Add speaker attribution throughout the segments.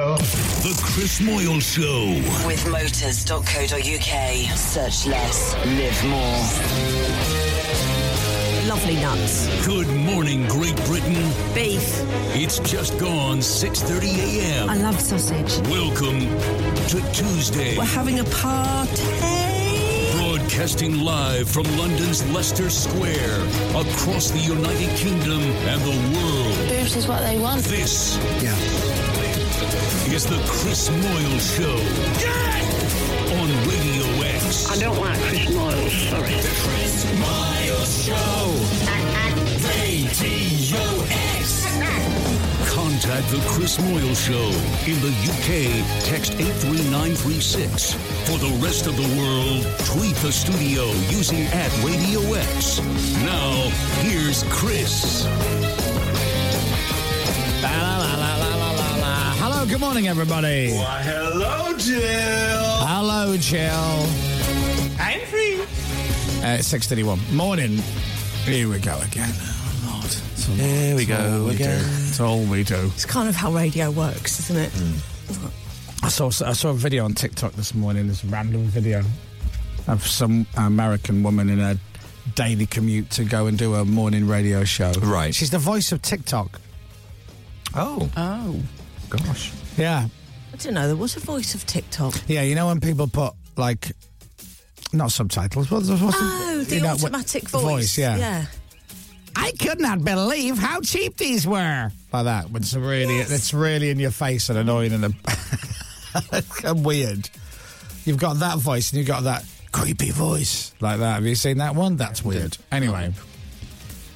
Speaker 1: The Chris Moyle Show.
Speaker 2: With motors.co.uk. Search less, live more.
Speaker 3: Lovely nuts.
Speaker 1: Good morning, Great Britain.
Speaker 3: Beef.
Speaker 1: It's just gone 6:30 a.m.
Speaker 3: I love sausage.
Speaker 1: Welcome to Tuesday.
Speaker 3: We're having a party.
Speaker 1: Broadcasting live from London's Leicester Square, across the United Kingdom and the world.
Speaker 4: Boobs is what they want.
Speaker 1: This
Speaker 5: yeah.
Speaker 1: is the Chris Moyle Show. Yes! On Radio X.
Speaker 6: I don't like Chris Moyle, sorry.
Speaker 1: The Chris Moyle Show. Radio X. Contact the Chris Moyle Show in the UK. Text 83936. For the rest of the world, tweet the studio using at Radio X. Now, here's Chris.
Speaker 7: La, la, la, Uh, hello, good morning, everybody.
Speaker 8: Why, hello, Jill. Hello,
Speaker 7: Jill.
Speaker 8: I'm free.
Speaker 7: Uh, 6.31. Morning. Here we go again.
Speaker 8: There we
Speaker 7: it's
Speaker 8: go.
Speaker 7: All we
Speaker 8: again.
Speaker 7: do. It's all we do.
Speaker 3: It's kind of how radio works, isn't it?
Speaker 7: Mm. I saw I saw a video on TikTok this morning. This random video of some American woman in a daily commute to go and do a morning radio show.
Speaker 8: Right.
Speaker 7: She's the voice of TikTok.
Speaker 8: Oh.
Speaker 3: Oh.
Speaker 8: Gosh.
Speaker 7: Yeah.
Speaker 3: I didn't know there was a voice of TikTok.
Speaker 7: Yeah. You know when people put like not subtitles. What's, what's
Speaker 3: oh, the,
Speaker 7: you know,
Speaker 3: automatic
Speaker 7: what-
Speaker 3: voice.
Speaker 7: Yeah.
Speaker 3: Yeah.
Speaker 7: I could not believe how cheap these were. Like that. When it's really, it's really in your face and annoying and, and weird. You've got that voice and you've got that creepy voice like that. Have you seen that one? That's weird. Anyway.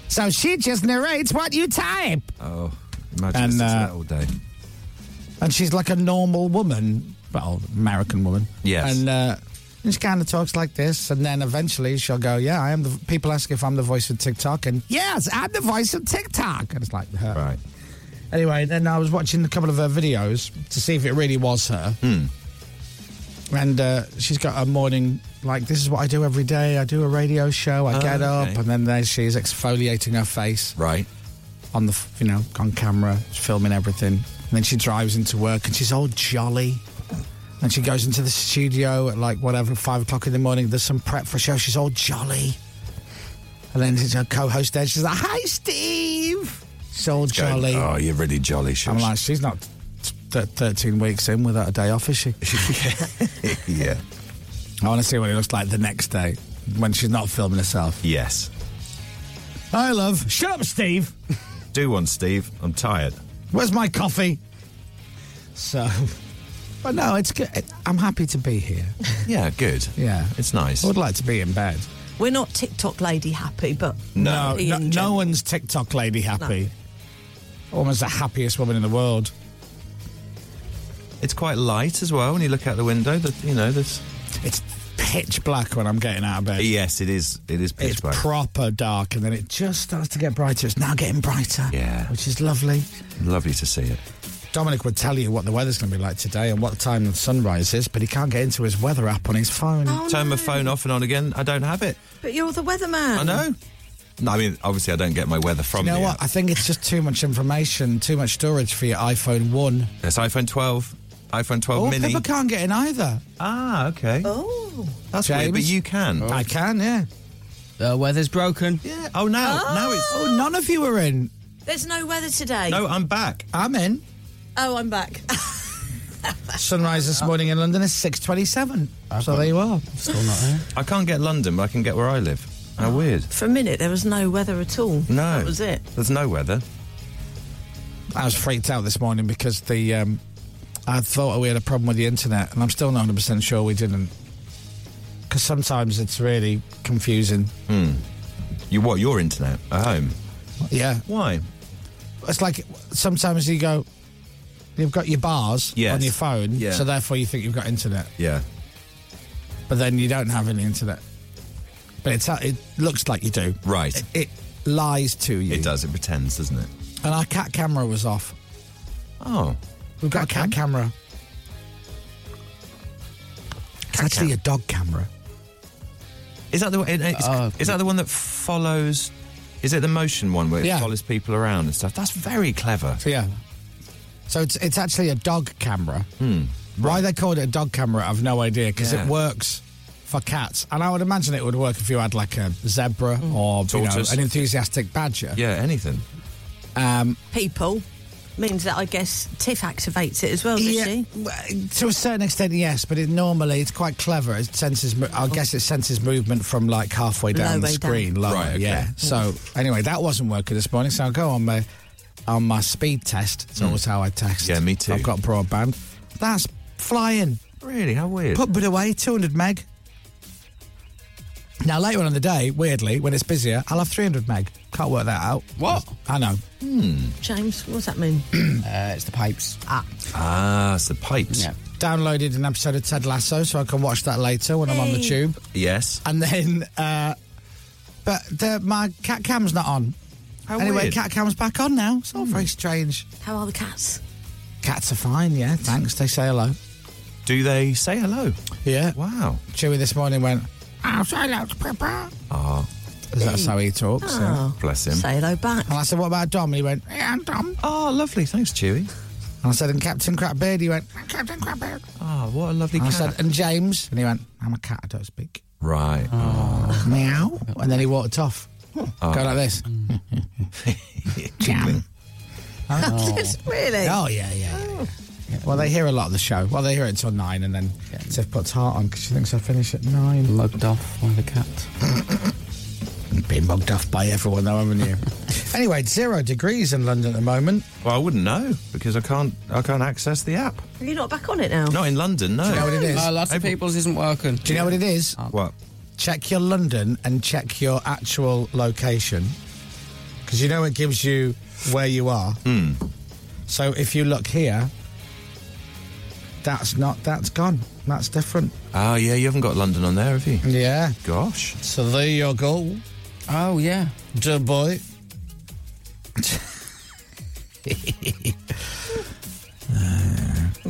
Speaker 7: So she just narrates what you type.
Speaker 8: Oh, imagine and,
Speaker 7: And, uh,
Speaker 8: that all day.
Speaker 7: And she's like a normal woman, well, American woman.
Speaker 8: Yes.
Speaker 7: And, uh, and she kind of talks like this, and then eventually she'll go, "Yeah, I am." The people ask if I'm the voice of TikTok, and yes, I'm the voice of TikTok, and it's like her.
Speaker 8: Right.
Speaker 7: Anyway, then I was watching a couple of her videos to see if it really was her.
Speaker 8: Hmm.
Speaker 7: And uh, she's got a morning, like, this is what I do every day. I do a radio show, I
Speaker 8: Oh,
Speaker 7: get up,
Speaker 8: okay.
Speaker 7: and then there she is exfoliating her face
Speaker 8: Right.
Speaker 7: on the, f- you know, on camera, filming everything. And then she drives into work and she's all jolly. And she goes into the studio at like whatever, five o'clock in the morning. There's some prep for a show. She's all jolly. And then her co host there, she's like, Hi, Steve. She's all jolly.
Speaker 8: Going, oh, you're really jolly. Shush.
Speaker 7: I'm like, she's not th- 13 weeks in without a day off, is she?
Speaker 8: yeah.
Speaker 7: I want to see what it looks like the next day when she's not filming herself.
Speaker 8: Yes.
Speaker 7: I love. Shut up, Steve.
Speaker 8: Do one, Steve. I'm tired.
Speaker 7: Where's my coffee? So, but no, it's good. I'm happy to be here.
Speaker 8: Yeah, good.
Speaker 7: Yeah.
Speaker 8: It's nice.
Speaker 7: I would like to be in bed.
Speaker 3: We're not TikTok lady happy, but
Speaker 7: No,
Speaker 3: Happy
Speaker 7: no,
Speaker 3: in
Speaker 7: no
Speaker 3: general.
Speaker 7: one's TikTok lady happy. Almost the happiest woman in the world.
Speaker 8: It's quite light as well when you look out the window. That you know, there's.
Speaker 7: It's pitch black when I'm getting out of bed.
Speaker 8: Yes, it is. It is pitch
Speaker 7: it's
Speaker 8: black.
Speaker 7: proper dark, and then it just starts to get brighter. It's now getting brighter.
Speaker 8: Yeah.
Speaker 7: Which is lovely.
Speaker 8: Lovely to see it.
Speaker 7: Dominic would tell you what the weather's going to be like today and what time the sunrise is, but he can't get into his weather app on his phone.
Speaker 3: Oh,
Speaker 8: Turn
Speaker 3: no. Oh.
Speaker 8: my phone off and on again. I don't have it.
Speaker 3: But you're the weatherman.
Speaker 8: I know. No, I mean, obviously, I don't get my weather
Speaker 7: Do
Speaker 8: from
Speaker 7: you know
Speaker 8: the
Speaker 7: what?
Speaker 8: app.
Speaker 7: I think it's just too much information, too much storage for your iPhone 1.
Speaker 8: It's iPhone 12, iPhone 12
Speaker 7: oh,
Speaker 8: mini.
Speaker 7: people can't get in either.
Speaker 8: Ah, okay.
Speaker 3: Oh.
Speaker 8: That's weird, but
Speaker 7: James?
Speaker 8: you Oh. can.
Speaker 7: I can, yeah.
Speaker 9: The weather's broken.
Speaker 8: Yeah. Oh, now, now it's.
Speaker 7: Oh, none of you are in.
Speaker 3: There's no weather today.
Speaker 8: No, I'm back.
Speaker 7: I'm in.
Speaker 3: Oh, I'm back.
Speaker 7: Sunrise this morning in London is 6.27. So there you are.
Speaker 9: Still not here.
Speaker 8: I can't get London, but I can get where I live. How weird.
Speaker 3: For a minute, there was no weather at all.
Speaker 8: No.
Speaker 3: That was it.
Speaker 8: There's no weather.
Speaker 7: I was freaked out this morning because the um, I thought we had a problem with the internet, and I'm still not 100 percent sure we didn't. Because sometimes it's really confusing.
Speaker 8: Hmm. You what? Your internet at home?
Speaker 7: Yeah,
Speaker 8: Why?
Speaker 7: it's like sometimes you go, you've got your bars
Speaker 8: Yes.
Speaker 7: on your phone,
Speaker 8: Yeah.
Speaker 7: so therefore you think you've got internet,
Speaker 8: Yeah.
Speaker 7: but then you don't have any internet. But it's, it looks like you do.
Speaker 8: Right.
Speaker 7: It, it lies to you.
Speaker 8: It does. It pretends, doesn't it?
Speaker 7: And our cat camera was off.
Speaker 8: Oh.
Speaker 7: We've got a cat camera. It's actually a dog camera.
Speaker 8: Is that the it- it's,
Speaker 9: Oh.
Speaker 8: is that the one that follows? Is it the motion one where it
Speaker 7: Yeah.
Speaker 8: follows people around and stuff? That's very clever.
Speaker 7: So yeah. So it's it's actually a dog camera. Why they called it a dog camera, I've no idea. Because
Speaker 8: Yeah.
Speaker 7: it works for cats, and I would imagine it would work if you had like a zebra or you know,
Speaker 8: Hmm. Tortoise.
Speaker 7: an enthusiastic badger.
Speaker 8: Yeah, anything.
Speaker 7: Um,
Speaker 3: People means that I guess Tiff activates it as well, does she?
Speaker 7: w- to a certain extent, yes, but it normally it's quite clever. It senses, mo- I guess, it senses movement from like halfway
Speaker 3: Low
Speaker 7: down the
Speaker 3: way down.
Speaker 7: screen. Lower,
Speaker 8: Right, okay.
Speaker 7: yeah.
Speaker 9: Mm.
Speaker 7: So anyway, that wasn't working this morning, so I'll go on my on my speed test. So always how I test.
Speaker 8: Mm. Yeah, me too.
Speaker 7: I've got broadband. That's flying.
Speaker 8: Really? How weird.
Speaker 7: Put it away, 200 meg. Now, later on in the day, weirdly, when it's busier, I'll have 300 meg. Can't work that out.
Speaker 9: What?
Speaker 7: I know. Hmm.
Speaker 3: James, what's that mean?
Speaker 9: Uh, it's the pipes.
Speaker 8: ah, it's the pipes.
Speaker 9: Yeah.
Speaker 7: Downloaded an episode of Ted Lasso so I can watch that later when I'm on the
Speaker 3: Hey.
Speaker 7: tube.
Speaker 8: Yes.
Speaker 7: And then, uh, but the, my cat cam's not on.
Speaker 8: How
Speaker 7: anyway,
Speaker 8: weird.
Speaker 7: cat cam's back on now. It's all
Speaker 8: Hmm.
Speaker 7: very strange.
Speaker 3: How are the cats?
Speaker 7: Cats are fine, yeah. Thanks. They say hello.
Speaker 8: Do they say hello?
Speaker 7: Yeah.
Speaker 8: Wow.
Speaker 7: Chewy this morning went, I'll say hello to Pippa.
Speaker 8: Ah,
Speaker 7: Because that's how he talks. yeah.
Speaker 3: Oh,
Speaker 8: bless him.
Speaker 3: Say hello back.
Speaker 7: And I said, what about Dom? And he went, yeah, I'm Dom.
Speaker 8: oh, lovely. Thanks, Chewy.
Speaker 7: And I said, and Captain Crapbeard, he went, I'm Captain Crapbeard.
Speaker 8: Oh, what a lovely
Speaker 7: And I
Speaker 8: cat.
Speaker 7: said, and James, and he went, I'm a cat, I don't speak.
Speaker 8: right.
Speaker 7: Oh. Meow. And then he walked off.
Speaker 8: Ah.
Speaker 7: Go like this. Jam.
Speaker 3: really?
Speaker 7: Oh, yeah, yeah, yeah, yeah. Well, they hear a lot of the show. Well, they hear it until nine, and then Tiff puts heart on because she thinks I finish at nine.
Speaker 9: Lugged off by the cat.
Speaker 7: Being mugged off by everyone, though, haven't you? anyway, it's zero degrees in London at the moment.
Speaker 8: Well, I wouldn't know because I can't. I can't access the app.
Speaker 3: Are you not back on it now?
Speaker 8: Not in London. No. Oh.
Speaker 7: Do you know what it is?
Speaker 9: No, Uh, lots of people's isn't working.
Speaker 7: Do you know what it is?
Speaker 8: What?
Speaker 7: check your London and check your actual location because you know it gives you where you are.
Speaker 10: Hmm.
Speaker 7: So if you look here, that's not that's gone. That's different.
Speaker 8: Oh, yeah. You haven't got London on there, have you?
Speaker 7: Yeah.
Speaker 8: Gosh.
Speaker 7: So there you go,
Speaker 9: Oh yeah.
Speaker 7: dear boy.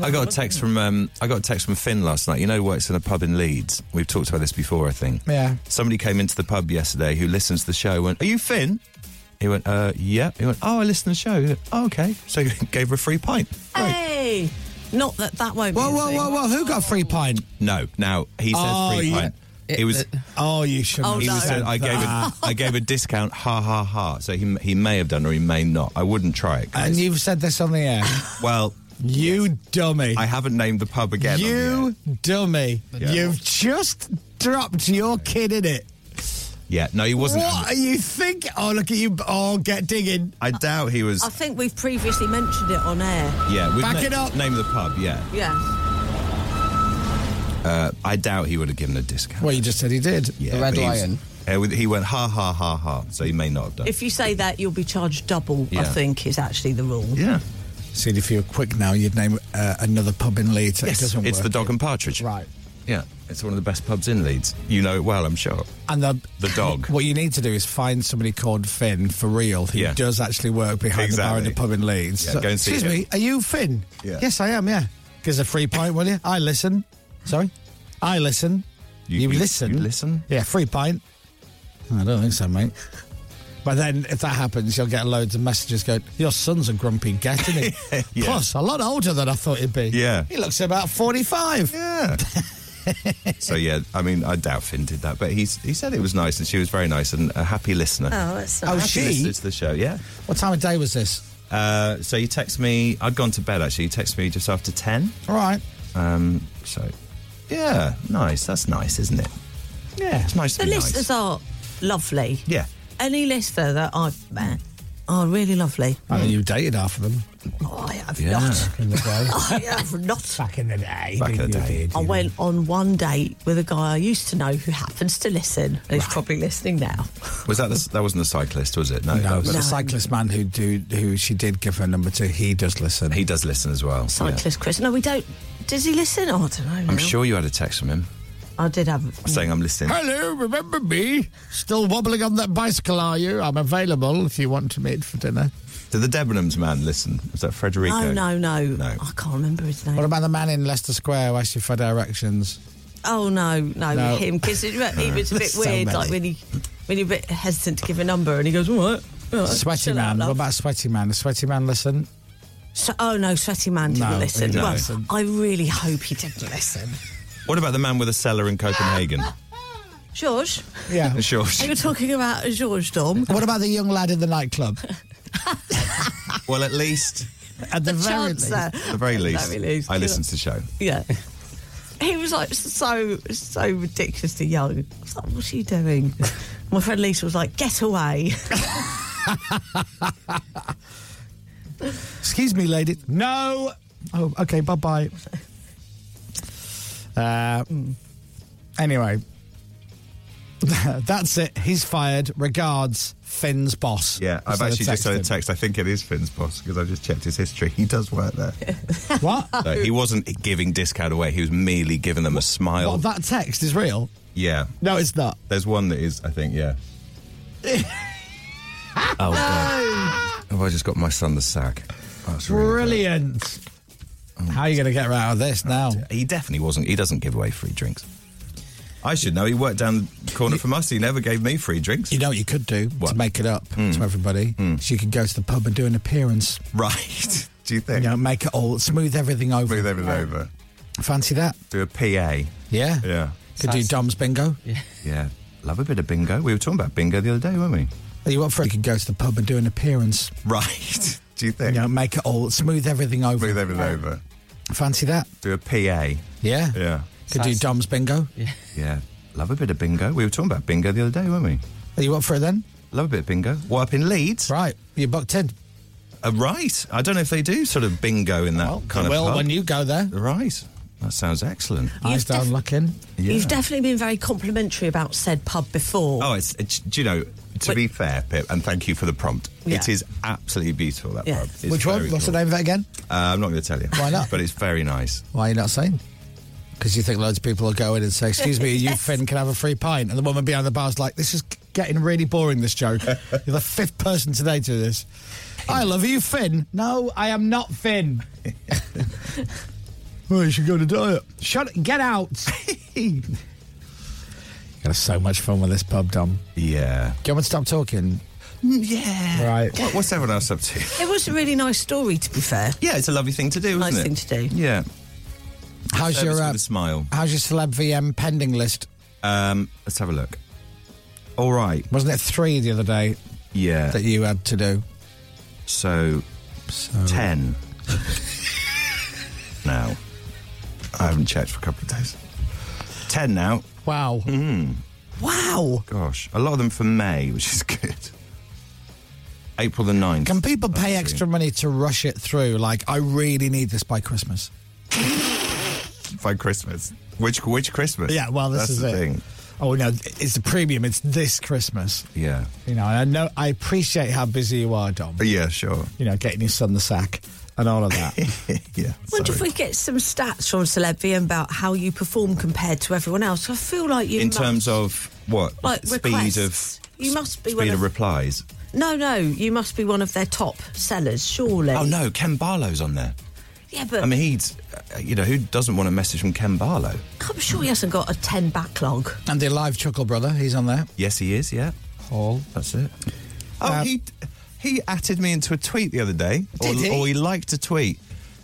Speaker 8: I got a text from um, I got a text from Finn last night. You know, works in a pub in Leeds. We've talked about this before, I think.
Speaker 7: Yeah.
Speaker 8: Somebody came into the pub yesterday who listens to the show. and Went, are you Finn? He went, uh, yeah. He went, oh, I listen to the show. He went, oh, okay. So he gave her a free pint.
Speaker 3: Hey! Not that that won't
Speaker 7: Whoa,
Speaker 3: be. a
Speaker 7: whoa,
Speaker 3: thing.
Speaker 7: whoa, whoa! Who got free pint?
Speaker 8: No, now he says
Speaker 7: Oh,
Speaker 8: free
Speaker 7: yeah.
Speaker 8: pint.
Speaker 9: It-
Speaker 8: It, was.
Speaker 9: it-
Speaker 7: Oh, you should.
Speaker 3: Oh,
Speaker 8: he
Speaker 3: no.
Speaker 8: was said, I gave a, I gave a discount. Ha ha ha. So he he may have done or he may not. I wouldn't try it. 'cause
Speaker 7: And
Speaker 8: it's-
Speaker 7: you've said this on the air.
Speaker 8: well,
Speaker 7: you dummy.
Speaker 8: I haven't named the pub again. on the air.
Speaker 7: you dummy.
Speaker 8: Yeah.
Speaker 7: You've just dropped your kid in it.
Speaker 8: Yeah. No, he wasn't.
Speaker 7: What are you thinking? Oh, look at you all get digging.
Speaker 8: I doubt he was.
Speaker 3: I think we've previously mentioned it on air.
Speaker 8: yeah. we've
Speaker 7: Back it up.
Speaker 8: Name the pub. Yeah. Uh,
Speaker 3: Yeah.
Speaker 8: I doubt he would have given a discount.
Speaker 7: Well, you just said he did.
Speaker 8: yeah,
Speaker 9: The Red
Speaker 8: but he was-
Speaker 9: Lion.
Speaker 8: yeah, with- he went ha ha ha ha. So he may not have done.
Speaker 3: If you say that, you'll be charged double, I
Speaker 8: Yeah.
Speaker 3: think, is actually the rule.
Speaker 8: yeah.
Speaker 7: See, if you were quick now, you'd name uh, another pub in Leeds. It
Speaker 8: Yes,
Speaker 7: doesn't
Speaker 8: it's
Speaker 7: work.
Speaker 8: the Dog and Partridge.
Speaker 7: Right.
Speaker 8: Yeah, it's one of the best pubs in Leeds. You know it well, I'm sure.
Speaker 7: And the,
Speaker 8: The dog.
Speaker 7: What you need to do is find somebody called Finn for real who
Speaker 8: Yeah.
Speaker 7: does actually work behind the bar in
Speaker 8: Exactly.
Speaker 7: the pub in Leeds.
Speaker 8: Yeah, go and see
Speaker 7: Excuse
Speaker 8: him."
Speaker 7: me, are you Finn?
Speaker 8: Yeah.
Speaker 7: Yes, I am, yeah. Give us a free pint, will you? I listen. Sorry? I listen.
Speaker 8: You- you-
Speaker 7: listen.
Speaker 8: you listen?
Speaker 7: Yeah, free pint. I don't think so, mate. But then if that happens, you'll get loads of messages going, Your son's a grumpy gat, isn't he?
Speaker 8: Yeah.
Speaker 7: Plus, a lot older than I thought he'd be.
Speaker 8: Yeah.
Speaker 7: He looks about 45.
Speaker 8: Yeah. so yeah, I mean, I doubt Finn did that, but he's, he said it was nice, and she was very nice and a happy listener.
Speaker 3: Oh, that's
Speaker 7: Oh,
Speaker 3: nice.
Speaker 8: She
Speaker 7: she?
Speaker 8: listens to the show, yeah.
Speaker 7: What time of day was this?
Speaker 8: Uh, so you text me. I'd gone to bed actually. You text me just after ten.
Speaker 7: All right.
Speaker 8: Um, so yeah, nice. That's nice, isn't it? Yeah, it's nice
Speaker 3: The
Speaker 8: to be
Speaker 3: listeners
Speaker 8: nice.
Speaker 3: are lovely.
Speaker 8: yeah.
Speaker 3: Any listener that I've met are really lovely.
Speaker 7: I mean, you dated half of them
Speaker 3: Oh, I have
Speaker 8: Yeah.
Speaker 3: not.
Speaker 7: in the day.
Speaker 3: I have not.
Speaker 7: Back in the day.
Speaker 8: Back in the
Speaker 7: you
Speaker 8: day.
Speaker 7: did,
Speaker 3: I
Speaker 7: you
Speaker 3: went on one date with a guy I used to know who happens to listen. And he's probably listening now.
Speaker 8: Was that the, that wasn't the cyclist, was it? No,
Speaker 7: did. No,
Speaker 8: that
Speaker 7: it was
Speaker 8: was-
Speaker 7: the cyclist man who do who she did give her number to. He does listen.
Speaker 8: he does listen as well. yeah.
Speaker 3: Cyclist Chris. No, we don't. Does he listen? Oh, I don't know. now.
Speaker 8: I'm sure you had a text from him
Speaker 3: I did have.
Speaker 8: saying I'm listening.
Speaker 7: Hello, remember me? Still wobbling on that bicycle, are you? I'm available if you want to meet for dinner.
Speaker 8: Did the Debenhams man listen? Was that Frederico?
Speaker 3: Oh, no, no,
Speaker 8: No.
Speaker 3: I can't remember his name.
Speaker 7: What about the man in Leicester Square who asked you for directions?
Speaker 3: Oh no, no,
Speaker 7: No.
Speaker 3: him because it, it was a bit
Speaker 7: There's so
Speaker 3: weird.
Speaker 7: many.
Speaker 3: Like when he, when you're a bit hesitant to give a number, and he goes, "All right." all right,
Speaker 7: Sweaty
Speaker 3: chill out,
Speaker 7: man.
Speaker 3: Oh, love."
Speaker 7: What about sweaty man? Does sweaty man listen?
Speaker 3: So, oh no, Sweaty Man didn't
Speaker 7: No, he
Speaker 3: listen.
Speaker 7: didn't
Speaker 3: well,
Speaker 7: listen.
Speaker 3: I really hope he didn't listen.
Speaker 8: What about the man with a cellar in Copenhagen?
Speaker 3: George,
Speaker 7: Yeah.
Speaker 8: Sure.
Speaker 3: you were talking about George Dom.
Speaker 7: Oh, What about the young lad in the nightclub?
Speaker 8: Well, at least,
Speaker 7: At the, very least.
Speaker 3: Chancellor.
Speaker 8: uh, at the very least,
Speaker 3: very least,
Speaker 8: I
Speaker 3: yeah.
Speaker 8: listened to the show.
Speaker 3: Yeah. He was like so, so ridiculously young. I was like, what's he doing? My friend Lisa was like, get away.
Speaker 7: Excuse me, lady. No. Oh, okay. Bye bye. Uh, anyway, that's it. He's fired. Regards, Finn's boss.
Speaker 8: Yeah, I've
Speaker 7: Instead of
Speaker 8: actually just had a
Speaker 7: texting.
Speaker 8: text. I think it is Finn's boss because I just checked his history. He does work there.
Speaker 7: What?
Speaker 8: So he wasn't giving discount away. He was merely giving them a smile.
Speaker 7: Well, that text is real.
Speaker 8: yeah.
Speaker 7: No, it's not.
Speaker 8: There's one that is, I think, yeah. oh, God. Have I just got my son the sack? That's really
Speaker 7: Brilliant.
Speaker 8: Oh.
Speaker 7: How are you going to get out of this now?
Speaker 8: bad. He definitely wasn't. He doesn't give away free drinks. I should know. He worked down the corner from us. He never gave me free drinks.
Speaker 7: You know what you could do
Speaker 8: What?
Speaker 7: to make it up
Speaker 8: Hmm.
Speaker 7: to everybody? So you could go to the pub and do an appearance.
Speaker 8: Right. Do you
Speaker 7: You
Speaker 8: think?
Speaker 7: know, make it all smooth everything over.
Speaker 8: Move everything over.
Speaker 7: Fancy that?
Speaker 8: Do a PA.
Speaker 7: Yeah.
Speaker 8: Yeah.
Speaker 7: Could do Dom's bingo.
Speaker 8: Yeah. Love a bit of bingo. We were talking about bingo the other day, weren't we?
Speaker 7: Are you up for it? You could go to the pub and do an appearance.
Speaker 8: Right. Do you think?
Speaker 7: You know, make it all smooth everything over.
Speaker 8: Move everything over.
Speaker 7: Fancy that?
Speaker 8: Do a PA.
Speaker 7: Yeah.
Speaker 8: Yeah.
Speaker 7: Could do Dom's bingo.
Speaker 8: Yeah. Love a bit of bingo. We were talking about bingo the other day, weren't we?
Speaker 7: Are you up for it then?
Speaker 8: Love a bit of bingo. Well, up in Leeds.
Speaker 7: Right. You're booked in.
Speaker 8: Uh, right. I don't know if they do sort of bingo in that kind of
Speaker 7: well,
Speaker 8: pub.
Speaker 7: when you go there,
Speaker 8: Right. That sounds excellent.
Speaker 7: eyes down,
Speaker 3: def-
Speaker 7: look in.
Speaker 8: Yeah.
Speaker 3: You've definitely been very complimentary about said pub before.
Speaker 8: Oh, it's, it's do you know, to
Speaker 3: Wait.
Speaker 8: be fair, Pip, and thank you for the prompt.
Speaker 3: Yeah.
Speaker 8: It is absolutely beautiful, that
Speaker 3: Yeah.
Speaker 8: pub. It's
Speaker 7: Which one?
Speaker 8: very
Speaker 7: What's the
Speaker 8: cool.
Speaker 7: name of it again?
Speaker 8: Uh, I'm not going to tell you.
Speaker 7: Why not?
Speaker 8: But it's very nice.
Speaker 7: Why are you not saying? Because you think loads of people will go in and say, "Excuse me, you Finn can I have a free pint," and the woman behind the bar's like, "This is getting really boring. This joke. You're the fifth person today to do this." I love you, Finn. No, I am not Finn. well, you should go to diet. Shut. Get out. you have so much fun with this pub, Dom.
Speaker 8: Yeah.
Speaker 7: Do you want me to stop talking? Mm,
Speaker 8: Yeah.
Speaker 7: Right.
Speaker 8: What, what's everyone else up to?
Speaker 3: It was a really nice story, to be fair.
Speaker 8: Yeah, it's a lovely thing to do, isn't
Speaker 3: Nice
Speaker 8: it?
Speaker 3: thing to do.
Speaker 8: Yeah.
Speaker 7: How's
Speaker 8: Service
Speaker 7: your uh,
Speaker 8: with a smile.
Speaker 7: How's your celeb VM pending list?
Speaker 8: Um, let's have a look. All right.
Speaker 7: Wasn't it three the other day
Speaker 8: Yeah.
Speaker 7: that you had to do?
Speaker 8: So, ten. now, I haven't checked for a couple of days. Ten now. Hmm.
Speaker 7: Wow. Wow.
Speaker 8: Gosh, a lot of them for May, which is good. April the 9th.
Speaker 7: Can people pay
Speaker 8: Let's see.
Speaker 7: extra money to rush it through? Like, I really need this by Christmas.
Speaker 8: by Christmas? Which which Christmas?
Speaker 7: Yeah, well, this
Speaker 8: That's
Speaker 7: is
Speaker 8: the
Speaker 7: it.
Speaker 8: thing.
Speaker 7: Oh no, it's the premium. It's this Christmas.
Speaker 8: Yeah.
Speaker 7: You know, and I know I appreciate how busy you are, Dom.
Speaker 8: Uh, Yeah, sure.
Speaker 7: You know, getting your son the sack and all of that.
Speaker 8: yeah.
Speaker 3: Wonder if
Speaker 8: sorry.
Speaker 3: we get some stats from Celebi about how you perform compared to everyone else. I feel like you
Speaker 8: In
Speaker 3: must-
Speaker 8: terms of what?
Speaker 3: Like
Speaker 8: speed
Speaker 3: requests.
Speaker 8: of.
Speaker 3: You must be
Speaker 8: Speed
Speaker 3: one
Speaker 8: of
Speaker 3: of-
Speaker 8: replies.
Speaker 3: no, no, you must be one of their top sellers, surely.
Speaker 8: Oh, no, Ken Barlow's on there.
Speaker 3: yeah, but
Speaker 8: I mean, he's, uh, you know, who doesn't want a message from Ken Barlow?
Speaker 3: I'm sure he hasn't got a ten backlog.
Speaker 7: and the alive chuckle brother, he's on there.
Speaker 8: Yes, he is, yeah.
Speaker 7: Paul.
Speaker 8: That's it. Oh,
Speaker 7: Uh,
Speaker 8: he he atted me into a tweet the other day.
Speaker 7: Did
Speaker 8: or,
Speaker 7: he?
Speaker 8: or he liked a tweet.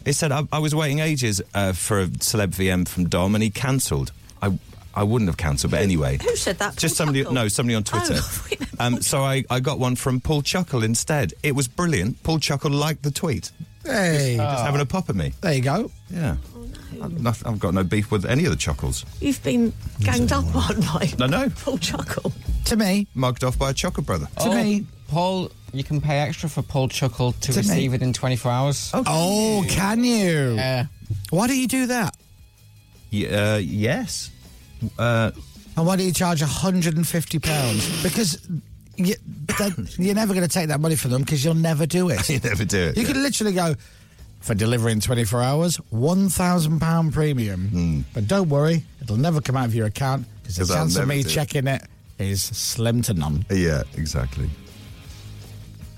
Speaker 8: It said, I, I was waiting ages uh, for a celeb VM from Dom and he cancelled. I I wouldn't have cancelled, but anyway.
Speaker 3: Who said that?
Speaker 8: Just
Speaker 3: Paul
Speaker 8: somebody,
Speaker 3: Chuckle?
Speaker 8: no, somebody on
Speaker 3: Oh,
Speaker 8: Twitter.
Speaker 3: wait, Paul
Speaker 8: um, so I, I got one from Paul Chuckle instead. It was brilliant. Paul Chuckle liked the tweet.
Speaker 7: Hey,
Speaker 8: Just having a pop at me.
Speaker 7: there you go.
Speaker 8: Yeah.
Speaker 7: Oh,
Speaker 8: I've, not- I've got no beef with any of the Chuckles.
Speaker 3: You've been ganged up on by
Speaker 8: No, no.
Speaker 3: Paul Chuckle.
Speaker 7: To me,
Speaker 8: Mugged off by a Chuckle brother.
Speaker 7: to me.
Speaker 9: Oh. Paul, you can pay extra for Paul Chuckle to,
Speaker 7: To
Speaker 9: receive
Speaker 7: me.
Speaker 9: within 24 hours.
Speaker 7: Oh, can you?
Speaker 9: Yeah.
Speaker 7: Why do you do that?
Speaker 8: Y- uh, yes.
Speaker 7: Uh, And why do you charge £150? Because you, then you're never going to take that money from them because you'll never do it.
Speaker 8: You never do it.
Speaker 7: You could literally go for delivery in 24 hours, £1,000 premium. But don't worry, it'll never come out of your account because the
Speaker 8: 'Cause Hmm. I'll
Speaker 7: chance of
Speaker 8: never
Speaker 7: me
Speaker 8: do it.
Speaker 7: checking it is slim to none.
Speaker 8: Yeah, exactly.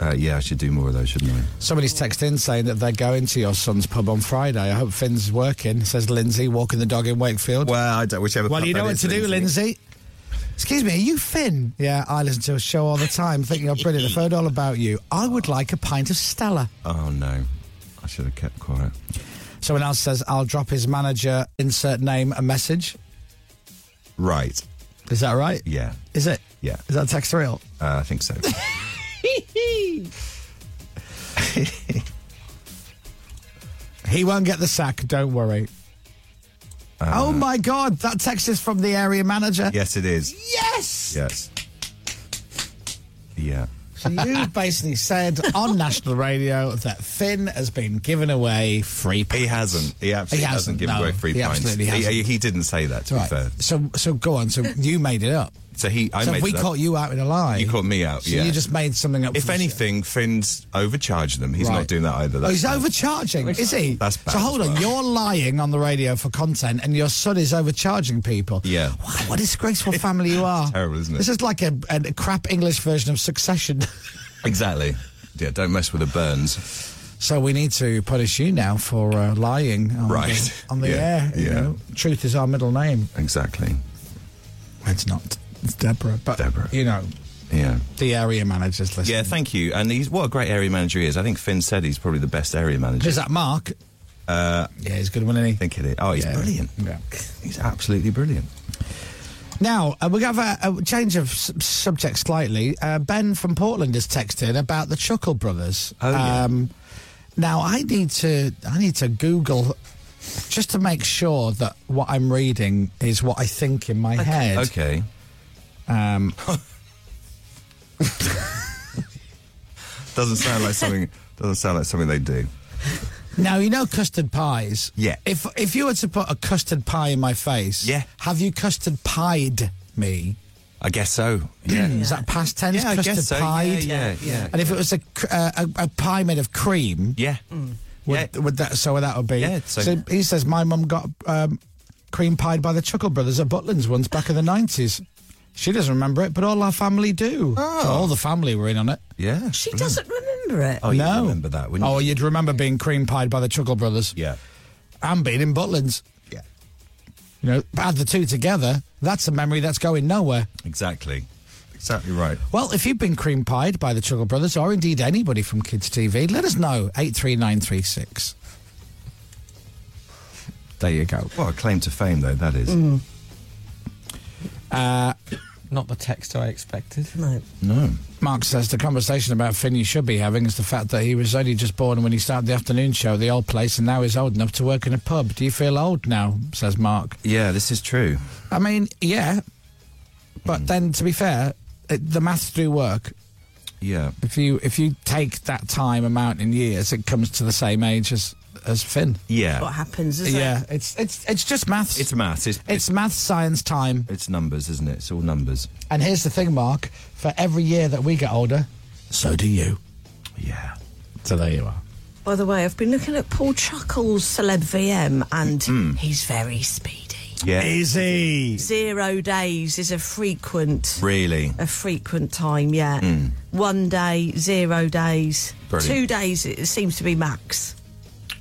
Speaker 8: Uh, yeah, I should do more of those, shouldn't I?
Speaker 7: Somebody's texted in saying that they're going to your son's pub on Friday. I hope Finn's working, says Lindsay, walking the dog in Wakefield. Well,
Speaker 8: Well, I don't, whichever. pub
Speaker 7: you know
Speaker 8: that
Speaker 7: what
Speaker 8: is,
Speaker 7: to do, Lindsay. Excuse me, are you Finn? Yeah, I listen to a show all the time, thinking you're brilliant. I've heard all about you. I would like a pint of Stella.
Speaker 8: Oh no, I I should have kept quiet.
Speaker 7: Someone else says, I'll drop his manager, insert name, a message.
Speaker 8: Right.
Speaker 7: Is that right?
Speaker 8: Yeah.
Speaker 7: Is it?
Speaker 8: Yeah.
Speaker 7: Is that text real?
Speaker 8: Uh, I think so.
Speaker 7: He won't get the sack, don't worry. oh my God, that text is from the area manager.
Speaker 8: Uh, yes, it is.
Speaker 7: Yes!
Speaker 8: Yes. Yeah.
Speaker 7: So you basically said on national radio that Finn has been given away free pints.
Speaker 8: He hasn't. He absolutely
Speaker 7: He
Speaker 8: hasn't
Speaker 7: hasn't,
Speaker 8: given
Speaker 7: no.
Speaker 8: away free
Speaker 7: He
Speaker 8: pints.
Speaker 7: absolutely hasn't.
Speaker 8: He, he didn't say that. To
Speaker 7: Right.
Speaker 8: be fair,
Speaker 7: So, so go on. So you made it up.
Speaker 8: so he. I
Speaker 7: so
Speaker 8: made
Speaker 7: if we
Speaker 8: it up.
Speaker 7: caught you out in a lie.
Speaker 8: You caught me out,
Speaker 7: So
Speaker 8: yeah.
Speaker 7: you just made something up.
Speaker 8: If
Speaker 7: from the
Speaker 8: anything, Finn's overcharged them. He's
Speaker 7: Right.
Speaker 8: not doing that either.
Speaker 7: oh,
Speaker 8: That's
Speaker 7: he's
Speaker 8: bad.
Speaker 7: overcharging, is he?
Speaker 8: That's bad
Speaker 7: So hold
Speaker 8: as
Speaker 7: on,
Speaker 8: well.
Speaker 7: you're lying on the radio for content, and your son is overcharging people.
Speaker 8: Yeah.
Speaker 7: Wow, what a disgraceful family you are.
Speaker 8: terrible, isn't it?
Speaker 7: This is like a, a crap English version of Succession.
Speaker 8: Exactly. Yeah, don't mess with the Burns.
Speaker 7: so we need to punish you now for uh, lying on
Speaker 8: Right.
Speaker 7: the, on the
Speaker 8: Yeah,
Speaker 7: air. you
Speaker 8: yeah.
Speaker 7: know. Truth is our middle name.
Speaker 8: Exactly.
Speaker 7: It's not. It's Deborah. But
Speaker 8: Deborah.
Speaker 7: you know,
Speaker 8: Yeah.
Speaker 7: the area manager's listening.
Speaker 8: Yeah, thank you. And he's what a great area manager he is. I think Finn said he's probably the best area manager.
Speaker 7: Is that Mark? Uh, yeah, he's a good, one, isn't he?
Speaker 8: I think it is. Oh, he's
Speaker 7: Yeah.
Speaker 8: brilliant.
Speaker 7: Yeah.
Speaker 8: He's absolutely brilliant.
Speaker 7: Now, uh, we have a, a change of s- subject slightly. Uh, ben from Portland has texted about the Chuckle Brothers.
Speaker 8: Oh, yeah.
Speaker 7: um, now, I need to I need to Google just to make sure that what I'm reading is what I think in my head.
Speaker 8: Okay.
Speaker 7: Um,
Speaker 8: Doesn't sound like something. Doesn't sound like something they do.
Speaker 7: now, you know custard pies?
Speaker 8: Yeah.
Speaker 7: If, if you were to put a custard pie in my face,
Speaker 8: Yeah.
Speaker 7: have you custard pied me?
Speaker 8: I guess so. Yeah.
Speaker 7: Is that past tense?
Speaker 8: Yeah, I
Speaker 7: custard
Speaker 8: guess so. Yeah,
Speaker 7: pied?
Speaker 8: yeah, yeah,
Speaker 7: And if it was a, cr- uh, a, a pie made of cream,
Speaker 8: Yeah.
Speaker 7: Would, would that so that would be?
Speaker 8: Yeah, so-
Speaker 7: So, he says my mum got um, cream pied by the Chuckle Brothers at Butlins once back in the nineties. She doesn't remember it, but all our family do. Oh. all the family were in on it.
Speaker 8: Yeah.
Speaker 3: She doesn't remember it.
Speaker 8: Oh, you
Speaker 7: no,
Speaker 8: remember that, wouldn't
Speaker 7: Oh,
Speaker 8: you?
Speaker 7: you'd remember being cream pied by the Chuckle Brothers.
Speaker 8: Yeah.
Speaker 7: and being in Butlins.
Speaker 8: Yeah.
Speaker 7: You know, add the two together. That's a memory that's going nowhere.
Speaker 8: Exactly. Exactly right.
Speaker 7: Well, if you've been cream pied by the Chuckle Brothers, or indeed anybody from Kids TV, let us know eight three nine three six. There you go.
Speaker 8: Well, a claim to fame though that
Speaker 7: Mm.
Speaker 8: is.
Speaker 9: Mm.
Speaker 7: Uh,
Speaker 9: Not the text I expected.
Speaker 3: No.
Speaker 8: No.
Speaker 7: Mark says the conversation about Finn you should be having is the fact that he was only just born when he started the afternoon show at the old place and now he's old enough to work in a pub. Do you feel old now? says Mark.
Speaker 8: Yeah, this is true. Hmm.
Speaker 7: I mean, yeah. But then to be fair, it, the maths do work.
Speaker 8: Yeah.
Speaker 7: If you if you take that time amount in years, it comes to the same age as as Finn.
Speaker 8: Yeah.
Speaker 3: What happens is
Speaker 7: yeah,
Speaker 3: that
Speaker 7: it's it's it's just maths.
Speaker 8: It's maths. It's,
Speaker 7: it's maths science time.
Speaker 8: It's numbers, isn't it? It's all numbers.
Speaker 7: And here's the thing, Mark, for every year that we get older, so do you.
Speaker 8: Yeah.
Speaker 7: So there you are.
Speaker 3: By the way, I've been looking at Paul Chuckle's Celeb VM and he's very speedy.
Speaker 8: Mm. Yeah.
Speaker 7: Easy.
Speaker 3: Zero days is a frequent
Speaker 8: really. Mm.
Speaker 3: a frequent time, yeah. One day, zero days.
Speaker 8: Brilliant.
Speaker 3: Two days it seems to be max.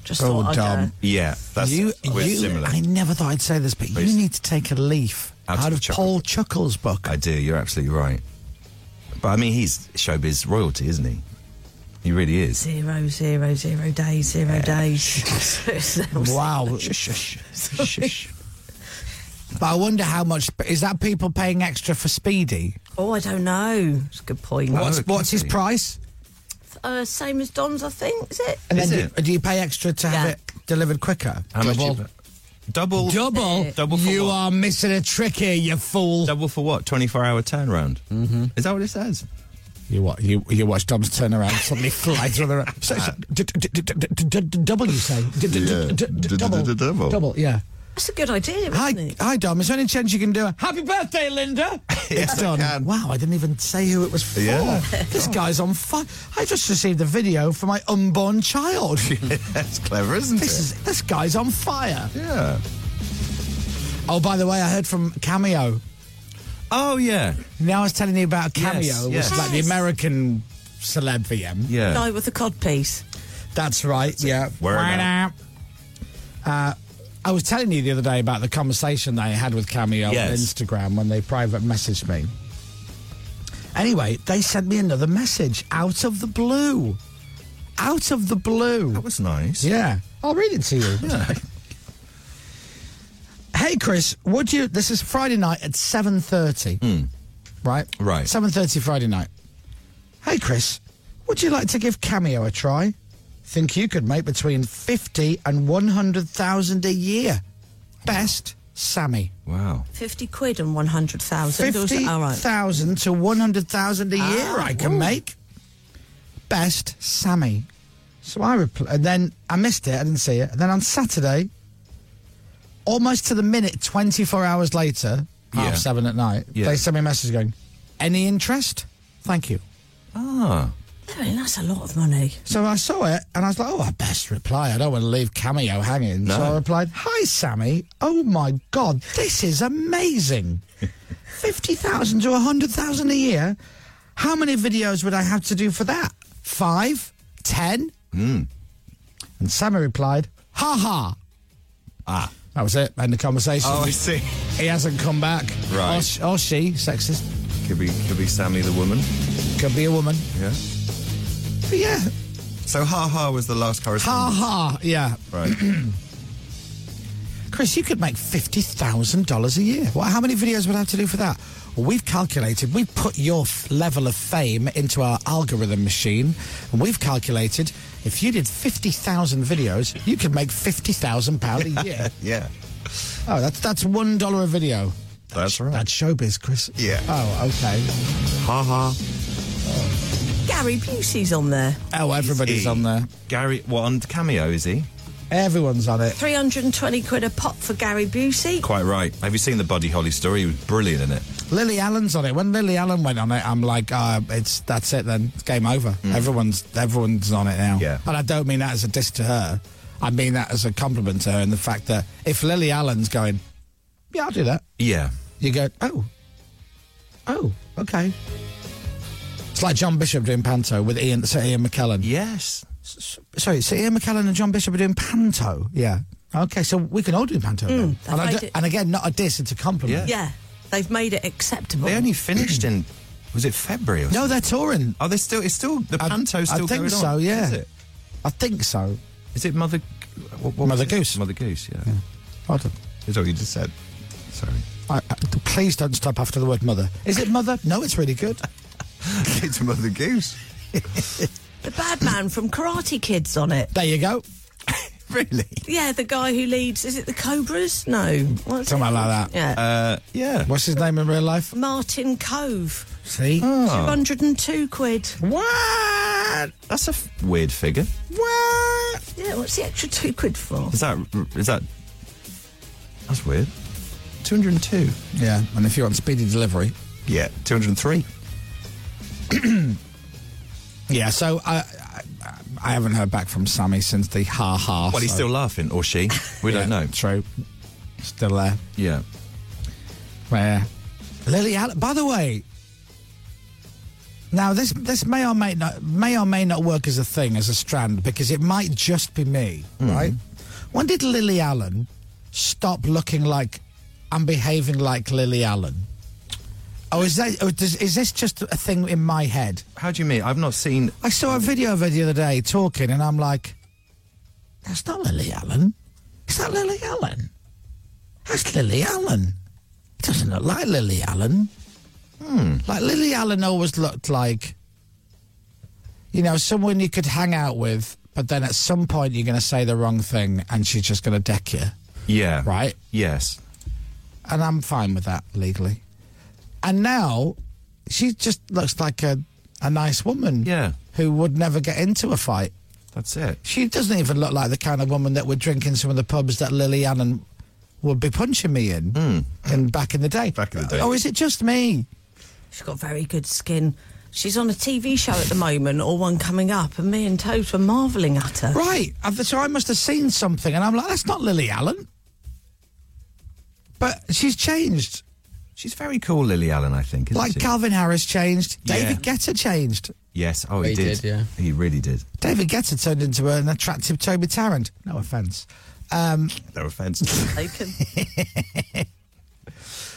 Speaker 3: Just
Speaker 7: Oh,
Speaker 3: thought I'd,
Speaker 7: Dom.
Speaker 3: uh,
Speaker 8: Yeah. That's
Speaker 7: you,
Speaker 8: we're
Speaker 7: you-
Speaker 8: similar.
Speaker 7: I never thought I'd say this, but
Speaker 8: Please.
Speaker 7: you need to take a leaf
Speaker 8: Out
Speaker 7: out,
Speaker 8: of
Speaker 7: of,
Speaker 8: Chuckle.
Speaker 7: Paul Chuckle's book.
Speaker 8: I do. You're absolutely right. But I mean, he's showbiz royalty, isn't he? He really is.
Speaker 3: Zero, zero, zero days, zero days. So it's-
Speaker 7: wow. but I wonder how much is that people paying extra for Speedy?
Speaker 3: oh, I don't know. It's a good point.
Speaker 7: What's
Speaker 8: it could
Speaker 7: what's his
Speaker 8: be.
Speaker 7: price?
Speaker 3: Uh, same as Don's, I think, is it?
Speaker 7: And
Speaker 8: Is
Speaker 7: then
Speaker 8: it?
Speaker 7: Do, do you pay extra to have
Speaker 3: Yeah.
Speaker 7: it delivered quicker?
Speaker 8: How much? you put- Double.
Speaker 7: Double.
Speaker 8: Double for
Speaker 7: you
Speaker 8: what?
Speaker 7: are missing a trick here, you fool.
Speaker 8: Double for what? 24 hour turnaround. Mm-hmm. Is that what it says?
Speaker 7: You what? You you watch Dom's turn around. Suddenly flies on the road. So, so, d- d- d- d- d- d- d- double, you say? D- d- d- d- d- Double.
Speaker 8: Double.
Speaker 7: Double. Yeah.
Speaker 3: That's a good idea, isn't
Speaker 7: Hi,
Speaker 3: it?
Speaker 7: hi, Dom. Is there any chance you can do a happy birthday, Linda?
Speaker 8: Yes, I
Speaker 7: it's done.
Speaker 8: can.
Speaker 7: Wow, I didn't even say who it was for.
Speaker 8: Yeah.
Speaker 7: this guy's on fire. I just received a video for my unborn child.
Speaker 8: That's clever, isn't
Speaker 7: this
Speaker 8: it?
Speaker 7: is this guy's on fire.
Speaker 8: Yeah.
Speaker 7: Oh, by the way, I heard from Cameo.
Speaker 8: Oh, yeah.
Speaker 7: Now I was telling you about Cameo,
Speaker 8: Yes,
Speaker 7: which
Speaker 8: yes.
Speaker 7: is like the
Speaker 3: Yes.
Speaker 7: American celeb VM.
Speaker 8: Yeah.
Speaker 3: Guy with the codpiece.
Speaker 7: That's right. yeah.
Speaker 8: Word
Speaker 7: Right up. Uh, I was telling you the other day about the conversation they had with Cameo
Speaker 8: Yes.
Speaker 7: on Instagram when they private messaged me. Anyway, they sent me another message out of the blue. out of the blue.
Speaker 8: That was nice.
Speaker 7: Yeah. I'll read it to you. Hey Chris, would you this is Friday night at 7:30. Hmm. Right?
Speaker 8: Right.
Speaker 7: 7:30 Friday night. Hey Chris, would you like to give Cameo a try? Think you could make between 50 and 100,000 a year. Best Sammy.
Speaker 8: Wow.
Speaker 3: 50 quid and 100,000. Those- all right.
Speaker 7: 50,000 to 100,000 a year
Speaker 3: Ah,
Speaker 7: I can
Speaker 3: ooh.
Speaker 7: make. Best Sammy. So I repl- and then I missed it, I didn't see it. And then on Saturday, almost to the minute, 24 hours later, half
Speaker 8: Yeah.
Speaker 7: seven at night,
Speaker 8: Yeah.
Speaker 7: they sent me a message going, Any interest? Thank you.
Speaker 8: Ah.
Speaker 3: I mean, that's a lot of money.
Speaker 7: So I saw it and I was like, oh, I best reply. I don't want to leave Cameo hanging. So I replied, hi, Sammy. Oh my God, this is amazing. 50,000 to 100,000 a year. How many videos would I have to do for that? Five? Ten?
Speaker 8: Hmm.
Speaker 7: And Sammy replied, ha ha. Ah. That was it. End the conversation.
Speaker 8: Oh, I see.
Speaker 7: He hasn't come back.
Speaker 8: Right.
Speaker 7: Or, sh- or she, sexist.
Speaker 8: Could be, could be Sammy the woman.
Speaker 7: Could be a woman.
Speaker 8: Yeah.
Speaker 7: But yeah.
Speaker 8: So ha ha was the last
Speaker 7: Ha
Speaker 8: correspondence.
Speaker 7: ha. Yeah.
Speaker 8: Right.
Speaker 7: Chris, you could make fifty thousand dollars a year. Well, how many videos would I have to do for that? Well, we've calculated. We've put your f- level of fame into our algorithm machine, and we've calculated if you did fifty thousand videos, you could make fifty thousand pound a year.
Speaker 8: yeah.
Speaker 7: oh, that's that's one dollar a video.
Speaker 8: That's right.
Speaker 7: That's showbiz, Chris.
Speaker 8: Yeah.
Speaker 7: Oh, okay.
Speaker 8: Ha ha.
Speaker 3: Gary Busey's on there.
Speaker 7: Oh, everybody's
Speaker 8: He-
Speaker 7: on there.
Speaker 8: Gary, what on cameo is he?
Speaker 7: Everyone's on it.
Speaker 3: 320 quid a pop for Gary Busey.
Speaker 8: Quite right. Have you seen the Buddy Holly story? He was brilliant in it.
Speaker 7: Lily Allen's on it. When Lily Allen went on it, I'm like, uh, it's that's it then. It's game over. Everyone's everyone's on it now.
Speaker 8: Mm. Yeah.
Speaker 7: And I don't mean that as a diss to her. I mean that as a compliment to her and the fact that if Lily Allen's going, Yeah, I'll do that,
Speaker 8: Yeah.
Speaker 7: you go, Oh. Oh, okay. It's like John Bishop doing Panto with Ian Sir Ian McKellen.
Speaker 8: Yes.
Speaker 7: Sorry, so Ian McKellen and John Bishop are doing Panto. Yeah. Okay, so we can all do Panto then.
Speaker 3: Mm, that's
Speaker 7: And, I
Speaker 3: right.
Speaker 7: do- and again, not a diss, it's a compliment.
Speaker 3: Yeah, they've made it acceptable.
Speaker 8: They only finished in was it February or
Speaker 7: No, they're touring.
Speaker 8: Are they still? It's still the
Speaker 7: I-
Speaker 8: panto's still
Speaker 7: I think
Speaker 8: going
Speaker 7: so,
Speaker 8: on.
Speaker 7: yeah.
Speaker 8: Is it?
Speaker 7: I think so.
Speaker 8: Is it Mother? What, what
Speaker 7: Mother
Speaker 8: was it?
Speaker 7: Goose.
Speaker 8: Mother Goose. Yeah.
Speaker 7: I don't-
Speaker 8: Is what you just said. Sorry.
Speaker 7: I, I- please don't stop after the word mother. Is it mother? No, it's really good.
Speaker 8: it's Mother Goose.
Speaker 3: The bad man from Karate Kid's on it.
Speaker 7: There you go.
Speaker 8: Really?
Speaker 3: Yeah, the guy who leads, is it the Cobras? No. What's
Speaker 7: Something
Speaker 3: it?
Speaker 7: like that.
Speaker 3: Yeah.
Speaker 8: Uh, yeah.
Speaker 7: What's his name in real life?
Speaker 3: Martin Cove.
Speaker 7: See?
Speaker 8: Oh.
Speaker 3: 202 quid.
Speaker 7: Oh. What?
Speaker 8: That's a f- weird figure.
Speaker 7: What?
Speaker 3: Yeah, what's the extra two quid for?
Speaker 8: Is that? Is that? That's weird. Two hundred and two.
Speaker 7: Yeah, and if you want speedy delivery.
Speaker 8: Yeah. Two hundred and three.
Speaker 7: Yeah, so I, I, I haven't heard back from Sammy since the ha ha.
Speaker 8: Well, he's
Speaker 7: so-
Speaker 8: still laughing, or she. We
Speaker 7: Yeah,
Speaker 8: don't know.
Speaker 7: True. Still there.
Speaker 8: Yeah.
Speaker 7: Where? Lily Allen. By the way, now this this may or may not may or may not work as a thing as a strand because it might just be me, right? When did Lily Allen stop looking like and behaving like Lily Allen? Oh, is that? Or does, is this just a thing in my head?
Speaker 8: How do you mean? I've not seen.
Speaker 7: I saw a video of her the other day talking, and I'm like, that's not Lily Allen. Is that Lily Allen? That's Lily Allen. It doesn't look like Lily Allen. Hmm. Like, Lily Allen always looked like, you know, someone you could hang out with, but then at some point you're going to say the wrong thing and she's just going to deck you.
Speaker 8: Yeah.
Speaker 7: Right.
Speaker 8: Yes.
Speaker 7: And I'm fine with that legally. And now she just looks like a, a nice woman
Speaker 8: Yeah.
Speaker 7: who would never get into a fight.
Speaker 8: That's it.
Speaker 7: She doesn't even look like the kind of woman that would drink in some of the pubs that Lily Allen would be punching me in, in back in the day.
Speaker 8: Hmm. Back in the day.
Speaker 7: Oh, is it just me?
Speaker 3: She's got very good skin. She's on a TV show at the moment, or one coming up, and me and Toad were marvelling at her.
Speaker 7: Right. I've- So I must have seen something, and I'm like, that's not Lily Allen. But she's changed.
Speaker 8: She's very cool, Lily Allen. I think. Isn't
Speaker 7: Like
Speaker 8: she?
Speaker 7: Calvin Harris changed.
Speaker 8: Yeah.
Speaker 7: David Guetta changed.
Speaker 8: Yes. Oh, he,
Speaker 9: He
Speaker 8: did.
Speaker 9: did, yeah.
Speaker 8: He really did.
Speaker 7: David Guetta turned into an attractive Toby Tarrant. No offence. Um,
Speaker 8: No offence.
Speaker 3: They can-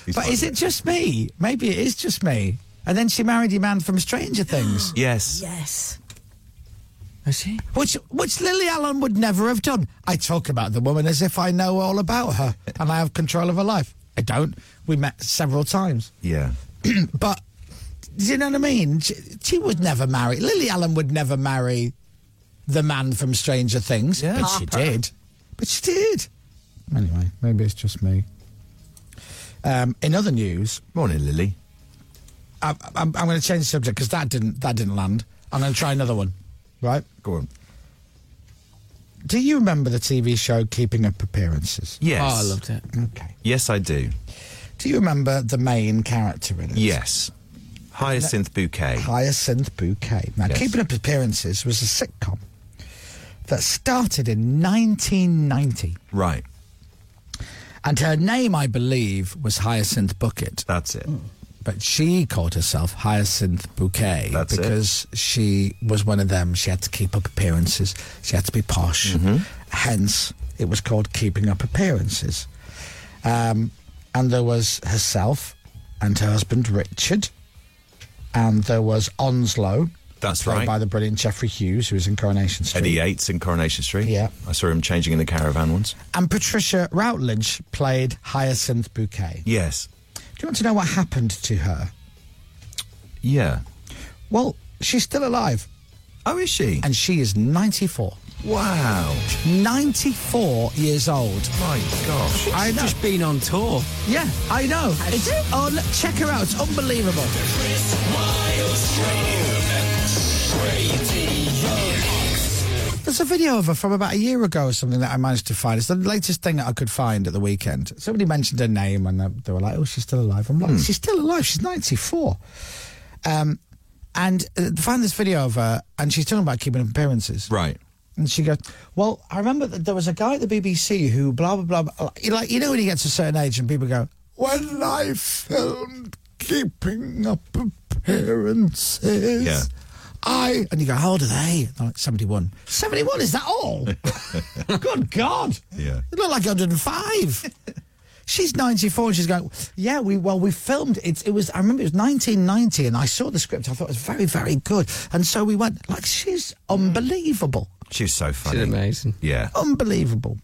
Speaker 8: He's
Speaker 7: but
Speaker 8: fine.
Speaker 7: is it just me? Maybe it is just me. And then she married your man from Stranger Things.
Speaker 8: Yes.
Speaker 3: yes.
Speaker 9: Is she?
Speaker 7: Which, which Lily Allen would never have done. I talk about the woman as if I know all about her and I have control of her life. I don't. We met several times.
Speaker 8: Yeah.
Speaker 7: but do you know what I mean? She, she would never marry. Lily Allen would never marry the man from Stranger Things.
Speaker 8: Yeah.
Speaker 7: But she did. But she did. Anyway, maybe it's just me. Um, in other news,
Speaker 8: Morning, Lily.
Speaker 7: I, I'm, I'm going to change the subject because that didn't that didn't land. I'm going to try another one. Right?
Speaker 8: Go on.
Speaker 7: Do you remember the TV show Keeping Up Appearances?
Speaker 8: Yes.
Speaker 9: Oh, I loved it.
Speaker 7: Okay.
Speaker 8: Yes, I do.
Speaker 7: Do you remember the main character in it?
Speaker 8: Yes. Hyacinth Bouquet.
Speaker 7: Hyacinth Bouquet. Now,
Speaker 8: Yes.
Speaker 7: Keeping Up Appearances was a sitcom that started in 1990,
Speaker 8: Right.
Speaker 7: and her name, I believe, was Hyacinth Bucket, Mm.
Speaker 8: That's it.
Speaker 7: but she called herself Hyacinth Bouquet
Speaker 8: That's it.
Speaker 7: because she was one of them. She had to keep up appearances. She had to be posh.
Speaker 8: Mm-hmm.
Speaker 7: Hence, it was called Keeping Up Appearances. Um, and there was herself and her husband Richard, and there was Onslow.
Speaker 8: That's
Speaker 7: played
Speaker 8: right.
Speaker 7: By the brilliant Jeffrey Hughes, who was in Coronation Street.
Speaker 8: Eddie Yates in Coronation Street.
Speaker 7: Yeah.
Speaker 8: I saw him changing in the caravan once.
Speaker 7: And Patricia Routledge played Hyacinth Bouquet.
Speaker 8: Yes.
Speaker 7: Do you want to know what happened to her?
Speaker 8: Yeah.
Speaker 7: Well, she's still alive,
Speaker 8: Oh, is she?
Speaker 7: and she is 94.
Speaker 8: wow.
Speaker 7: 94 years old.
Speaker 8: My gosh.
Speaker 7: I know.
Speaker 9: Just been on tour.
Speaker 7: Yeah, I know. It's on. Check her out. It's unbelievable. There's a video of her from about a year ago or something that I managed to find. It's the latest thing that I could find at the weekend. Somebody mentioned her name and they- they were like, "Oh, she's still alive." I'm like, "She's still alive. She's 94." Um, and uh, found this video of her, and she's talking about keeping appearances.
Speaker 8: Right.
Speaker 7: And she goes, Well, I remember that there was a guy at the BBC who blah, blah, blah. blah." You Like, you know, when he gets to a certain age and people go, When I filmed Keeping Up Appearances,
Speaker 8: Yeah.
Speaker 7: I. And you go, How old are they? And I'm like, 71. 71, is that all? Good God.
Speaker 8: Yeah.
Speaker 7: They look like 105. She's 94 and she's going, yeah, we, well, we filmed it. It was, I remember it was 1990 and I saw the script. I thought it was very, very good. And so we went, like, she's unbelievable.
Speaker 8: She's so funny.
Speaker 9: She's amazing.
Speaker 8: Yeah.
Speaker 7: Unbelievable.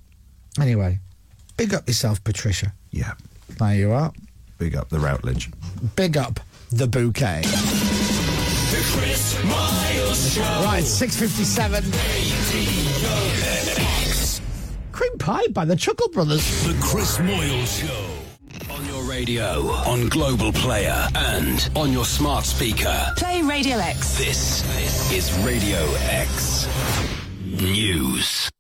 Speaker 7: Anyway, big up yourself, Patricia.
Speaker 8: Yeah.
Speaker 7: There you are.
Speaker 8: Big up the Routledge.
Speaker 7: Big up the bouquet.
Speaker 1: The Chris Miles Show.
Speaker 7: Right, 657. Cream pie by the Chuckle Brothers.
Speaker 1: The Chris Moyle Show. On your radio, on Global Player, and on your smart speaker.
Speaker 2: Play Radio X.
Speaker 1: This is Radio X News.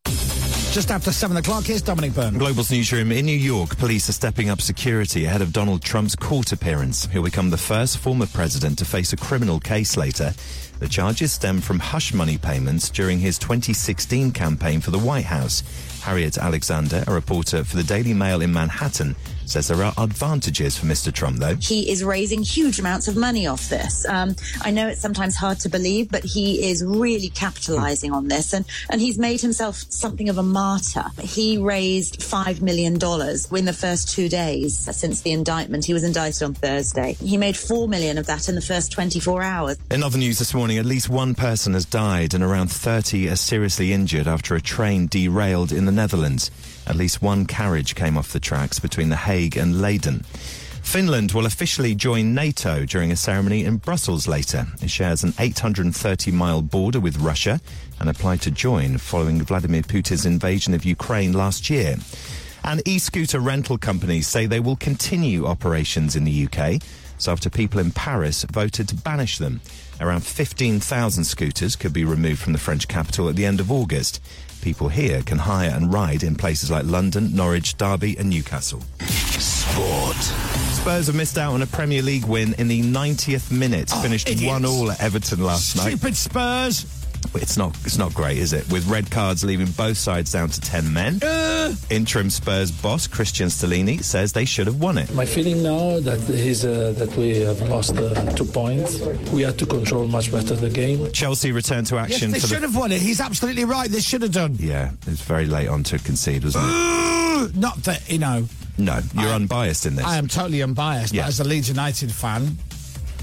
Speaker 7: Just after seven o'clock, here's Dominic Byrne.
Speaker 8: Global's newsroom in New York, police are stepping up security ahead of Donald Trump's court appearance. He'll become the first former president to face a criminal case later. The charges stem from hush money payments during his 2016 campaign for the White House. Harriet Alexander, a reporter for the Daily Mail in Manhattan, says there are advantages for Mr. Trump, though.
Speaker 4: he is raising huge amounts of money off this. Um, I know it's sometimes hard to believe, but he is really capitalizing on this, and and he's made himself something of a martyr. He raised five million dollars in the first two days since the indictment. He was indicted on Thursday. He made four million of that in the first 24 hours.
Speaker 8: In other news this morning, at least one person has died and around 30 are seriously injured after a train derailed in the Netherlands. At least one carriage came off the tracks between The Hague and Leiden. Finland will officially join NATO during a ceremony in Brussels later. It shares an 830 mile border with Russia and applied to join following Vladimir Putin's invasion of Ukraine last year. And e scooter rental companies say they will continue operations in the UK. So, after people in Paris voted to banish them, around 15,000 scooters could be removed from the French capital at the end of August. People here can hire and ride in places like London, Norwich, Derby, and Newcastle.
Speaker 1: Sport.
Speaker 8: Spurs have missed out on a Premier League win in the 90th minute,
Speaker 1: Oh,
Speaker 8: finished
Speaker 7: idiots.
Speaker 8: 1 all at Everton last night.
Speaker 7: Stupid Spurs.
Speaker 8: It's not it's not great, is it? With red cards leaving both sides down to 10 men. Interim Spurs boss Christian Stellini says they should have won it.
Speaker 5: My feeling now that is uh, that we have lost uh, two points. We had to control much better the game.
Speaker 8: Chelsea returned to action
Speaker 7: Yes, they
Speaker 8: for
Speaker 7: should
Speaker 8: the
Speaker 7: have won it. He's absolutely right. They should have done.
Speaker 8: Yeah, it was very late on to concede, wasn't it?
Speaker 7: Not that, you know,
Speaker 8: No, you're unbiased in this.
Speaker 7: I am totally unbiased,
Speaker 8: Yeah.
Speaker 7: but as a Leeds United fan,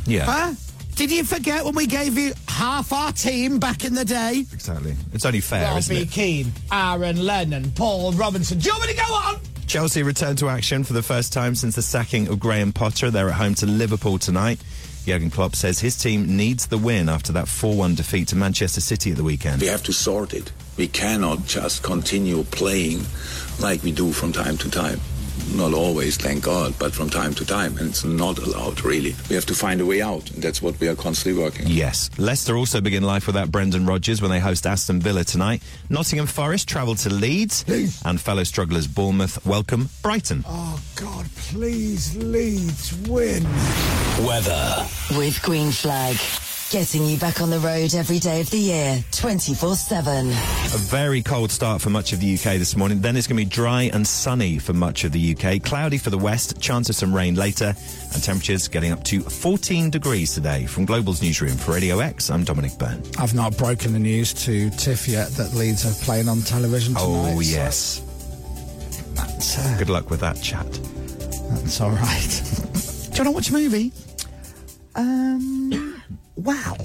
Speaker 8: yeah.
Speaker 7: Huh? Did you forget when we gave you
Speaker 10: half our team back in the day.
Speaker 8: Exactly. It's only fair, isn't
Speaker 10: Robbie
Speaker 8: it?
Speaker 10: Keane, Aaron Lennon, Paul Robinson. Do you want me to go on?
Speaker 8: Chelsea return to action for the first time since the sacking of Graham Potter. They're at home to Liverpool tonight. Jurgen Klopp says his team needs the win after that 4 1 defeat to Manchester City at the weekend.
Speaker 11: We have to sort it. We cannot just continue playing like we do from time to time. Not always, thank God, but from time to time. And it's not allowed, really. We have to find a way out. And that's what we are constantly working on.
Speaker 8: Yes. Leicester also begin life without Brendan Rodgers when they host Aston Villa tonight. Nottingham Forest travel to Leeds. And fellow strugglers Bournemouth welcome Brighton.
Speaker 10: Oh, God, please, Leeds win.
Speaker 8: Weather.
Speaker 2: With Green Flag. Getting you back on the road every day of the year, 24 7.
Speaker 8: A very cold start for much of the UK this morning. Then it's going to be dry and sunny for much of the UK. Cloudy for the west, chance of some rain later, and temperatures getting up to 14 degrees today. From Global's newsroom for Radio X, I'm Dominic Byrne.
Speaker 7: I've not broken the news to Tiff yet that Leeds are playing on television tonight. uh,
Speaker 8: Oh, yes. Good luck with that chat.
Speaker 7: That's all right. Do you want to watch a movie? Um, wow.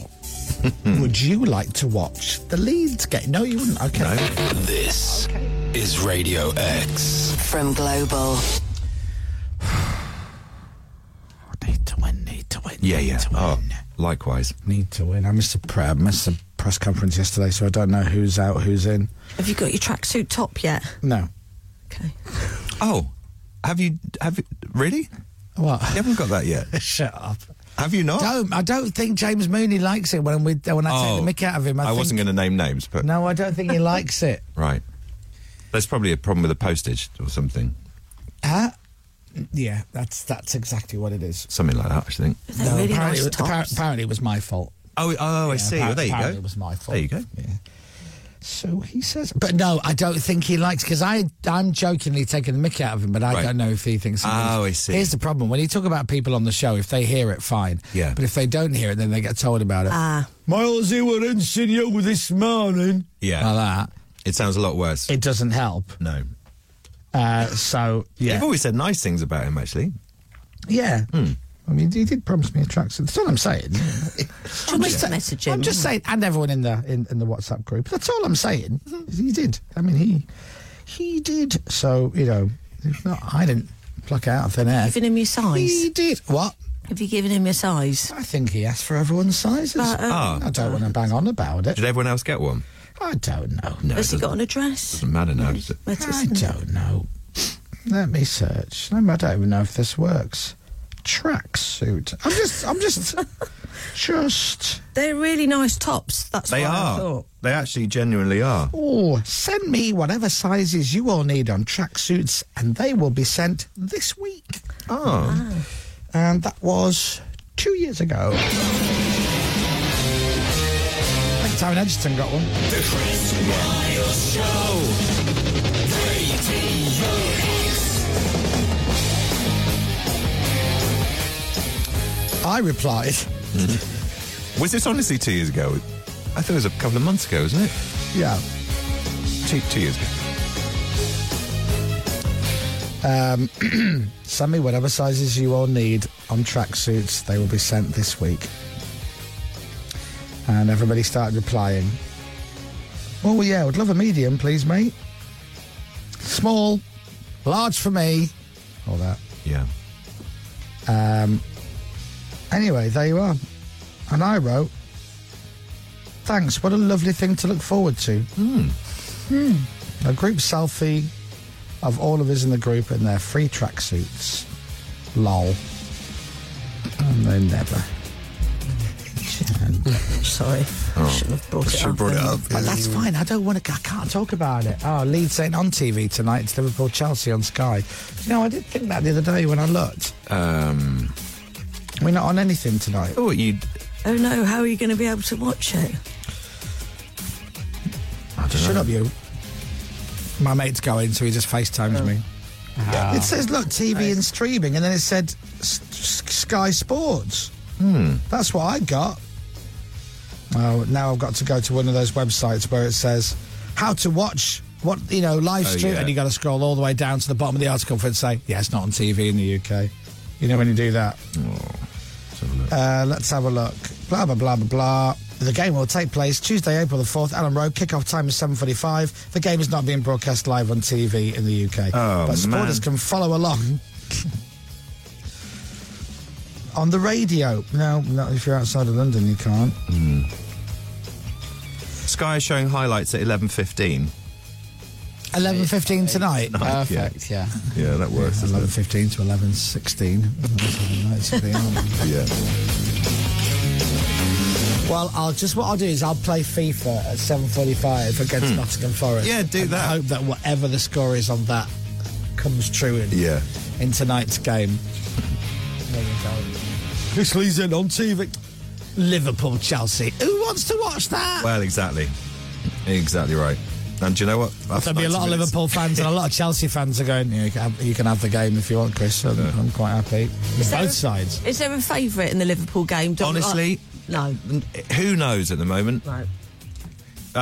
Speaker 7: Would you like to watch the Leeds game? No, you wouldn't. Okay.
Speaker 1: This is Radio X.
Speaker 2: From Global.
Speaker 8: Yeah, yeah. Oh, likewise.
Speaker 7: Need to win. I missed a pre- I missed a press conference yesterday, so I don't know who's out, who's in.
Speaker 3: Have you got your tracksuit top yet?
Speaker 7: No.
Speaker 8: Oh, have you? Have you, really?
Speaker 7: What?
Speaker 8: You haven't got that yet.
Speaker 7: Shut up.
Speaker 8: Have you not?
Speaker 7: Don't. I don't think James Mooney likes it when we when I take the mick out of him. I, think,
Speaker 8: Oh, wasn't going to name names, but
Speaker 7: No, I don't think he likes it.
Speaker 8: right. There's probably a problem with the postage or something,
Speaker 7: Huh? Uh, Yeah, that's that's exactly what it is.
Speaker 8: something like that. I should think.
Speaker 7: No, apparently, it was- appar- apparently it was my fault.
Speaker 8: Oh, oh, I see. Well, there you go.
Speaker 7: It was my fault.
Speaker 8: There you go.
Speaker 7: So he says, but no, I don't think he likes because I I'm jokingly taking the mick out of him, but I
Speaker 8: Right.
Speaker 7: don't know if he thinks. he
Speaker 8: Oh,
Speaker 7: is.
Speaker 8: I see.
Speaker 7: Here's the problem: when you talk about people on the show, if they hear it, fine.
Speaker 8: Yeah.
Speaker 7: But if they don't hear it, then they get told about it.
Speaker 3: Ah.
Speaker 7: Miles, he were in Sydney this morning.
Speaker 8: Yeah.
Speaker 7: Like that.
Speaker 8: It sounds a lot worse.
Speaker 7: It doesn't help.
Speaker 8: no.
Speaker 7: Uh, so yeah,
Speaker 8: You've always said nice things about him, actually.
Speaker 7: yeah.
Speaker 3: Hmm.
Speaker 7: I mean, he did promise me a tracksuit. That's all I'm saying. I'm just, sa-
Speaker 3: message him.
Speaker 7: I'm just saying, and everyone in the in, in the WhatsApp group. That's all I'm saying.
Speaker 3: Mm-hmm.
Speaker 7: He did. I mean, he he did. So you know, it's not, I didn't pluck it out of thin air.
Speaker 3: Giving him your size.
Speaker 7: He did. What?
Speaker 3: Have you given him your size?
Speaker 7: I think he asked for everyone's sizes.
Speaker 3: But, uh,
Speaker 7: I don't want to bang on about it.
Speaker 8: Did everyone else get one?
Speaker 7: I don't know.
Speaker 8: No.
Speaker 3: Has
Speaker 8: it
Speaker 3: he got
Speaker 8: doesn't,
Speaker 3: an address?
Speaker 8: doesn't matter now. does it?
Speaker 3: Let us
Speaker 7: I don't know. Let me search. No, I don't even know if this works. Tracksuit. I'm just. I'm just. just.
Speaker 3: They're really nice tops. That's
Speaker 8: They
Speaker 3: what I
Speaker 8: are.
Speaker 3: thought.
Speaker 8: They actually genuinely are.
Speaker 7: Oh, send me whatever sizes you all need on tracksuits, and they will be sent this week. Ah.
Speaker 8: Oh.
Speaker 7: And that was two years ago. I think Taryn Edgerton got one.
Speaker 1: The Chris Miles Show. Radio X.
Speaker 7: I replied,
Speaker 8: Was this honestly two years ago? I thought it was a couple of months ago, wasn't it?
Speaker 7: yeah.
Speaker 8: Two, two years ago.
Speaker 7: Um, Send me whatever sizes you all need on tracksuits. They will be sent this week. And everybody started replying. Oh, yeah, would love a medium, please, mate. Small, large for me. All that.
Speaker 8: Yeah.
Speaker 7: Um, Anyway, there you are. And I wrote, Thanks, what a lovely thing to look forward to. Hmm. A group selfie of all of us in the group in their free tracksuits. Lol. And they never.
Speaker 3: Sorry. I shouldn't have brought it
Speaker 8: Should
Speaker 3: up.
Speaker 8: have brought it
Speaker 3: then.
Speaker 8: up.
Speaker 7: But that's fine. I don't want to. I can't talk about it. Oh, Leeds ain't on TV tonight. It's Liverpool Chelsea on Sky. You know, I did think that the other day when I looked.
Speaker 8: Um,
Speaker 7: We're not on anything tonight.
Speaker 8: oh, you.
Speaker 3: Oh no, how are you going to be able to watch it?
Speaker 7: Shut up, you. My mate's going, so he just
Speaker 3: Oh.
Speaker 7: FaceTimes me.
Speaker 8: Oh.
Speaker 7: It says, look, TV and streaming, and then it said S- S- Sky Sports. Hmm. That's what I got. Oh, now I've got to go to one of those websites where it says how to watch what, you know, live
Speaker 8: Oh,
Speaker 7: stream,
Speaker 8: yeah.
Speaker 7: and you got to scroll all the way down to the bottom of the article for it to say, yeah, it's not on TV in the UK. You know, when you do that.
Speaker 8: Oh, let's have a look.
Speaker 7: Uh, let's have a look. Blah, blah, blah, blah, blah. The game will take place Tuesday, April the 4th, Allen Road. Kick-off time is 7.45. The game is not being broadcast live on TV in the UK.
Speaker 8: Oh,
Speaker 7: but supporters
Speaker 8: man.
Speaker 7: can follow along on the radio. No, not if you're outside of London, you can't.
Speaker 8: Hmm. Sky is showing highlights at 11.15.
Speaker 7: 11.15 tonight.
Speaker 8: Perfect, Oh, yeah. Yeah, that works. doesn't it?
Speaker 7: 11.15 to 11.16. Well, I'll just what I'll do is I'll play FIFA uh, at 7:45 against
Speaker 8: Hmm.
Speaker 7: Nottingham Forest.
Speaker 8: Yeah, do
Speaker 7: and
Speaker 8: that.
Speaker 7: Hope that whatever the score is on that comes true in
Speaker 8: Yeah.
Speaker 7: in tonight's game. This leads in on TV. Liverpool Chelsea. Who wants to watch that?
Speaker 8: Well, exactly. Exactly right. And do you know what? After
Speaker 7: There'll be a
Speaker 8: 90
Speaker 7: lot of
Speaker 8: minutes-
Speaker 7: Liverpool fans and a lot of Chelsea fans are going. Yeah, you, can have, you can have the game if you want, Chris. I'm, I'm quite happy. Both sides.
Speaker 3: Is there a favourite in the Liverpool game? Don't-
Speaker 8: Honestly,
Speaker 3: no.
Speaker 8: Who knows at the moment? I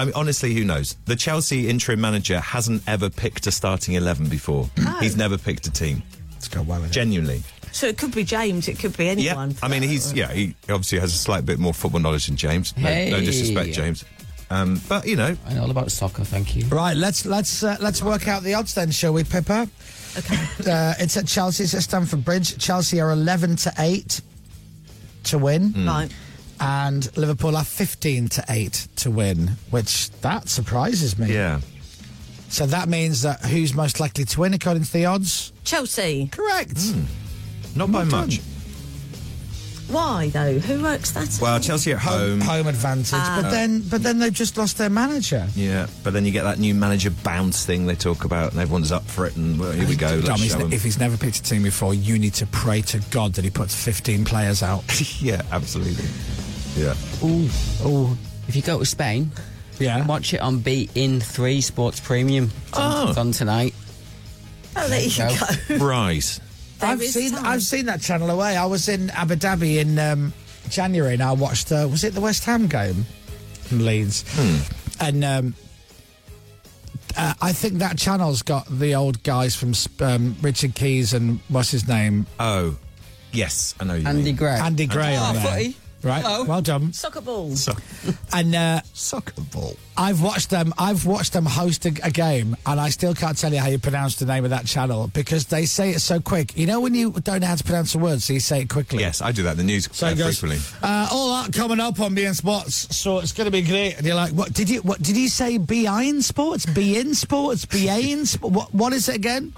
Speaker 8: mean, honestly, who knows? The Chelsea interim manager hasn't ever picked a starting 11 before. He's never picked a team. It's
Speaker 7: got well
Speaker 8: Genuinely.
Speaker 3: so it could be James. It could be anyone.
Speaker 8: I mean, he's, yeah, he obviously has a slight bit more football knowledge than James. No, no
Speaker 7: Hey.
Speaker 8: disrespect, James. Um, but, you know. I know all about soccer, thank you.
Speaker 7: Right, let's let's uh, let's work out the odds then, shall we, Pippa? Okay. Uh, it's at Chelsea. It's at Stamford Bridge. Chelsea are eleven to eight to win.
Speaker 3: Hmm.
Speaker 7: Right. And Liverpool are fifteen to eight to win, which that surprises me.
Speaker 8: Yeah.
Speaker 7: So that means that who's most likely to win according to the odds?
Speaker 3: Chelsea.
Speaker 7: Correct.
Speaker 8: Hmm. Not by much.
Speaker 3: Why though? Who works that? Uh,
Speaker 8: Well, Chelsea at home.
Speaker 7: Home advantage.
Speaker 8: Ah.
Speaker 7: But then, but then they've just lost their manager.
Speaker 8: Yeah, but then you get that new manager bounce thing they talk about, and everyone's up for it, and well, here we go. Let's
Speaker 7: Dom, he's
Speaker 8: show
Speaker 7: ne-
Speaker 8: 'em.
Speaker 7: if he's never picked a team before, you need to pray to God that he puts fifteen players out.
Speaker 8: yeah, absolutely. Yeah.
Speaker 9: Ooh, ooh. If you go to Spain,
Speaker 7: yeah,
Speaker 9: watch it on Be In Three Sports Premium. It's on,
Speaker 8: Oh.
Speaker 9: it's on tonight.
Speaker 3: Oh, there you go.
Speaker 8: right.
Speaker 7: I've seen I've seen that channel away. I was in Abu Dhabi in um, January and I watched uh, was it the West Ham game in Leeds,
Speaker 8: Hmm.
Speaker 7: and um, uh, I think that channel's got the old guys from Sp- um, Richard Keys and what's his name
Speaker 8: Oh, yes, I know you.
Speaker 7: Andy
Speaker 8: mean.
Speaker 7: Gray. Andy
Speaker 8: Oh,
Speaker 7: Gray
Speaker 8: Ah,
Speaker 7: on there. Right, well done.
Speaker 3: Soccer ball.
Speaker 7: and uh,
Speaker 8: soccer ball.
Speaker 7: I've watched them. I've watched them host a, a game, and I still can't tell you how you pronounce the name of that channel because they say it so quick. You know when you don't know how to pronounce a word, so you say it quickly.
Speaker 8: Yes, I do that in the news
Speaker 7: So
Speaker 8: uh,
Speaker 7: it goes,
Speaker 8: frequently.
Speaker 7: Uh, all that coming up on being sports, so it's going to be great. And you're like, what did you? What did you say? Behind sports, be in sports, be in sports. What, what is it again?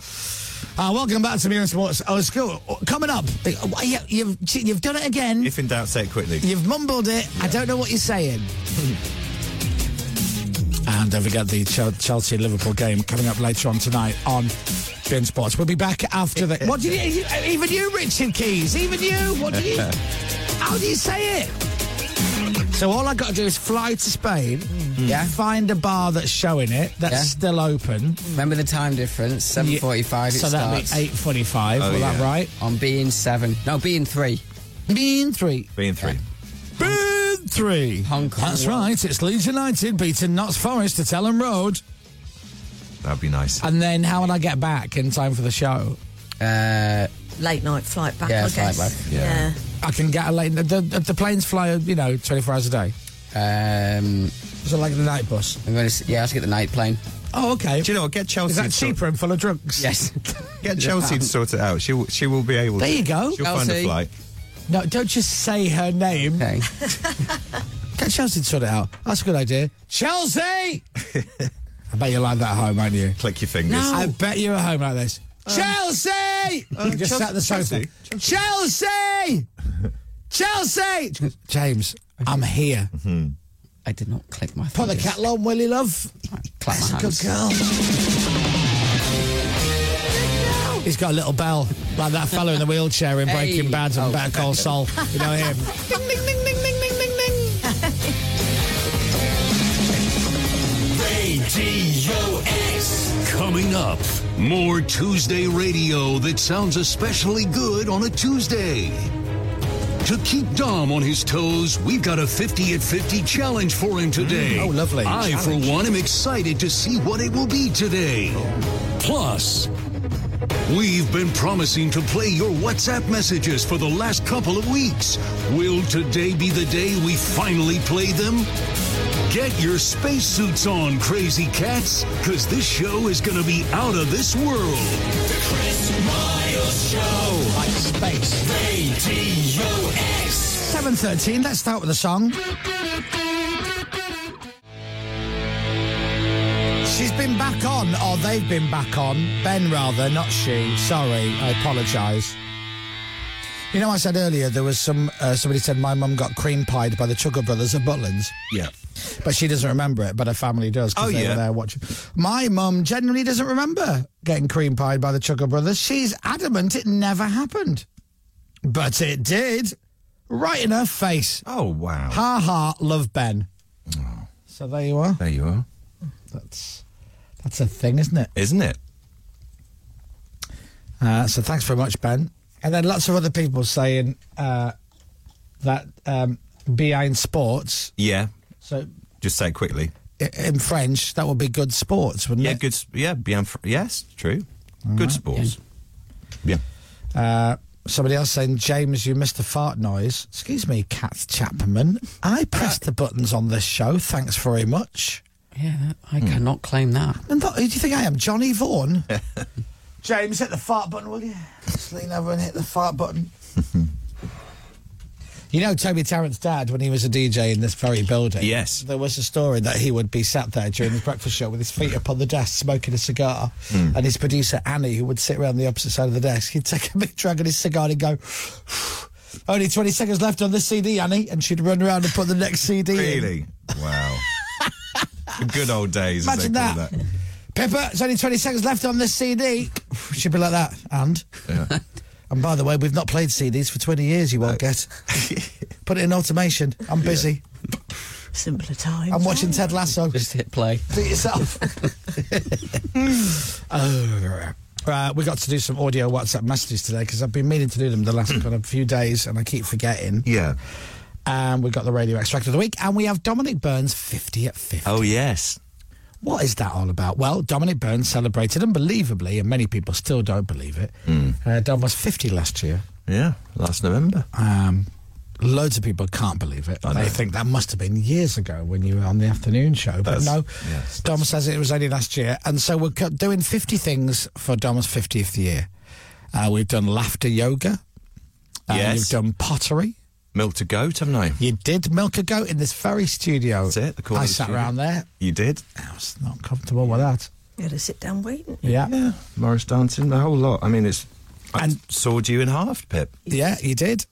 Speaker 7: Uh, welcome back to being sports. Oh, it's cool. Coming up, uh, you, you've you've done it again.
Speaker 8: If in doubt, say it quickly.
Speaker 7: You've mumbled it. I don't know what you're saying. and don't forget the Chel- Chelsea Liverpool game coming up later on tonight on Bein Sports. We'll be back after the. What did you? Even you, Richard Keys. Even you. What did you? How do you say it? So all I got to do is fly to Spain, yeah, find a bar that's showing it that's
Speaker 9: Mm. Yeah.
Speaker 7: still open.
Speaker 9: Remember the time difference? Seven forty-five.
Speaker 7: So
Speaker 9: it
Speaker 7: that'll be
Speaker 9: starts.
Speaker 7: 8:45, Oh, was that yeah. right?
Speaker 9: On being seven. No, being three.
Speaker 7: Being three.
Speaker 8: Being three.
Speaker 7: Bid three. Hong Kong. That's right. It's Leeds United beating Notts Forest to Ellen Road.
Speaker 8: That'd be nice.
Speaker 7: And then how would I get back in time for the show?
Speaker 9: Uh,
Speaker 3: late night flight back.
Speaker 7: Yeah,
Speaker 3: I
Speaker 7: flight
Speaker 3: guess.
Speaker 7: back.
Speaker 3: Yeah.
Speaker 7: I can get a late. The, the, the planes fly, you know, twenty four hours a day.
Speaker 9: Um,
Speaker 7: Is it like the night bus?
Speaker 9: I'm going to. Yeah, I have to get the night plane.
Speaker 7: Oh, okay.
Speaker 8: Do you know what? Get Chelsea.
Speaker 7: Is that
Speaker 8: to sort-
Speaker 7: cheaper and full of drunks?
Speaker 9: Yes.
Speaker 8: Get Chelsea to sort it out. She will, she will be able.
Speaker 7: There
Speaker 8: to.
Speaker 7: you go.
Speaker 8: She'll find a flight.
Speaker 7: No, don't just say her name.
Speaker 9: Okay.
Speaker 7: Get Chelsea to sort it out. That's a good idea. Chelsea! I bet you like that at home, aren't you?
Speaker 8: Click your fingers.
Speaker 7: I bet you're at home like this. Chelsea!
Speaker 8: Uh,
Speaker 7: just sat at the sofa. Chelsea! Chelsea! James, I'm here.
Speaker 8: Mm-hmm.
Speaker 9: I did not click my.
Speaker 7: Put the
Speaker 9: fingers.
Speaker 7: kettle on, Willie, love.
Speaker 9: Clap my hands.
Speaker 7: Good girl. He's got a little bell, like that fellow in the wheelchair in Breaking
Speaker 9: Hey.
Speaker 7: Bad and
Speaker 9: Oh.
Speaker 7: Better Call Saul. You know him.
Speaker 1: Ding, ding, ding, ding, ding, ding, ding, ding. Radio X. Coming up, more Tuesday radio that sounds especially good on a Tuesday. To keep Dom on his toes, we've got a 50 at 50 challenge for him today.
Speaker 7: Mm, oh, lovely.
Speaker 1: I,
Speaker 7: Challenge.
Speaker 1: for one, am excited to see what it will be today. Plus, We've been promising to play your WhatsApp messages for the last couple of weeks. Will today be the day we finally play them? Get your spacesuits on, crazy cats, because this show is going to be out of this world.
Speaker 10: Show.
Speaker 7: Like space.
Speaker 10: Radio X.
Speaker 7: 7.13, let's start with a song. She's been back on, or they've been back on. Ben, rather, not she. Sorry, I apologise. You know, I said earlier there was some. Uh, somebody said my mum got cream pied by the Chugger Brothers of Butlins.
Speaker 8: Yeah.
Speaker 7: But she doesn't remember it, but her family does because
Speaker 8: Oh,
Speaker 7: they
Speaker 8: yeah.
Speaker 7: were there watching. My mum generally doesn't remember getting cream pied by the Chugger Brothers. She's adamant it never happened. But it did. Right in her face.
Speaker 8: Oh, wow. Oh.
Speaker 7: Ha ha, love Ben. So there you are.
Speaker 8: There you are.
Speaker 7: That's that's a thing, isn't it?
Speaker 8: Isn't it?
Speaker 7: Uh, so thanks very much, Ben. And then lots of other people saying uh, that um, behind sports.
Speaker 8: Yeah.
Speaker 7: So
Speaker 8: Just say it quickly.
Speaker 7: i- in French, that would be good sports, wouldn't
Speaker 8: Yeah,
Speaker 7: it?
Speaker 8: good. s- Yeah, bien, fr- yes, true. good
Speaker 7: right,
Speaker 8: sports.
Speaker 7: Uh, somebody else saying, James, you missed the fart noise. Excuse me, Kat Chapman. I pressed the buttons on this show. Thanks very much.
Speaker 9: Yeah, I
Speaker 8: Hmm.
Speaker 9: cannot claim that.
Speaker 7: And that, who do you think I am, Johnny Vaughan? James, hit the fart button, will you? Just lean over and hit the fart button. you know, Toby Tarrant's dad, when he was a DJ in this very building,
Speaker 8: Yes.
Speaker 7: there was a story that he would be sat there during the breakfast show with his feet upon the desk smoking a cigar,
Speaker 8: Hmm.
Speaker 7: and his producer Annie, who would sit around the opposite side of the desk, he'd take a big drag of his cigar and go. Only 20 seconds left on this CD, Annie, and she'd run around and put the next CD in.
Speaker 8: Really? Wow. The good old days. as
Speaker 7: Imagine
Speaker 8: they call
Speaker 7: that. Pippa, it's only 20 seconds left on this CD. Should be like that. And?
Speaker 8: that.
Speaker 7: And by the way, we've not played CDs for 20 years, you won't get. Put it in automation. I'm busy.
Speaker 3: Simpler times.
Speaker 7: I'm watching Ted Lasso.
Speaker 9: Just hit play.
Speaker 7: Do it yourself. Uh, uh, we got to do some audio WhatsApp messages today because I've been meaning to do them the last kind of few days and I keep forgetting.
Speaker 8: Yeah.
Speaker 7: And we've got the radio extract of the week and we have Dominic Burns 50 at 50.
Speaker 8: Oh, yes.
Speaker 7: What is that all about? Well, Dominic Burns celebrated unbelievably, and many people still don't believe it. Uh, Dom was 50 last year.
Speaker 8: Yeah, last Hmm. November.
Speaker 7: Um, loads of people can't believe it.
Speaker 8: I
Speaker 7: they
Speaker 8: know.
Speaker 7: think that must have been years ago when you were on the afternoon show. But
Speaker 8: That's-
Speaker 7: no,
Speaker 8: yes,
Speaker 7: Dom says it was only last year. And so we're co- doing 50 things for Dom's 50th year. Uh, we've done laughter yoga. Uh,
Speaker 8: Yes.
Speaker 7: You've done pottery.
Speaker 8: Milked a goat, haven't I?
Speaker 7: You did milk a goat in this very studio.
Speaker 8: That's it. The corner
Speaker 7: I
Speaker 8: of the
Speaker 7: sat
Speaker 8: studio.
Speaker 7: around there.
Speaker 8: You did.
Speaker 7: I was not comfortable with that.
Speaker 3: You had to sit down waiting.
Speaker 7: Yeah.
Speaker 8: Morris dancing, the whole lot. I mean, it's. I sawed you in half, Pip.
Speaker 7: Yeah, you did.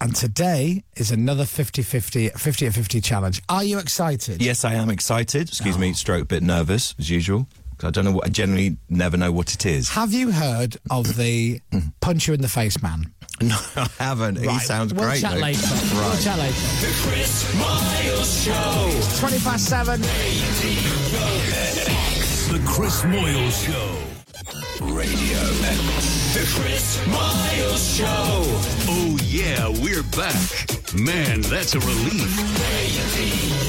Speaker 7: And today is another 50 50, 50 at 50 challenge. Are you excited?
Speaker 8: Yes, I am excited. Excuse me, stroke a bit nervous as usual. 'Cause I don't know what. I generally never know what it is.
Speaker 7: Have you heard of the punch you in the face man?
Speaker 8: No, I haven't. He
Speaker 7: Right,
Speaker 8: sounds
Speaker 7: we'll
Speaker 8: great.
Speaker 7: Chat
Speaker 8: though.
Speaker 7: later. We'll
Speaker 8: Right.
Speaker 7: chat later.
Speaker 10: The Chris Miles Show.
Speaker 7: 20 past 7.
Speaker 1: The Chris Moyle Show. Radio X.
Speaker 10: The Chris Miles Show.
Speaker 1: Oh, yeah, we're back. Man, that's a relief.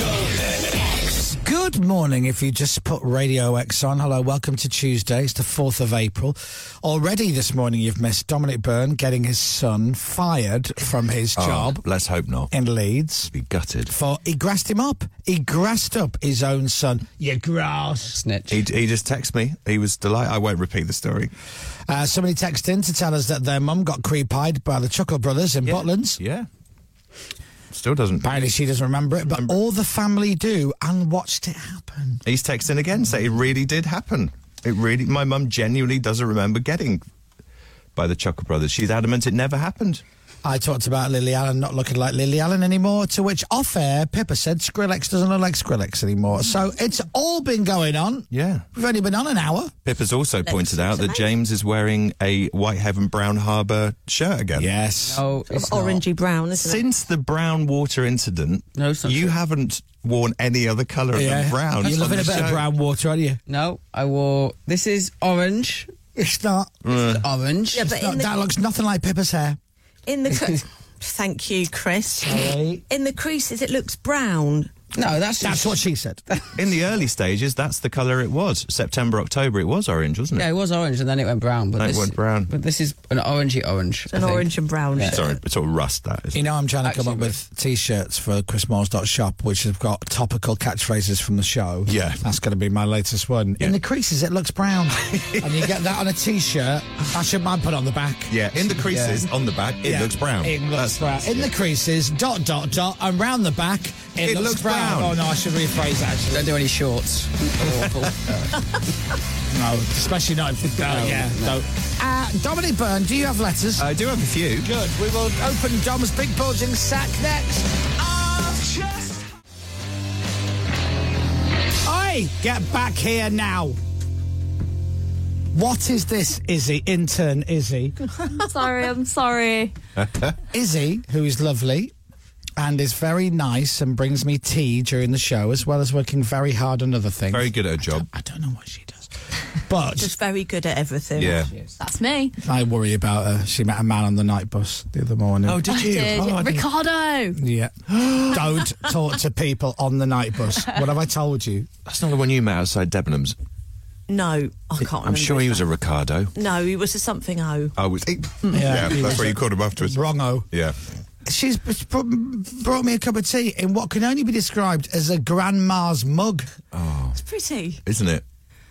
Speaker 7: Good morning. If you just put Radio X on, hello, welcome to Tuesday. It's the 4th of April. Already this morning, you've missed Dominic Byrne getting his son fired from his
Speaker 8: Oh,
Speaker 7: job
Speaker 8: Let's hope not.
Speaker 7: in Leeds.
Speaker 8: Be gutted.
Speaker 7: For he grassed him up. He grassed up his own son. You grass.
Speaker 9: Snitch.
Speaker 8: He, he just texted me. He was delighted. I won't repeat the story.
Speaker 7: Uh, somebody texted in to tell us that their mum got creep-eyed by the Chuckle Brothers in Botlands.
Speaker 8: Yeah. Still doesn't.
Speaker 7: Apparently she doesn't remember it, but all the family do and watched it happen.
Speaker 8: He's texting again, saying it really did happen. It really. My mum genuinely doesn't remember getting by the Chuckle Brothers. She's adamant it never happened.
Speaker 7: I talked about Lily Allen not looking like Lily Allen anymore, to which off-air Pippa said Skrillex doesn't look like Skrillex anymore. So it's all been going on.
Speaker 8: Yeah.
Speaker 7: We've only been on an hour.
Speaker 8: Pip has also pointed out that
Speaker 3: amazing.
Speaker 8: James is wearing a Whitehaven Brown Harbour shirt again.
Speaker 7: Yes.
Speaker 9: Oh,
Speaker 3: Of
Speaker 9: it's not.
Speaker 3: orangey brown, isn't it?
Speaker 8: Since the brown water incident,
Speaker 9: No, it's not
Speaker 8: you
Speaker 9: true.
Speaker 8: haven't worn any other colour than brown.
Speaker 7: You're
Speaker 8: on
Speaker 7: loving
Speaker 8: the
Speaker 7: a bit of
Speaker 8: show.
Speaker 7: brown water, aren't you?
Speaker 9: No, I wore. This is orange.
Speaker 7: It's not.
Speaker 9: It's orange.
Speaker 3: Yeah, but
Speaker 7: not-
Speaker 3: in the,
Speaker 7: that looks nothing like Pippa's hair.
Speaker 3: in the cre- thank you, Chris. In the creases, it looks brown.
Speaker 9: No, that's
Speaker 7: that's what she said.
Speaker 8: In the early stages, that's the colour it was. September, October, it was orange, wasn't it?
Speaker 9: Yeah, it was orange and then it went brown. But
Speaker 8: Then it
Speaker 9: this,
Speaker 8: went brown.
Speaker 9: But this is an orangey orange. I think. Yeah.
Speaker 8: Sorry, it's all rust. That is.
Speaker 7: You know, I'm trying to come up with T-shirts for chrismiles.shop, which have got topical catchphrases from the show. Yeah, that's going to be my latest one. In the creases, it looks brown, and you get that on a T-shirt. I should mind put on the back.
Speaker 8: Yeah, in the creases
Speaker 7: Yeah.
Speaker 8: on the back, it
Speaker 7: Yeah,
Speaker 8: looks brown.
Speaker 7: It looks
Speaker 8: That's-
Speaker 7: brown. In the creases, dot dot dot, and round the back, it, looks, brown. Oh no, I should rephrase that. Actually.
Speaker 9: Don't do any shorts. Awful.
Speaker 7: no, especially not if no,
Speaker 9: No,
Speaker 7: yeah.
Speaker 9: no.
Speaker 7: No. Uh, Dominic Byrne, do you have letters?
Speaker 8: I do have a few.
Speaker 7: Good. We will open Dom's big bulging sack next. Oi, get back here now. What is this, Izzy? Intern Izzy.
Speaker 12: sorry, I'm sorry.
Speaker 7: Izzy, who is lovely and is very nice and brings me tea during the show, as well as working very hard on other things.
Speaker 8: Very good at her job.
Speaker 7: I don't know what she does. But
Speaker 3: Just very good at everything.
Speaker 7: Yeah.
Speaker 12: That's me.
Speaker 7: I worry about her. She met a man on the night bus the other morning.
Speaker 12: I did.
Speaker 7: Oh, I didn't-
Speaker 12: Ricardo.
Speaker 7: Yeah. Don't talk to people on the night bus. What have I told you?
Speaker 8: That's not the one you met outside Debenhams.
Speaker 3: No, I can't
Speaker 8: I'm
Speaker 3: remember
Speaker 8: sure
Speaker 3: his
Speaker 8: he was a Ricardo.
Speaker 3: name. No, he was a something O.
Speaker 8: I was.
Speaker 7: Yeah,
Speaker 8: Mm. Yeah,
Speaker 7: he
Speaker 8: that's
Speaker 7: was
Speaker 8: where
Speaker 7: a-
Speaker 8: you called him afterwards.
Speaker 7: Wrongo.
Speaker 8: Yeah.
Speaker 7: She's b- br- brought me a cup of tea in what can only be described as a grandma's mug.
Speaker 8: Oh,
Speaker 3: It's pretty.
Speaker 8: isn't it?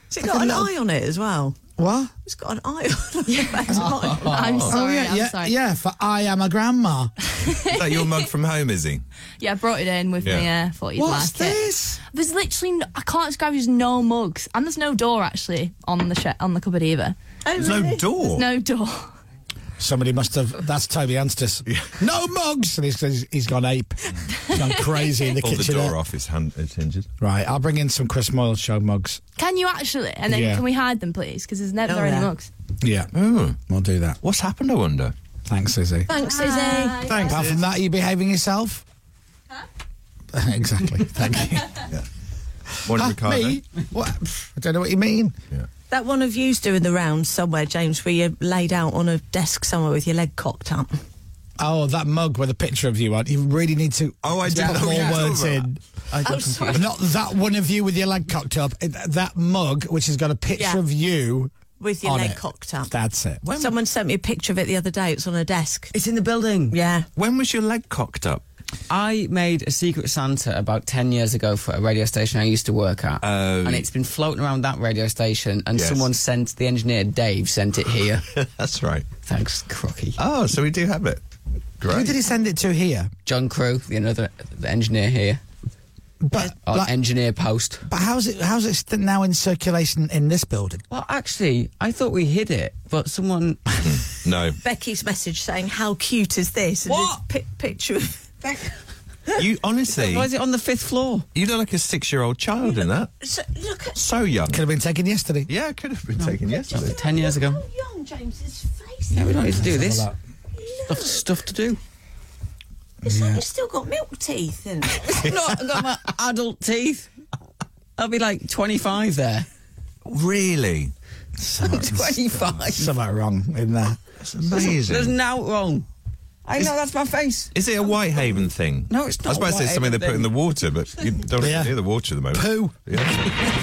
Speaker 3: Has it got an eye on it as well?
Speaker 7: What?
Speaker 3: It's got an eye on it. Yeah.
Speaker 12: I'm
Speaker 7: Oh,
Speaker 12: sorry.
Speaker 7: yeah,
Speaker 12: I'm
Speaker 7: yeah,
Speaker 12: sorry.
Speaker 7: yeah, for I am a grandma.
Speaker 8: Is that your mug from home, is he?
Speaker 12: Yeah, I brought it in with
Speaker 8: Yeah.
Speaker 12: me. Yeah, thought you'd
Speaker 7: What's
Speaker 12: like
Speaker 7: this?
Speaker 12: it. There's literally, no, I can't describe. There's no mugs, and there's no door actually on the sh- on the cupboard either.
Speaker 7: There's no really? door?
Speaker 12: There's no door.
Speaker 7: Somebody must have. That's Toby Anstis. No mugs! And he's, he's- he's gone ape. He's gone crazy in the
Speaker 8: Pull the
Speaker 7: kitchen.
Speaker 8: door off his hand, his hinges.
Speaker 7: Right, I'll bring in some Chris Moyle show mugs.
Speaker 12: Can you actually? And then
Speaker 7: Yeah.
Speaker 12: can we hide them, please? Because there's never
Speaker 7: Oh,
Speaker 12: any
Speaker 7: yeah.
Speaker 12: mugs.
Speaker 7: Yeah.
Speaker 8: Oh.
Speaker 7: We'll do that.
Speaker 8: What's happened, I wonder?
Speaker 7: Thanks, Izzy.
Speaker 12: Thanks,
Speaker 3: Izzy.
Speaker 7: Thanks. Apart from that, are you behaving yourself? exactly. Thank you.
Speaker 8: Morning,
Speaker 7: Ah,
Speaker 8: Ricardo.
Speaker 7: me? What? Pff, I don't know what you mean.
Speaker 3: That one of you's doing the rounds somewhere, James, where you're laid out on a desk somewhere with your leg cocked up.
Speaker 7: Oh, that mug with a picture of you on. You really need to.
Speaker 8: Oh, I
Speaker 7: put
Speaker 8: didn't know
Speaker 7: more
Speaker 8: you were
Speaker 7: words
Speaker 8: talking
Speaker 7: in. I
Speaker 3: got Oh, confused. sorry.
Speaker 7: Not that one of you with your leg cocked up. it- That mug which has got a picture
Speaker 3: Yeah.
Speaker 7: of you
Speaker 3: With your
Speaker 7: on
Speaker 3: leg
Speaker 7: it.
Speaker 3: cocked up.
Speaker 7: That's it.
Speaker 3: Someone sent me a picture of it the other day. It's on a desk. It's in the building. Yeah.
Speaker 8: When was your leg cocked up?
Speaker 9: I made a Secret Santa about 10 years ago for a radio station I used to work at. and it's been floating around that radio station, and
Speaker 8: Oh. Yes.
Speaker 9: someone sent, the engineer Dave sent it here.
Speaker 8: That's right.
Speaker 9: Thanks, Crocky.
Speaker 8: Oh, so we do have it.
Speaker 7: Who
Speaker 8: Great.
Speaker 7: did he send it to here?
Speaker 9: John Crew, the another the engineer here.
Speaker 7: But
Speaker 9: Our
Speaker 7: like-
Speaker 9: engineer post.
Speaker 7: But how's it? How's it st- now in circulation in this building?
Speaker 9: Well, actually, I thought we hid it, but someone.
Speaker 8: no.
Speaker 3: Becky's message saying, How cute is this? And
Speaker 9: What?
Speaker 3: this pi- picture of.
Speaker 8: You honestly,
Speaker 9: Why is it on the fifth floor?
Speaker 8: you look like a six-year-old child in that.
Speaker 3: So, look at.
Speaker 8: So young.
Speaker 7: Could have been taken yesterday.
Speaker 8: Yeah, could have been taken yesterday.
Speaker 9: 10 years ago.
Speaker 3: young James's face.
Speaker 9: Yeah, we don't need to do
Speaker 7: Let's
Speaker 9: this.
Speaker 7: have a
Speaker 9: Stuff, stuff to do.
Speaker 3: It's like you've still got milk teeth. And
Speaker 9: Not got my adult teeth. I'll be like 25 there.
Speaker 8: Really?
Speaker 7: Something-
Speaker 9: 25.
Speaker 7: Something wrong in there.
Speaker 8: That's amazing.
Speaker 9: There's now wrong. I
Speaker 8: Is-
Speaker 9: know that's my face.
Speaker 8: Is it a Whitehaven thing?
Speaker 9: No, it's
Speaker 8: I
Speaker 9: not
Speaker 8: was about to say
Speaker 9: a
Speaker 8: something they put
Speaker 9: Whitehaven
Speaker 8: in the water, but you don't
Speaker 7: Yeah.
Speaker 8: yeah. hear the water at the moment.
Speaker 7: Poo.
Speaker 8: Yeah.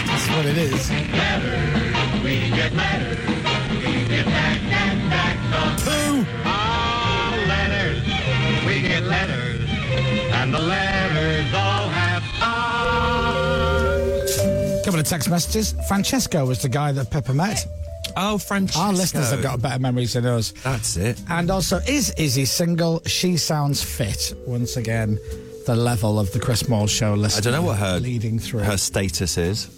Speaker 7: That's what it is. Poo.
Speaker 13: We get letters, and the letters all have
Speaker 7: Couple of text messages. Francesco was the guy that Pepper met.
Speaker 8: Oh, Francesco.
Speaker 7: Our listeners have got better memories than us.
Speaker 8: That's it.
Speaker 7: And also, is Izzy single? She sounds fit. Once again, the level of the Chris Moore show
Speaker 8: I
Speaker 7: listener.
Speaker 8: don't know what her
Speaker 7: leading through.
Speaker 8: her status is.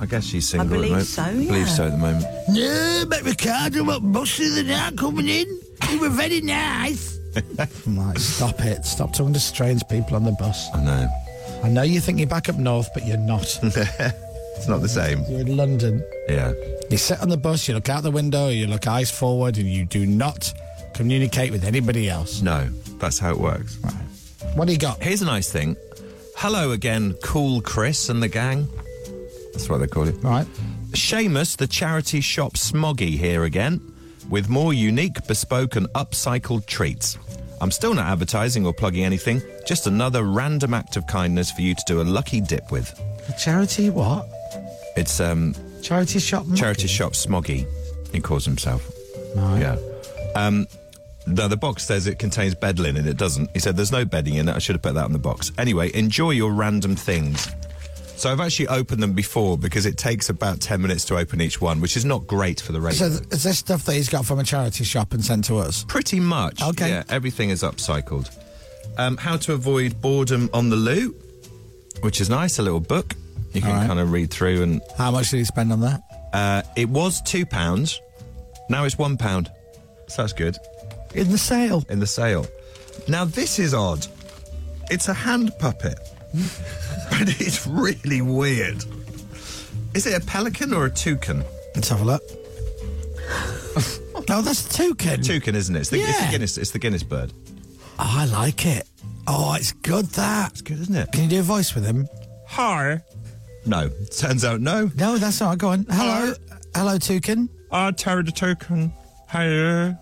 Speaker 8: I guess she's single.
Speaker 3: I believe
Speaker 8: at the
Speaker 3: so,
Speaker 8: moment. I believe
Speaker 3: yeah.
Speaker 8: so at the moment.
Speaker 7: No, but Ricardo got buses and that coming in. They were very nice. I'm like, stop it. Stop talking to strange people on the bus.
Speaker 8: I know.
Speaker 7: I know you think you're back up north, but you're not.
Speaker 8: It's not the same.
Speaker 7: you're in London.
Speaker 8: Yeah.
Speaker 7: You sit on the bus, you look out the window, you look eyes forward, and you do not communicate with anybody else.
Speaker 8: No, that's how it works.
Speaker 7: What do you got?
Speaker 8: Here's a nice thing. Hello again, cool Chris and the gang. That's what they call it.
Speaker 7: All right.
Speaker 8: Seamus, the charity shop Smoggy, here again with more unique, bespoke, and upcycled treats. I'm still not advertising or plugging anything, just another random act of kindness for you to do a lucky dip with.
Speaker 7: A charity what?
Speaker 8: It's um
Speaker 7: Charity shop.
Speaker 8: charity shop Smoggy, he calls himself.
Speaker 7: Right.
Speaker 8: Yeah. Um, now, the box says it contains bed linen. It doesn't. He said there's no bedding in it. I should have put that on the box. Anyway, enjoy your random things. So I've actually opened them before because it takes about 10 minutes to open each one, which is not great for the radio.
Speaker 7: So th- is this stuff that he's got from a charity shop and sent to us?
Speaker 8: Pretty much.
Speaker 7: Okay.
Speaker 8: Yeah, everything is upcycled. Um, how to avoid boredom on the loo, which is nice, a little book you can
Speaker 7: All right.
Speaker 8: kind of read through. And
Speaker 7: How much did he spend on that?
Speaker 8: uh, it was two pounds, now it's one pound. So that's good.
Speaker 7: In the sale.
Speaker 8: In the sale. Now this is odd. It's a hand puppet, but it's really weird. Is it a pelican or a toucan?
Speaker 7: Let's have a look. no, that's a toucan.
Speaker 8: Toucan, isn't it? It's the, it's the
Speaker 7: Yeah.
Speaker 8: Guinness. It's the Guinness bird.
Speaker 7: I like it. Oh, it's good that. It's
Speaker 8: good, isn't it?
Speaker 7: Can you do a voice with him? Hi.
Speaker 8: No, turns out no. Uh,
Speaker 7: No, that's all right. Go on. Hello. Hello, toucan.
Speaker 8: I Terry the toucan. Hiya.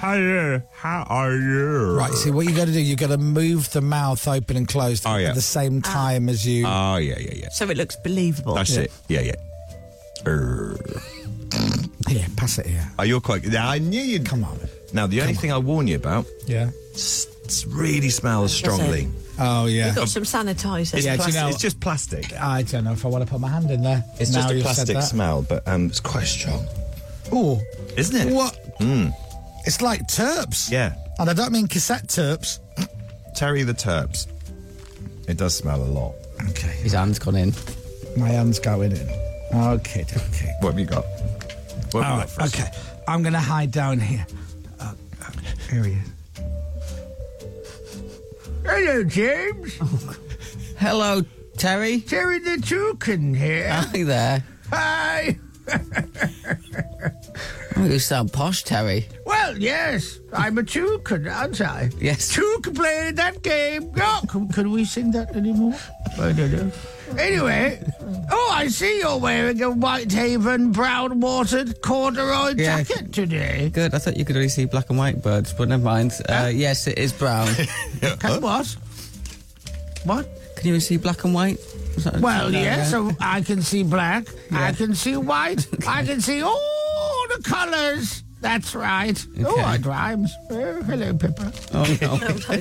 Speaker 8: Hiya. How are you?
Speaker 7: Right, see, what you got to do, you got to move the mouth open and closed
Speaker 8: Oh, yeah.
Speaker 7: at the same time as you.
Speaker 8: Oh yeah, yeah, yeah.
Speaker 3: So it looks believable.
Speaker 8: That's it. Yeah, yeah. Er. Err.
Speaker 7: Yeah, pass it here.
Speaker 8: Oh, you're quite. Now, I knew you'd come
Speaker 7: on.
Speaker 8: Now the only thing I warn you about
Speaker 7: Yeah.
Speaker 8: s- really smells strongly.
Speaker 7: Oh, yeah.
Speaker 3: We've got some sanitizer.
Speaker 8: It's, plas- it's just plastic.
Speaker 7: I don't know if I want to put my hand in there.
Speaker 8: It's
Speaker 7: Now
Speaker 8: just a
Speaker 7: you've said
Speaker 8: plastic
Speaker 7: that.
Speaker 8: smell, but um, it's quite strong,
Speaker 7: Oh,
Speaker 8: isn't it?
Speaker 7: What?
Speaker 8: Mm.
Speaker 7: It's like terps.
Speaker 8: Yeah.
Speaker 7: And I don't mean cassette terps.
Speaker 8: Terry the Terps. It does smell a lot.
Speaker 7: Okay.
Speaker 9: His hand's gone in.
Speaker 7: My hand's going in. Okay, okay.
Speaker 8: What have you got? What
Speaker 7: All
Speaker 8: have you got
Speaker 7: right,
Speaker 8: for us?
Speaker 7: okay. I'm going to hide down here. Uh, uh, here he is.
Speaker 14: Hello, James.
Speaker 7: Oh,
Speaker 9: Hello, Terry.
Speaker 14: Terry the Toucan here.
Speaker 9: Hi there.
Speaker 14: Hi.
Speaker 9: Oh, you sound posh, Terry.
Speaker 14: Well, yes, I'm a toucan, aren't I?
Speaker 9: Yes.
Speaker 14: Toucan played that game. No, can, can we sing that anymore? I don't know. Anyway, oh, I see you're wearing a Whitehaven brown watered corduroy
Speaker 9: Yeah.
Speaker 14: jacket today.
Speaker 9: Good. I thought you could only see black and white birds, but never mind. Uh, yes, it is brown.
Speaker 14: Can what? What?
Speaker 9: Can you even see black and white? Is that-
Speaker 14: Well,
Speaker 9: No,
Speaker 14: yes,
Speaker 9: no.
Speaker 14: so I can see black, I can see white, I can see all the colours. That's right. Oh,
Speaker 9: Okay.
Speaker 14: it rhymes. Oh, hello, Pippa.
Speaker 9: Oh, no.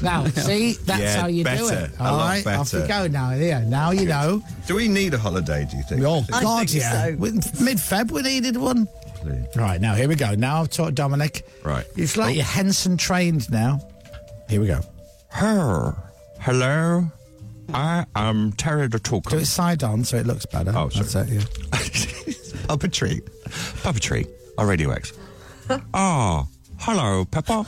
Speaker 14: Now, see, that's
Speaker 8: Yeah,
Speaker 14: how you do
Speaker 8: better.
Speaker 14: it.
Speaker 8: A
Speaker 14: All
Speaker 8: lot
Speaker 14: right, off you go
Speaker 8: better.
Speaker 14: now. There, now you know.
Speaker 8: Do we need a holiday, do you think?
Speaker 7: Oh,
Speaker 8: I
Speaker 7: God,
Speaker 8: think
Speaker 7: yeah.
Speaker 8: so.
Speaker 7: Mid Feb, we needed one. Right, now, here we go. Now I've taught Dominic.
Speaker 8: Right.
Speaker 7: It's like you're Henson trained now. Here we go.
Speaker 8: Her. Hello. I am Terry the Talker.
Speaker 7: Do it side on so it looks better. Oh, That's it, yeah.
Speaker 8: Puppetry. Puppetry. Or Radio X. oh, hello, Peppa.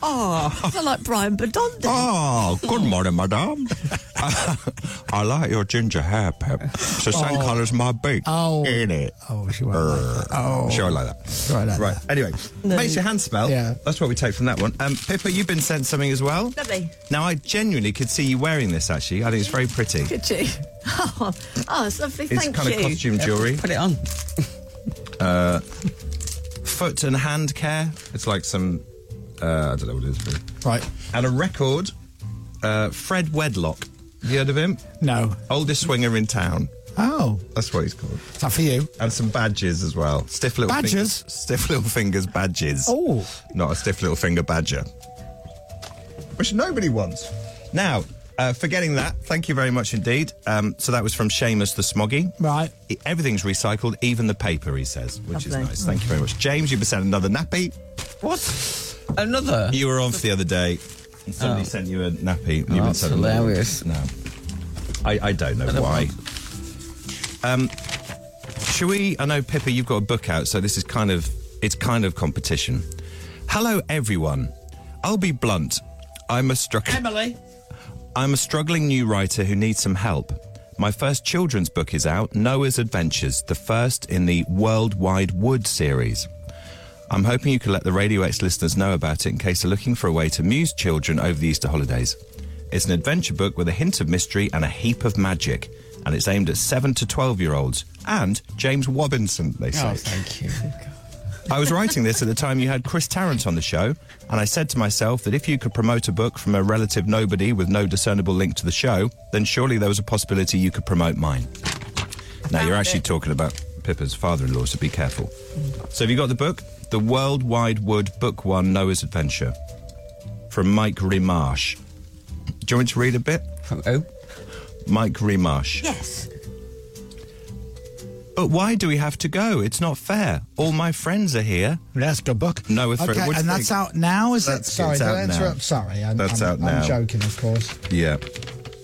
Speaker 3: Oh, I feel like Brian Bedondi.
Speaker 8: Oh, good morning, madame. I like your ginger hair, Pep. It's the same
Speaker 7: Oh.
Speaker 8: colour as my beak.
Speaker 7: Oh.
Speaker 8: Ain't it?
Speaker 7: Oh, she won't like that. Oh.
Speaker 8: Sure, I like that.
Speaker 7: Right, like
Speaker 8: Right. Anyway, makes your hand smell.
Speaker 7: Yeah.
Speaker 8: That's what we take from that one. Um, Pippa, you've been sent something as well.
Speaker 3: Lovely.
Speaker 8: Now, I genuinely could see you wearing this, actually. I think it's very pretty.
Speaker 3: Could you? Oh, oh it's lovely.
Speaker 8: It's
Speaker 3: Thank
Speaker 8: kind
Speaker 3: you.
Speaker 8: of costume jewellery.
Speaker 9: Put it on.
Speaker 8: Uh, foot and hand care. It's like some, uh, I don't know what it is. Really.
Speaker 7: Right.
Speaker 8: And a record, uh, Fred Wedlock. Have you heard of him?
Speaker 7: No.
Speaker 8: Oldest swinger in town.
Speaker 7: Oh.
Speaker 8: That's what he's called.
Speaker 7: Is that for you?
Speaker 8: And some badges as well. Stiff little
Speaker 7: Badges?
Speaker 8: Fingers, stiff little fingers badges.
Speaker 7: Oh.
Speaker 8: Not a stiff little finger badger. Which nobody wants. Now, uh, forgetting that, thank you very much indeed. Um, so that was from Seamus the Smoggy.
Speaker 7: Right.
Speaker 8: E- Everything's recycled, even the paper, he says, which
Speaker 3: Lovely.
Speaker 8: is nice. Thank you very much. James, you've been sent another nappy.
Speaker 9: What? Another?
Speaker 8: You were on for the other day. And somebody
Speaker 9: Oh.
Speaker 8: sent you a nappy. and
Speaker 9: Oh,
Speaker 8: you've been
Speaker 9: that's
Speaker 8: sent another one.
Speaker 9: hilarious.
Speaker 8: No. I, I don't know why. Um, should we? I know, Pippa, you've got a book out, so this is kind of it's kind of competition. Hello, everyone. I'll be blunt. I'm a struck.
Speaker 9: Emily.
Speaker 8: I'm a struggling new writer who needs some help. My first children's book is out, Noah's Adventures, the first in the World Wide Wood series. I'm hoping you can let the Radio X listeners know about it in case they're looking for a way to amuse children over the Easter holidays. It's an adventure book with a hint of mystery and a heap of magic, and it's aimed at 7 to 12 year olds and James Robinson, they say.
Speaker 9: Oh, thank you.
Speaker 8: I was writing this at the time you had Chris Tarrant on the show, and I said to myself that if you could promote a book from a relative nobody with no discernible link to the show, then surely there was a possibility you could promote mine. Now, you're actually talking about Pippa's father in law, so be careful. So, have you got the book? The World Wide Wood, Book One Noah's Adventure from Mike Remarsh. Do you want me to read a bit? From oh? Mike Remarsh.
Speaker 15: Yes.
Speaker 8: But why do we have to go? It's not fair. All my friends are here.
Speaker 7: That's good book.
Speaker 8: No,
Speaker 7: Okay, and that's out now, is it?
Speaker 8: That's-
Speaker 7: Sorry,
Speaker 8: it's
Speaker 7: did
Speaker 8: out
Speaker 7: I
Speaker 8: now.
Speaker 7: interrupt? Sorry, I'm,
Speaker 8: That's
Speaker 7: I'm,
Speaker 8: out
Speaker 7: I'm
Speaker 8: now.
Speaker 7: joking, of course.
Speaker 8: Yeah.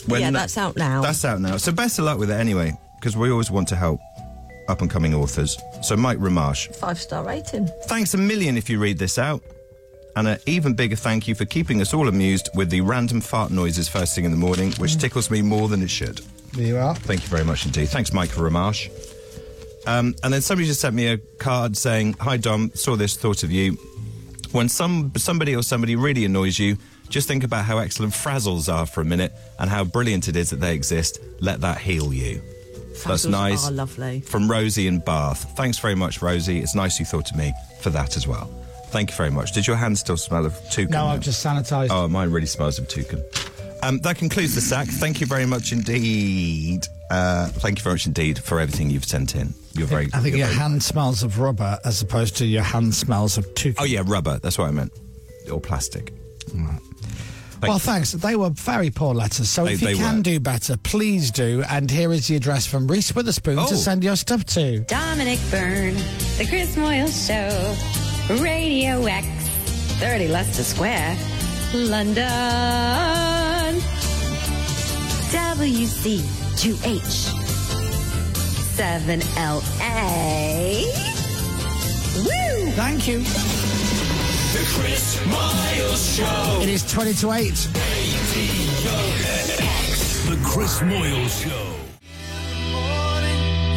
Speaker 7: Yeah, that's out now.
Speaker 8: That's out now. So best of luck with it anyway, because we always want to help up and coming authors. So Mike Ramarsh,
Speaker 15: Five star rating.
Speaker 8: thanks a million if you read this out. And an even bigger thank you for keeping us all amused with the random fart noises first thing in the morning,
Speaker 7: Mm.
Speaker 8: which tickles me more than it should.
Speaker 7: There you are.
Speaker 8: Thank you very much indeed. Thanks, Mike Ramarsh. Um, and then somebody just sent me a card saying, "Hi Dom, saw this, thought of you. When some somebody or somebody really annoys you, just think about how excellent Frazzles are for a minute and how brilliant it is that they exist. Let that heal you." That's
Speaker 3: Frazzles
Speaker 8: nice.
Speaker 3: are Oh, lovely.
Speaker 8: From Rosie in Bath. Thanks very much, Rosie. It's nice you thought of me for that as well. Thank you very much. Did your hand still smell of toucan?
Speaker 7: No,
Speaker 8: then?
Speaker 7: I've just sanitised.
Speaker 8: Oh, mine really smells of toucan. Um, that concludes the sack. Thank you very much indeed. Uh, thank you very much indeed for everything you've sent in. You're very.
Speaker 7: I think
Speaker 8: you're
Speaker 7: your
Speaker 8: very-
Speaker 7: hand smells of rubber as opposed to your hand smells of toucan.
Speaker 8: Oh yeah, rubber. That's what I meant. Or plastic.
Speaker 7: well, thanks. They were very poor letters. So
Speaker 8: They-
Speaker 7: if you
Speaker 8: they
Speaker 7: can
Speaker 8: were.
Speaker 7: do better, please do. And here is the address from Reese Witherspoon
Speaker 16: Oh.
Speaker 7: to send your stuff to.
Speaker 16: Dominic Byrne, The Chris Moyle Show, Radio X, 30 Leicester Square, London, WC2H, 7LA. Woo!
Speaker 7: Thank you.
Speaker 13: The Chris Miles
Speaker 8: Oh.
Speaker 13: Show.
Speaker 7: It is 20 to 8.
Speaker 1: The Chris Moyle Show.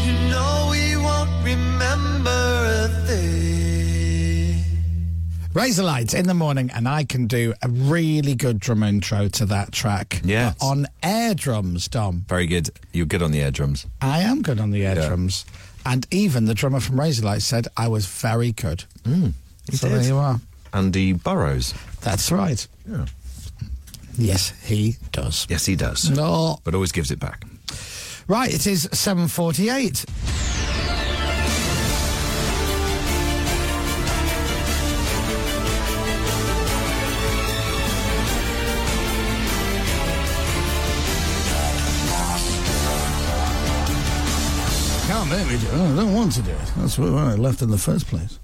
Speaker 17: You know we won't remember a thing.
Speaker 7: Razor Light in the morning, and I can do a really good drum intro to that track.
Speaker 8: Yes.
Speaker 7: But On air drums, Dom.
Speaker 8: Very good. You're good on the air drums.
Speaker 7: I am good on the air drums. And even the drummer from Razor Light said I was very good. Mm, so there
Speaker 8: did.
Speaker 7: you are.
Speaker 8: Andy Burrows.
Speaker 7: That's right.
Speaker 8: Yeah.
Speaker 7: Yes, he does.
Speaker 8: Yes, he does.
Speaker 7: No.
Speaker 8: But always gives it back.
Speaker 7: Right, it is 7.48. Can't make me do it. I don't want to do it. That's why I left in the first place.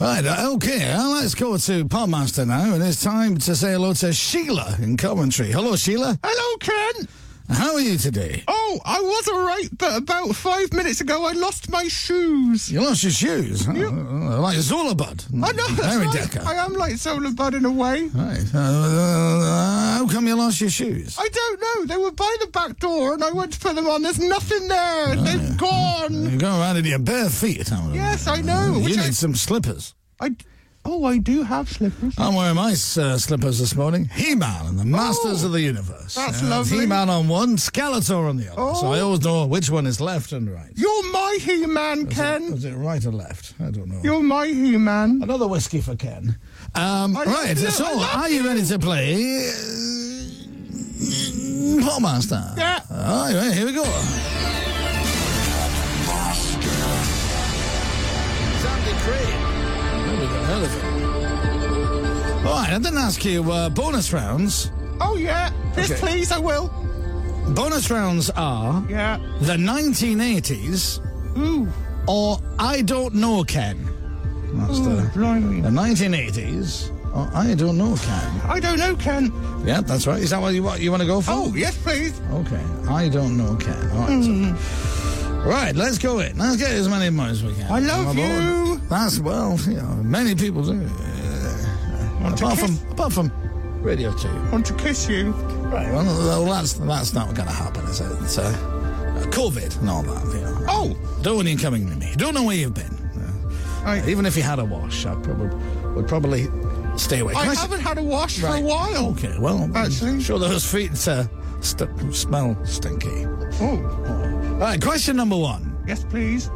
Speaker 7: Right, uh, okay, uh, let's go to Podmaster now, and it's time to say hello to Sheila in Coventry. Hello, Sheila.
Speaker 18: Hello, Ken.
Speaker 7: How are you today?
Speaker 18: Oh, I was all right, but about five minutes ago, I lost my shoes.
Speaker 7: You lost your shoes, huh? Uh, like Zulabud.
Speaker 18: I know. That's
Speaker 7: Mary
Speaker 18: right.
Speaker 7: Decker.
Speaker 18: I am like Solar Bud in a way.
Speaker 7: Right. Uh, uh, how come you lost your shoes?
Speaker 18: I don't know. They were by the back door, and I went to put them on. There's nothing there.
Speaker 7: Oh,
Speaker 18: They've gone.
Speaker 7: You're going around in your bare feet. aren't you?
Speaker 18: Yes, I know,
Speaker 7: You
Speaker 18: which
Speaker 7: need
Speaker 18: I-
Speaker 7: some slippers.
Speaker 18: I. Oh, I do have slippers.
Speaker 7: I'm wearing my uh, slippers this morning. He-Man and the Masters of the Universe.
Speaker 18: Oh, that's
Speaker 7: Uh,
Speaker 18: lovely. Oh.
Speaker 7: He-Man on one, Skeletor on the other. So I always know which one is left and right.
Speaker 18: You're my He-Man, Ken.
Speaker 7: Is it right or left? I don't know.
Speaker 18: You're my He-Man.
Speaker 7: Another whiskey for Ken. Um,
Speaker 18: I
Speaker 7: right,
Speaker 18: love you,
Speaker 7: so
Speaker 18: Oh, I love
Speaker 7: are you ready to play uh, Potmaster?
Speaker 18: Yeah.
Speaker 7: All right, right, here we go.
Speaker 17: Sandy
Speaker 7: There we go, hell of it. All right, I didn't ask you uh, bonus rounds.
Speaker 18: Oh yeah. Yes,
Speaker 7: Okay.
Speaker 18: please. I will.
Speaker 7: Bonus rounds are
Speaker 18: Yeah.
Speaker 7: the 1980s or I Don't Know Ken. That's the, the 1980s or I Don't Know Ken.
Speaker 18: I don't know, Ken.
Speaker 7: Yeah, that's right. Is that what you, what you want to go for?
Speaker 18: Oh yes, please.
Speaker 7: Okay, I don't know Ken. All right, so-
Speaker 18: Hmm.
Speaker 7: right, let's go in. Let's get as many more as we can.
Speaker 18: I love
Speaker 7: Come on. That's well, you know, many people do.
Speaker 18: Want to
Speaker 7: apart
Speaker 18: kiss-
Speaker 7: from apart from Radio Two.
Speaker 18: Want to kiss you?
Speaker 7: Right. Well, well, that's that's not going to happen, is it? It's, uh, COVID and all that. You know.
Speaker 18: Oh,
Speaker 7: don't want you coming to me. Don't know where you've been. Uh, even if you had a wash, I probably would probably stay away.
Speaker 18: I
Speaker 7: Can s-
Speaker 18: haven't had a wash for a
Speaker 7: Right.
Speaker 18: while.
Speaker 7: Okay, well, I'm sure those feet uh, st- smell stinky.
Speaker 18: Oh.
Speaker 7: All right, question number one.
Speaker 18: Yes, please.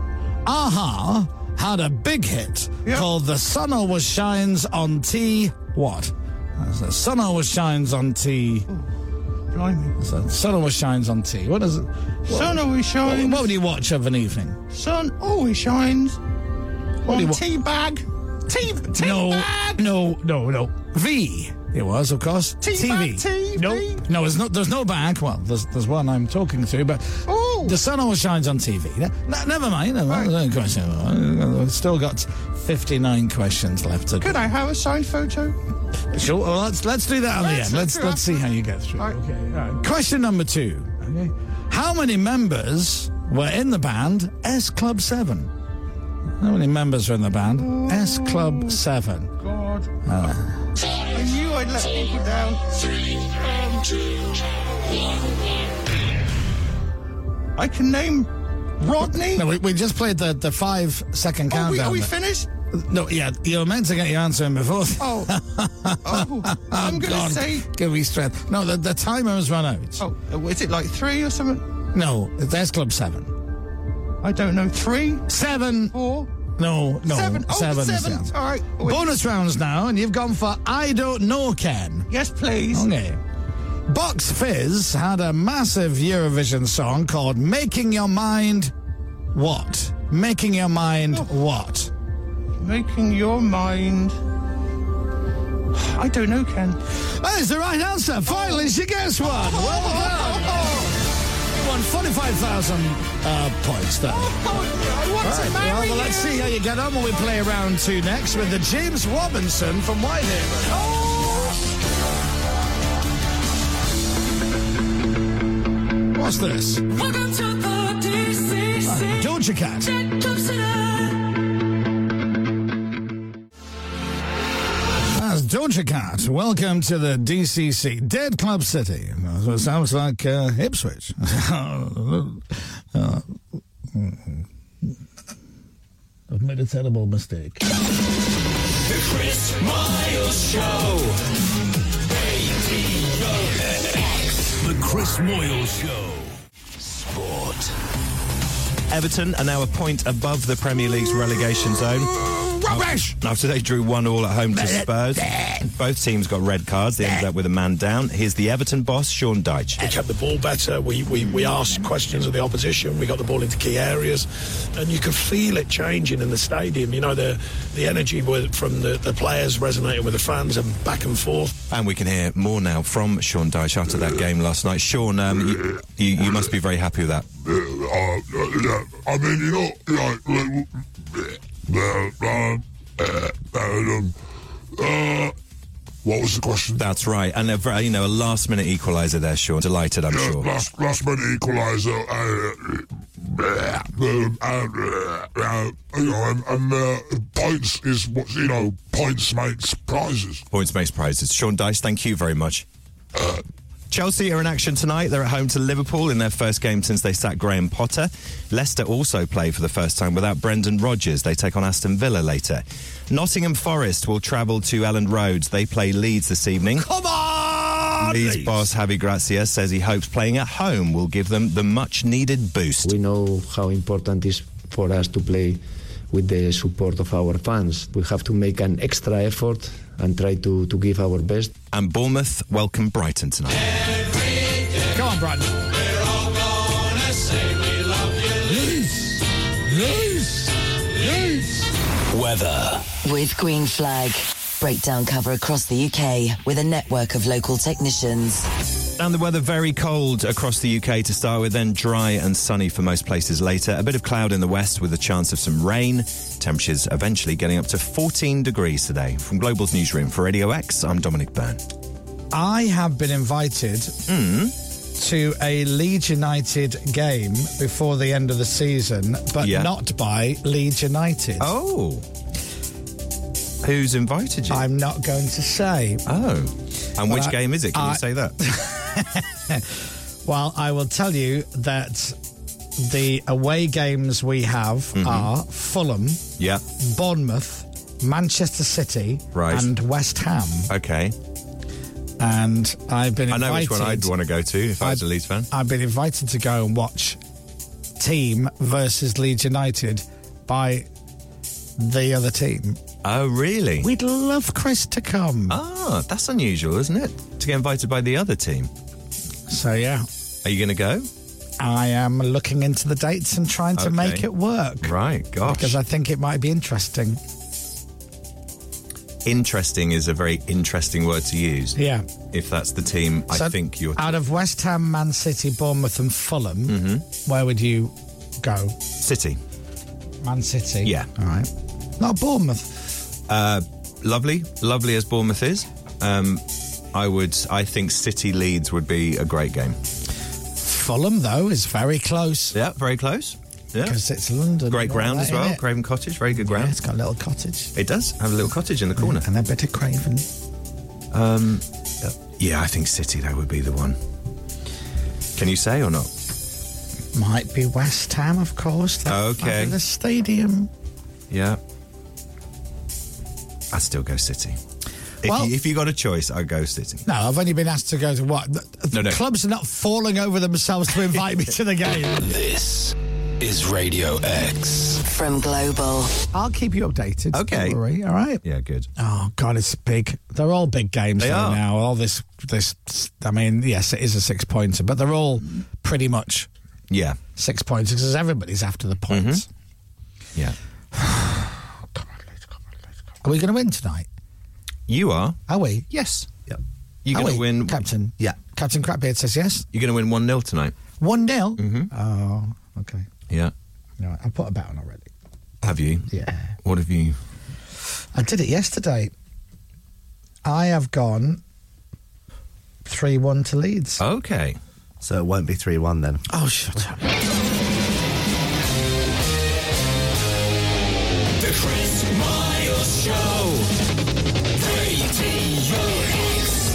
Speaker 7: Aha had a big hit called The Sun Always Shines on T. What? That's The Sun Always Shines on T.
Speaker 18: Oh,
Speaker 7: So, sun always shines on T. What is it?
Speaker 18: Sun always shines.
Speaker 7: What, what would you watch of an evening?
Speaker 18: Sun always oh, shines.
Speaker 7: do you
Speaker 18: on
Speaker 7: wa-
Speaker 18: tea bag. Tea, tea
Speaker 7: no,
Speaker 18: bag.
Speaker 7: no, no, no. V. It was, of course.
Speaker 18: Tea
Speaker 7: TV.
Speaker 18: bag, TV.
Speaker 7: No, no, there's no, there's no bag. Well, there's, there's one I'm talking to, but the sun always shines on TV. Ne- ne- never mind. Never mind. There's no question. Uh, I've still got 59 questions left to do.
Speaker 18: Could I have a side photo?
Speaker 7: Sure. Well, let's let's do that on
Speaker 18: Let's
Speaker 7: the end.
Speaker 18: look
Speaker 7: Let's
Speaker 18: through
Speaker 7: let's see how you get through. Okay. all right. Question number two. Okay. How many members were in the band S Club Seven? How many members were in the band S Club Seven?
Speaker 18: God.
Speaker 7: Oh.
Speaker 18: I knew I'd let people down. Three and two. Um, I can name Rodney.
Speaker 7: No, we, we just played the, the five second
Speaker 18: Are we,
Speaker 7: countdown.
Speaker 18: are we
Speaker 7: there.
Speaker 18: finished?
Speaker 7: No, yeah, you were meant to get your answer in before.
Speaker 18: Oh. Oh, I'm gonna
Speaker 7: God,
Speaker 18: say-
Speaker 7: Give me strength. No, the, the timer has run out.
Speaker 18: Oh, is it like three or something?
Speaker 7: No, that's Club 7.
Speaker 18: I don't know. Three?
Speaker 7: Seven.
Speaker 18: Four?
Speaker 7: No, no.
Speaker 18: Seven. Oh,
Speaker 7: seven. is the
Speaker 18: seven.
Speaker 7: answer.
Speaker 18: All right.
Speaker 7: Bonus rounds now, and you've gone for I Don't Know Ken.
Speaker 18: Yes, please.
Speaker 7: Okay. Box Fizz had a massive Eurovision song called Making Your Mind What? Making Your Mind What?
Speaker 18: Oh. Making your mind. I don't know, Ken. Oh.
Speaker 7: That is the right answer. Finally, she gets one. Well done. You won 45,000 uh, points there.
Speaker 18: Oh, I want
Speaker 7: All
Speaker 18: to
Speaker 7: right,
Speaker 18: marry
Speaker 7: well,
Speaker 18: you.
Speaker 7: let's see how you get on when we play round two next with the James Robinson from Whitehaven.
Speaker 18: Oh!
Speaker 7: What's this?
Speaker 17: Welcome to the
Speaker 7: Uh,
Speaker 17: DCC.
Speaker 7: Doja Cat. That's Doja Cat. Welcome to the DCC, Dead Club City. That's what it sounds like uh, Ipswich. Uh, mm-hmm. I've made a terrible mistake.
Speaker 13: The Chris Miles Show. Radio X.
Speaker 1: The Chris Moyle Show.
Speaker 8: Everton are now a point above the Premier League's relegation zone.
Speaker 7: Rubbish!
Speaker 8: After they drew 1 all at home to Spurs, both teams got red cards. They ended up with a man down. Here's the Everton boss, Sean Dyche.
Speaker 15: We kept the ball better. We, we, we asked questions of the opposition. We got the ball into key areas. And you could feel it changing in the stadium. You know, the, the energy with, from the, the players resonated with the fans and back and forth.
Speaker 8: And we can hear more now from Sean Dyche after that game last night. Sean, um, you, you, you must be very happy with that.
Speaker 19: Uh, uh, yeah, I mean, you know, like, like, uh, um, uh, um, uh, what was the question?
Speaker 8: That's right. And, a, very- you know, a last minute equaliser there, Sean. Delighted, I'm
Speaker 19: yeah,
Speaker 8: sure.
Speaker 19: last last minute equaliser. Uh, um, and, uh, uh, you know, and, and uh, points is what you know. Points makes prizes.
Speaker 8: Points makes prizes. Sean Dyche, thank you very much. Chelsea are in action tonight. They're at home to Liverpool in their first game since they sacked Graham Potter. Leicester also play for the first time without Brendan Rodgers. They take on Aston Villa later. Nottingham Forest will travel to Elland Road. They play Leeds this evening. Come on! Leeds boss Javi Gracia says he hopes playing at home will give them the much needed boost.
Speaker 20: We know how important it is for us to play with the support of our fans. We have to make an extra effort and try to, to give our best.
Speaker 8: And Bournemouth welcome Brighton tonight.
Speaker 7: Come on, Brighton.
Speaker 17: We're all gonna say we love you. Loose. Loose. Loose.
Speaker 2: Weather. With Green Flag. Breakdown cover across the UK with a network of local technicians.
Speaker 8: And the weather very cold across the UK to start with, then dry and sunny for most places later. A bit of cloud in the west with a chance of some rain. Temperatures eventually getting up to 14 degrees today. From Global's newsroom for Radio X, I'm Dominic Byrne.
Speaker 7: I have been invited
Speaker 8: Hmm.
Speaker 7: to a Leeds United game before the end of the season, but
Speaker 8: Yeah.
Speaker 7: not by Leeds United.
Speaker 8: Oh. Who's invited you?
Speaker 7: I'm not going to say.
Speaker 8: Oh. And which
Speaker 7: Well, I-
Speaker 8: game is it? Can
Speaker 7: I-
Speaker 8: you say that?
Speaker 7: Well, I will tell you that the away games we have
Speaker 8: Mm-hmm.
Speaker 7: are Fulham,
Speaker 8: yeah.
Speaker 7: Bournemouth, Manchester City,
Speaker 8: Right.
Speaker 7: and West Ham.
Speaker 8: Okay.
Speaker 7: And I've been
Speaker 8: I
Speaker 7: invited.
Speaker 8: know which one I'd want to go to if I was a Leeds fan.
Speaker 7: I've been invited to go and watch Team versus Leeds United by the other team.
Speaker 8: Oh, really?
Speaker 7: We'd love Chris to come.
Speaker 8: Ah, that's unusual, isn't it? To get invited by the other team.
Speaker 7: So, yeah.
Speaker 8: Are you going to go?
Speaker 7: I am looking into the dates and trying to
Speaker 8: Okay.
Speaker 7: make it work.
Speaker 8: Right, gosh.
Speaker 7: Because I think it might be interesting.
Speaker 8: Interesting is a very interesting word to use.
Speaker 7: Yeah.
Speaker 8: If that's the team I
Speaker 7: So,
Speaker 8: think you're.
Speaker 7: Out of West Ham, Man City, Bournemouth, and Fulham,
Speaker 8: Mm-hmm.
Speaker 7: where would you go?
Speaker 8: City.
Speaker 7: Man City.
Speaker 8: Yeah.
Speaker 7: All right. Not Bournemouth.
Speaker 8: Uh, lovely, lovely as Bournemouth is. Um, I would. I think City Leeds would be a great game.
Speaker 7: Fulham, though, is very close.
Speaker 8: Yeah, very close. Yeah.
Speaker 7: Because it's London.
Speaker 8: Great
Speaker 7: and all
Speaker 8: ground
Speaker 7: that,
Speaker 8: as well.
Speaker 7: innit?
Speaker 8: Craven Cottage, very good ground.
Speaker 7: Yeah, it's got a little cottage.
Speaker 8: It does have a little cottage in the corner.
Speaker 7: And a bit of Craven.
Speaker 8: Um, yeah, I think City though would be the one. Can you say or not?
Speaker 7: Might be West Ham, of course. That might be
Speaker 8: Okay.
Speaker 7: The stadium.
Speaker 8: Yeah. I'd still go City. If,
Speaker 7: Well-
Speaker 8: you, if you got a choice, I'd go City.
Speaker 7: No, I've only been asked to go to what?
Speaker 8: No, no.
Speaker 7: Clubs are not falling over themselves to invite me to the game.
Speaker 1: This is Radio X.
Speaker 2: From Global.
Speaker 7: I'll keep you updated.
Speaker 1: Okay.
Speaker 7: Don't worry, all right.
Speaker 8: Yeah, good.
Speaker 7: Oh God, it's big. They're all big games
Speaker 8: They
Speaker 7: though
Speaker 8: are.
Speaker 7: now. All this, this. I mean, yes, it is a six pointer, but they're all pretty much
Speaker 8: Yeah.
Speaker 7: six points because everybody's after the points.
Speaker 8: Yeah.
Speaker 7: Are we going to win tonight?
Speaker 8: You are.
Speaker 7: Are we?
Speaker 8: Yes. Yep. You're
Speaker 7: Are
Speaker 8: going
Speaker 7: we,
Speaker 8: to win.
Speaker 7: Captain.
Speaker 8: Yeah.
Speaker 7: Captain Crapbeard says yes.
Speaker 8: You're going to win 1 0 tonight.
Speaker 7: One 0 Oh, okay.
Speaker 8: Yeah.
Speaker 7: All right, I put a bet on already.
Speaker 8: Have you?
Speaker 7: Yeah.
Speaker 8: What have you?
Speaker 7: I did it yesterday. I have gone three one to Leeds.
Speaker 8: Okay.
Speaker 21: So it won't be 3 1 then.
Speaker 7: Oh, shut up.
Speaker 1: The Chris Miles Show. Radio X.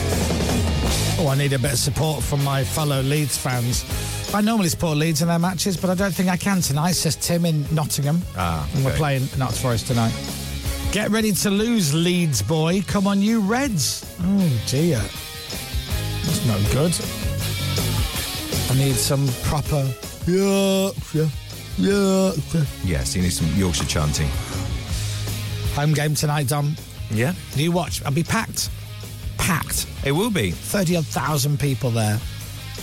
Speaker 7: Oh, I need a bit of support from my fellow Leeds fans. I normally support Leeds in their matches, but I don't think I can tonight, says Tim in Nottingham.
Speaker 8: Ah,
Speaker 7: And we're
Speaker 8: okay.
Speaker 7: playing Knox Forest tonight. Get ready to lose, Leeds boy. Come on, you Reds. Oh, dear. That's no good. I need some proper. Yeah, yeah, yeah. yeah.
Speaker 8: Yes, you need some Yorkshire chanting.
Speaker 7: Home game tonight, Dom.
Speaker 8: Yeah.
Speaker 7: You watch. I'll be packed. Packed.
Speaker 8: It will be.
Speaker 7: 30 odd thousand people there.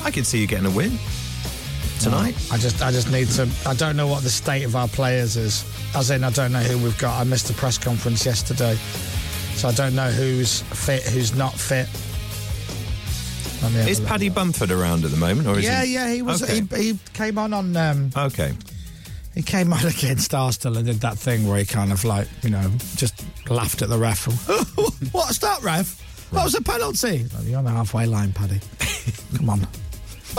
Speaker 8: I could see you getting a win tonight.
Speaker 7: I just I just need to I don't know what the state of our players is. As in I don't know who we've got. I missed the press conference yesterday. So I don't know who's fit, who's not fit. Let me have
Speaker 8: Is
Speaker 7: a look.
Speaker 8: Paddy Bumford around at the moment, or is
Speaker 7: yeah,
Speaker 8: he?
Speaker 7: yeah, he was
Speaker 8: Okay.
Speaker 7: he, he came on on um,
Speaker 8: okay.
Speaker 7: he came on against Arsenal and did that thing where he kind of like, you know, just laughed at the ref. What's that, ref? That was a penalty. Like, You're on the halfway line, Paddy. Come on.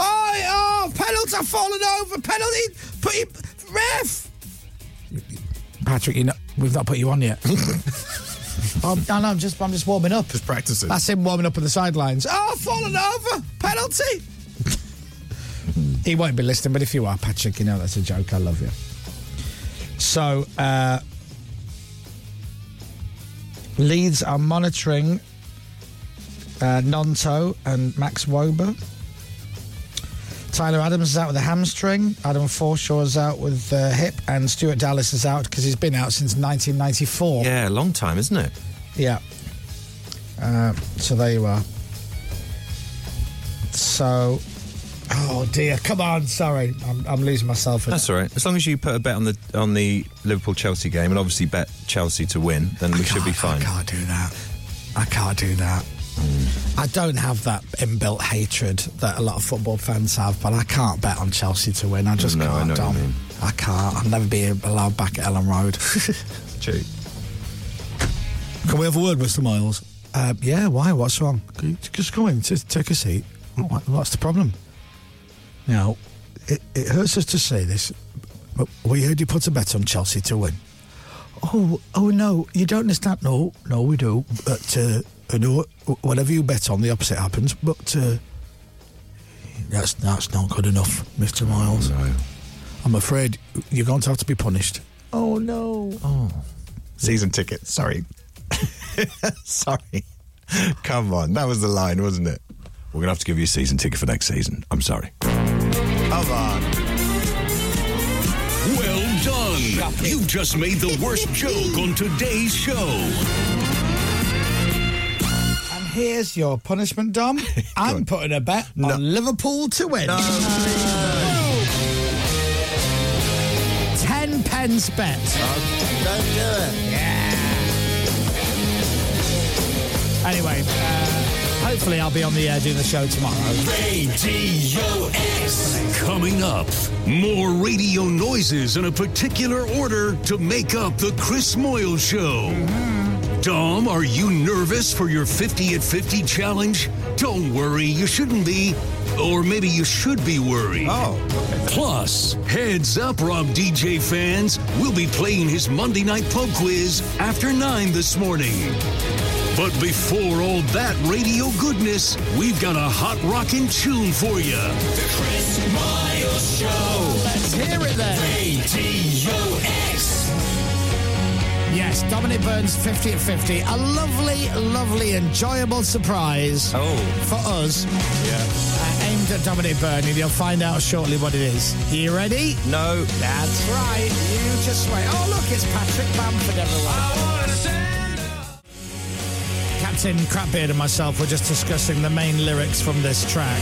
Speaker 7: Oh, oh, penalty, I've fallen over. Penalty, put him, ref. Patrick, you know, we've not put you on yet. oh, no, no, I'm just, I'm just warming up. Just
Speaker 21: practicing.
Speaker 7: That's him warming up on the sidelines. Oh, fallen over. Penalty. he won't be listening, but if you are, Patrick, you know that's a joke. I love you. So, uh, Leeds are monitoring uh, Nonto and Max Wober. Tyler Adams is out with a hamstring. Adam Forshaw is out with the hip, and Stuart Dallas is out because he's been out since 1994.
Speaker 8: Yeah, long time, isn't it?
Speaker 7: Yeah. Uh, so there you are. So, oh dear, come on, sorry, I'm, I'm losing myself. in
Speaker 8: That's all right. As long as you put a bet on the on the Liverpool Chelsea game, and obviously bet Chelsea to win, then we should be fine.
Speaker 7: I can't do that. I can't do that. I don't have that inbuilt hatred that a lot of football fans have, but I can't bet on Chelsea to win. I just
Speaker 8: No, I
Speaker 7: can't.
Speaker 8: know what you
Speaker 7: Dom.
Speaker 8: mean.
Speaker 7: I can't. I'll never be allowed back at Ellen Road.
Speaker 8: True.
Speaker 7: Can we have a word, Mr. Miles? Uh, yeah, why? What's wrong? Can you Just come in, just take a seat. What- What's the problem? Now, it, it hurts us to say this, but we heard you put a bet on Chelsea to win. Oh, oh no, you don't understand. No, no, we do. But uh, you know, whatever you bet on, the opposite happens. But uh, that's that's not good enough, Mister Miles. I'm afraid you're going to have to be punished. Oh no.
Speaker 8: Oh. Season ticket. Sorry. sorry. Come on. That was the line, wasn't it? We're going to have to give you a season ticket for next season. I'm sorry.
Speaker 1: Well done. Sorry, you've just made the worst joke on today's show.
Speaker 7: And here's your punishment, Dom. I'm putting a bet on Liverpool to win. Ten pence bet.
Speaker 21: Don't do it.
Speaker 7: Anyway, uh, hopefully I'll be on the air doing the show tomorrow.
Speaker 1: Radio X. Coming up, more radio noises in a particular order to make up the Chris Moyle Show. Dom, are you nervous for your 50 at 50 challenge? Don't worry, you shouldn't be. Or maybe you should be worried. Oh. Plus, heads up, Rob DJ fans. We'll be playing his Monday night pub quiz after 9 this morning. But before all that radio goodness, we've got a hot rockin' tune for you.
Speaker 21: The Chris Miles Show. Let's hear it then. Radio X.
Speaker 7: Yes, Dominic Burns 50 at 50. A lovely, lovely, enjoyable surprise for us. Uh, aimed at Dominic Byrne, and you'll find out shortly what it is. You ready?
Speaker 22: No.
Speaker 7: That's right. You just wait. Oh, look, it's Patrick Bamford, everyone. Captain Crapbeard and myself were just discussing the main lyrics from this track.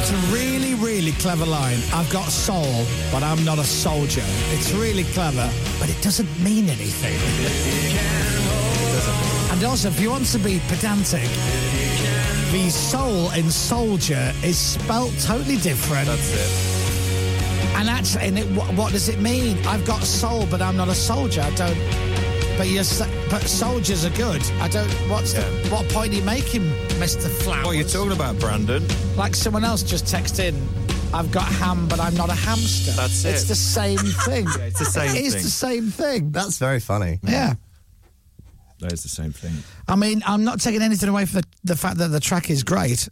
Speaker 7: It's a really, really clever line. I've got soul, but I'm not a soldier. It's really clever, but it doesn't mean anything. And also, if you want to be pedantic, the soul in soldier is spelt totally different. That's it. And actually, and it, what, what does it mean? I've got soul, but I'm not a soldier. I don't. But you're, s- but soldiers are good. I don't. What's the, what point are you making, Mister Flowers?
Speaker 8: What are you talking about, Brandon?
Speaker 7: Like someone else just texted in, I've got ham, but I'm not a hamster.
Speaker 8: That's
Speaker 7: It's
Speaker 8: it.
Speaker 7: the same thing. it's
Speaker 8: the same
Speaker 7: It is
Speaker 8: thing.
Speaker 7: the same thing.
Speaker 23: That's very funny.
Speaker 7: Yeah.
Speaker 8: That is the same thing.
Speaker 7: I mean, I'm not taking anything away from the, the fact that the track is great.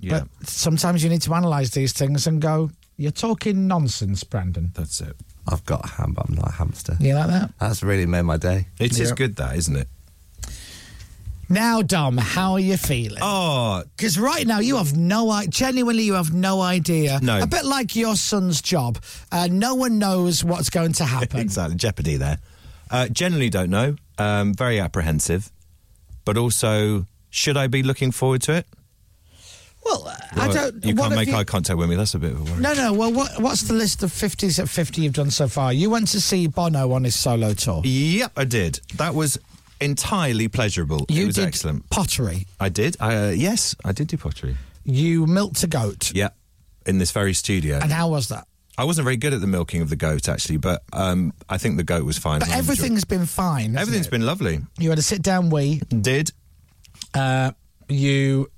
Speaker 8: Yeah.
Speaker 7: But sometimes you need to analyse these things and go, you're talking nonsense, Brandon.
Speaker 8: That's it.
Speaker 23: I've got a ham, but I'm not a hamster.
Speaker 7: You like that?
Speaker 23: That's really made my day.
Speaker 8: It is
Speaker 7: Yeah.
Speaker 8: good, that isn't it?
Speaker 7: Now, Dom, how are you feeling?
Speaker 8: Oh,
Speaker 7: because right now you have no idea. Genuinely, you have no idea.
Speaker 8: No.
Speaker 7: A bit like your son's job. Uh, no one knows what's going to happen.
Speaker 8: exactly. Jeopardy there. Uh, generally, don't know. Um, very apprehensive, but also, should I be looking forward to it?
Speaker 7: Well, uh, I don't.
Speaker 8: You
Speaker 7: what have
Speaker 8: can't make
Speaker 7: you-
Speaker 8: eye contact with me. That's a bit of a worry.
Speaker 7: No, no. Well, what, what's the list of fifties at fifty you've done so far? You went to see Bono on his solo tour.
Speaker 8: Yep, I did. That was entirely pleasurable.
Speaker 7: You
Speaker 8: it was
Speaker 7: did
Speaker 8: excellent.
Speaker 7: pottery.
Speaker 8: I did. I, uh, yes, I did do pottery.
Speaker 7: You milked a goat.
Speaker 8: Yeah, in this very studio.
Speaker 7: And how was that?
Speaker 8: I wasn't very good at the milking of the goat, actually, but um, I think the goat was fine.
Speaker 7: But
Speaker 8: I enjoyed-
Speaker 7: everything's been fine. hasn't
Speaker 8: everything's
Speaker 7: it?
Speaker 8: been lovely.
Speaker 7: You had a sit down wee.
Speaker 8: Did.
Speaker 7: Uh, you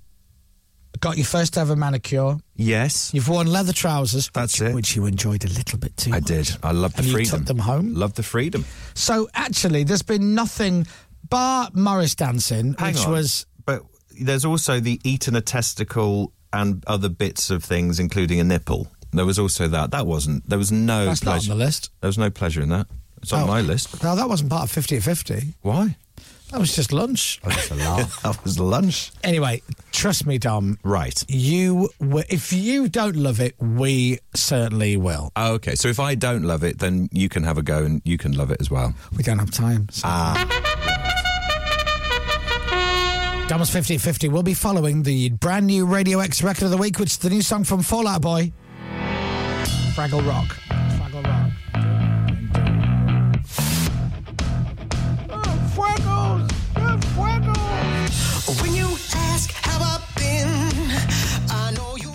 Speaker 7: got your first ever manicure.
Speaker 8: Yes.
Speaker 7: You've worn leather trousers.
Speaker 8: That's it.
Speaker 7: Which you enjoyed a little bit too.
Speaker 8: I did. I loved the
Speaker 7: And you
Speaker 8: freedom.
Speaker 7: took them home.
Speaker 8: Loved the freedom.
Speaker 7: So actually, there's been nothing bar Morris dancing,
Speaker 8: Hang
Speaker 7: which
Speaker 8: on.
Speaker 7: was
Speaker 8: But there's also the eaten a testicle and other bits of things, including a nipple. There was also that. That wasn't. There was no
Speaker 7: That's not on
Speaker 8: pleasure.
Speaker 7: the list.
Speaker 8: There was no pleasure in that. It's on
Speaker 7: Oh.
Speaker 8: my list.
Speaker 7: no, that wasn't part of fifty at fifty.
Speaker 8: Why? Oh,
Speaker 7: That was just lunch.
Speaker 8: that was lunch.
Speaker 7: Anyway, trust me, Dom.
Speaker 8: Right.
Speaker 7: You, wi- if you don't love it, we certainly will.
Speaker 8: Oh, okay. So if I don't love it, then you can have a go and you can love it as well.
Speaker 7: We don't have time. So. Dom's 50 50 will be following the brand new Radio X record of the week, which is the new song from Fallout Boy, Fraggle Rock. Fraggle Rock.
Speaker 21: Fuegos! Good fuegos! When you ask how I've been, I know you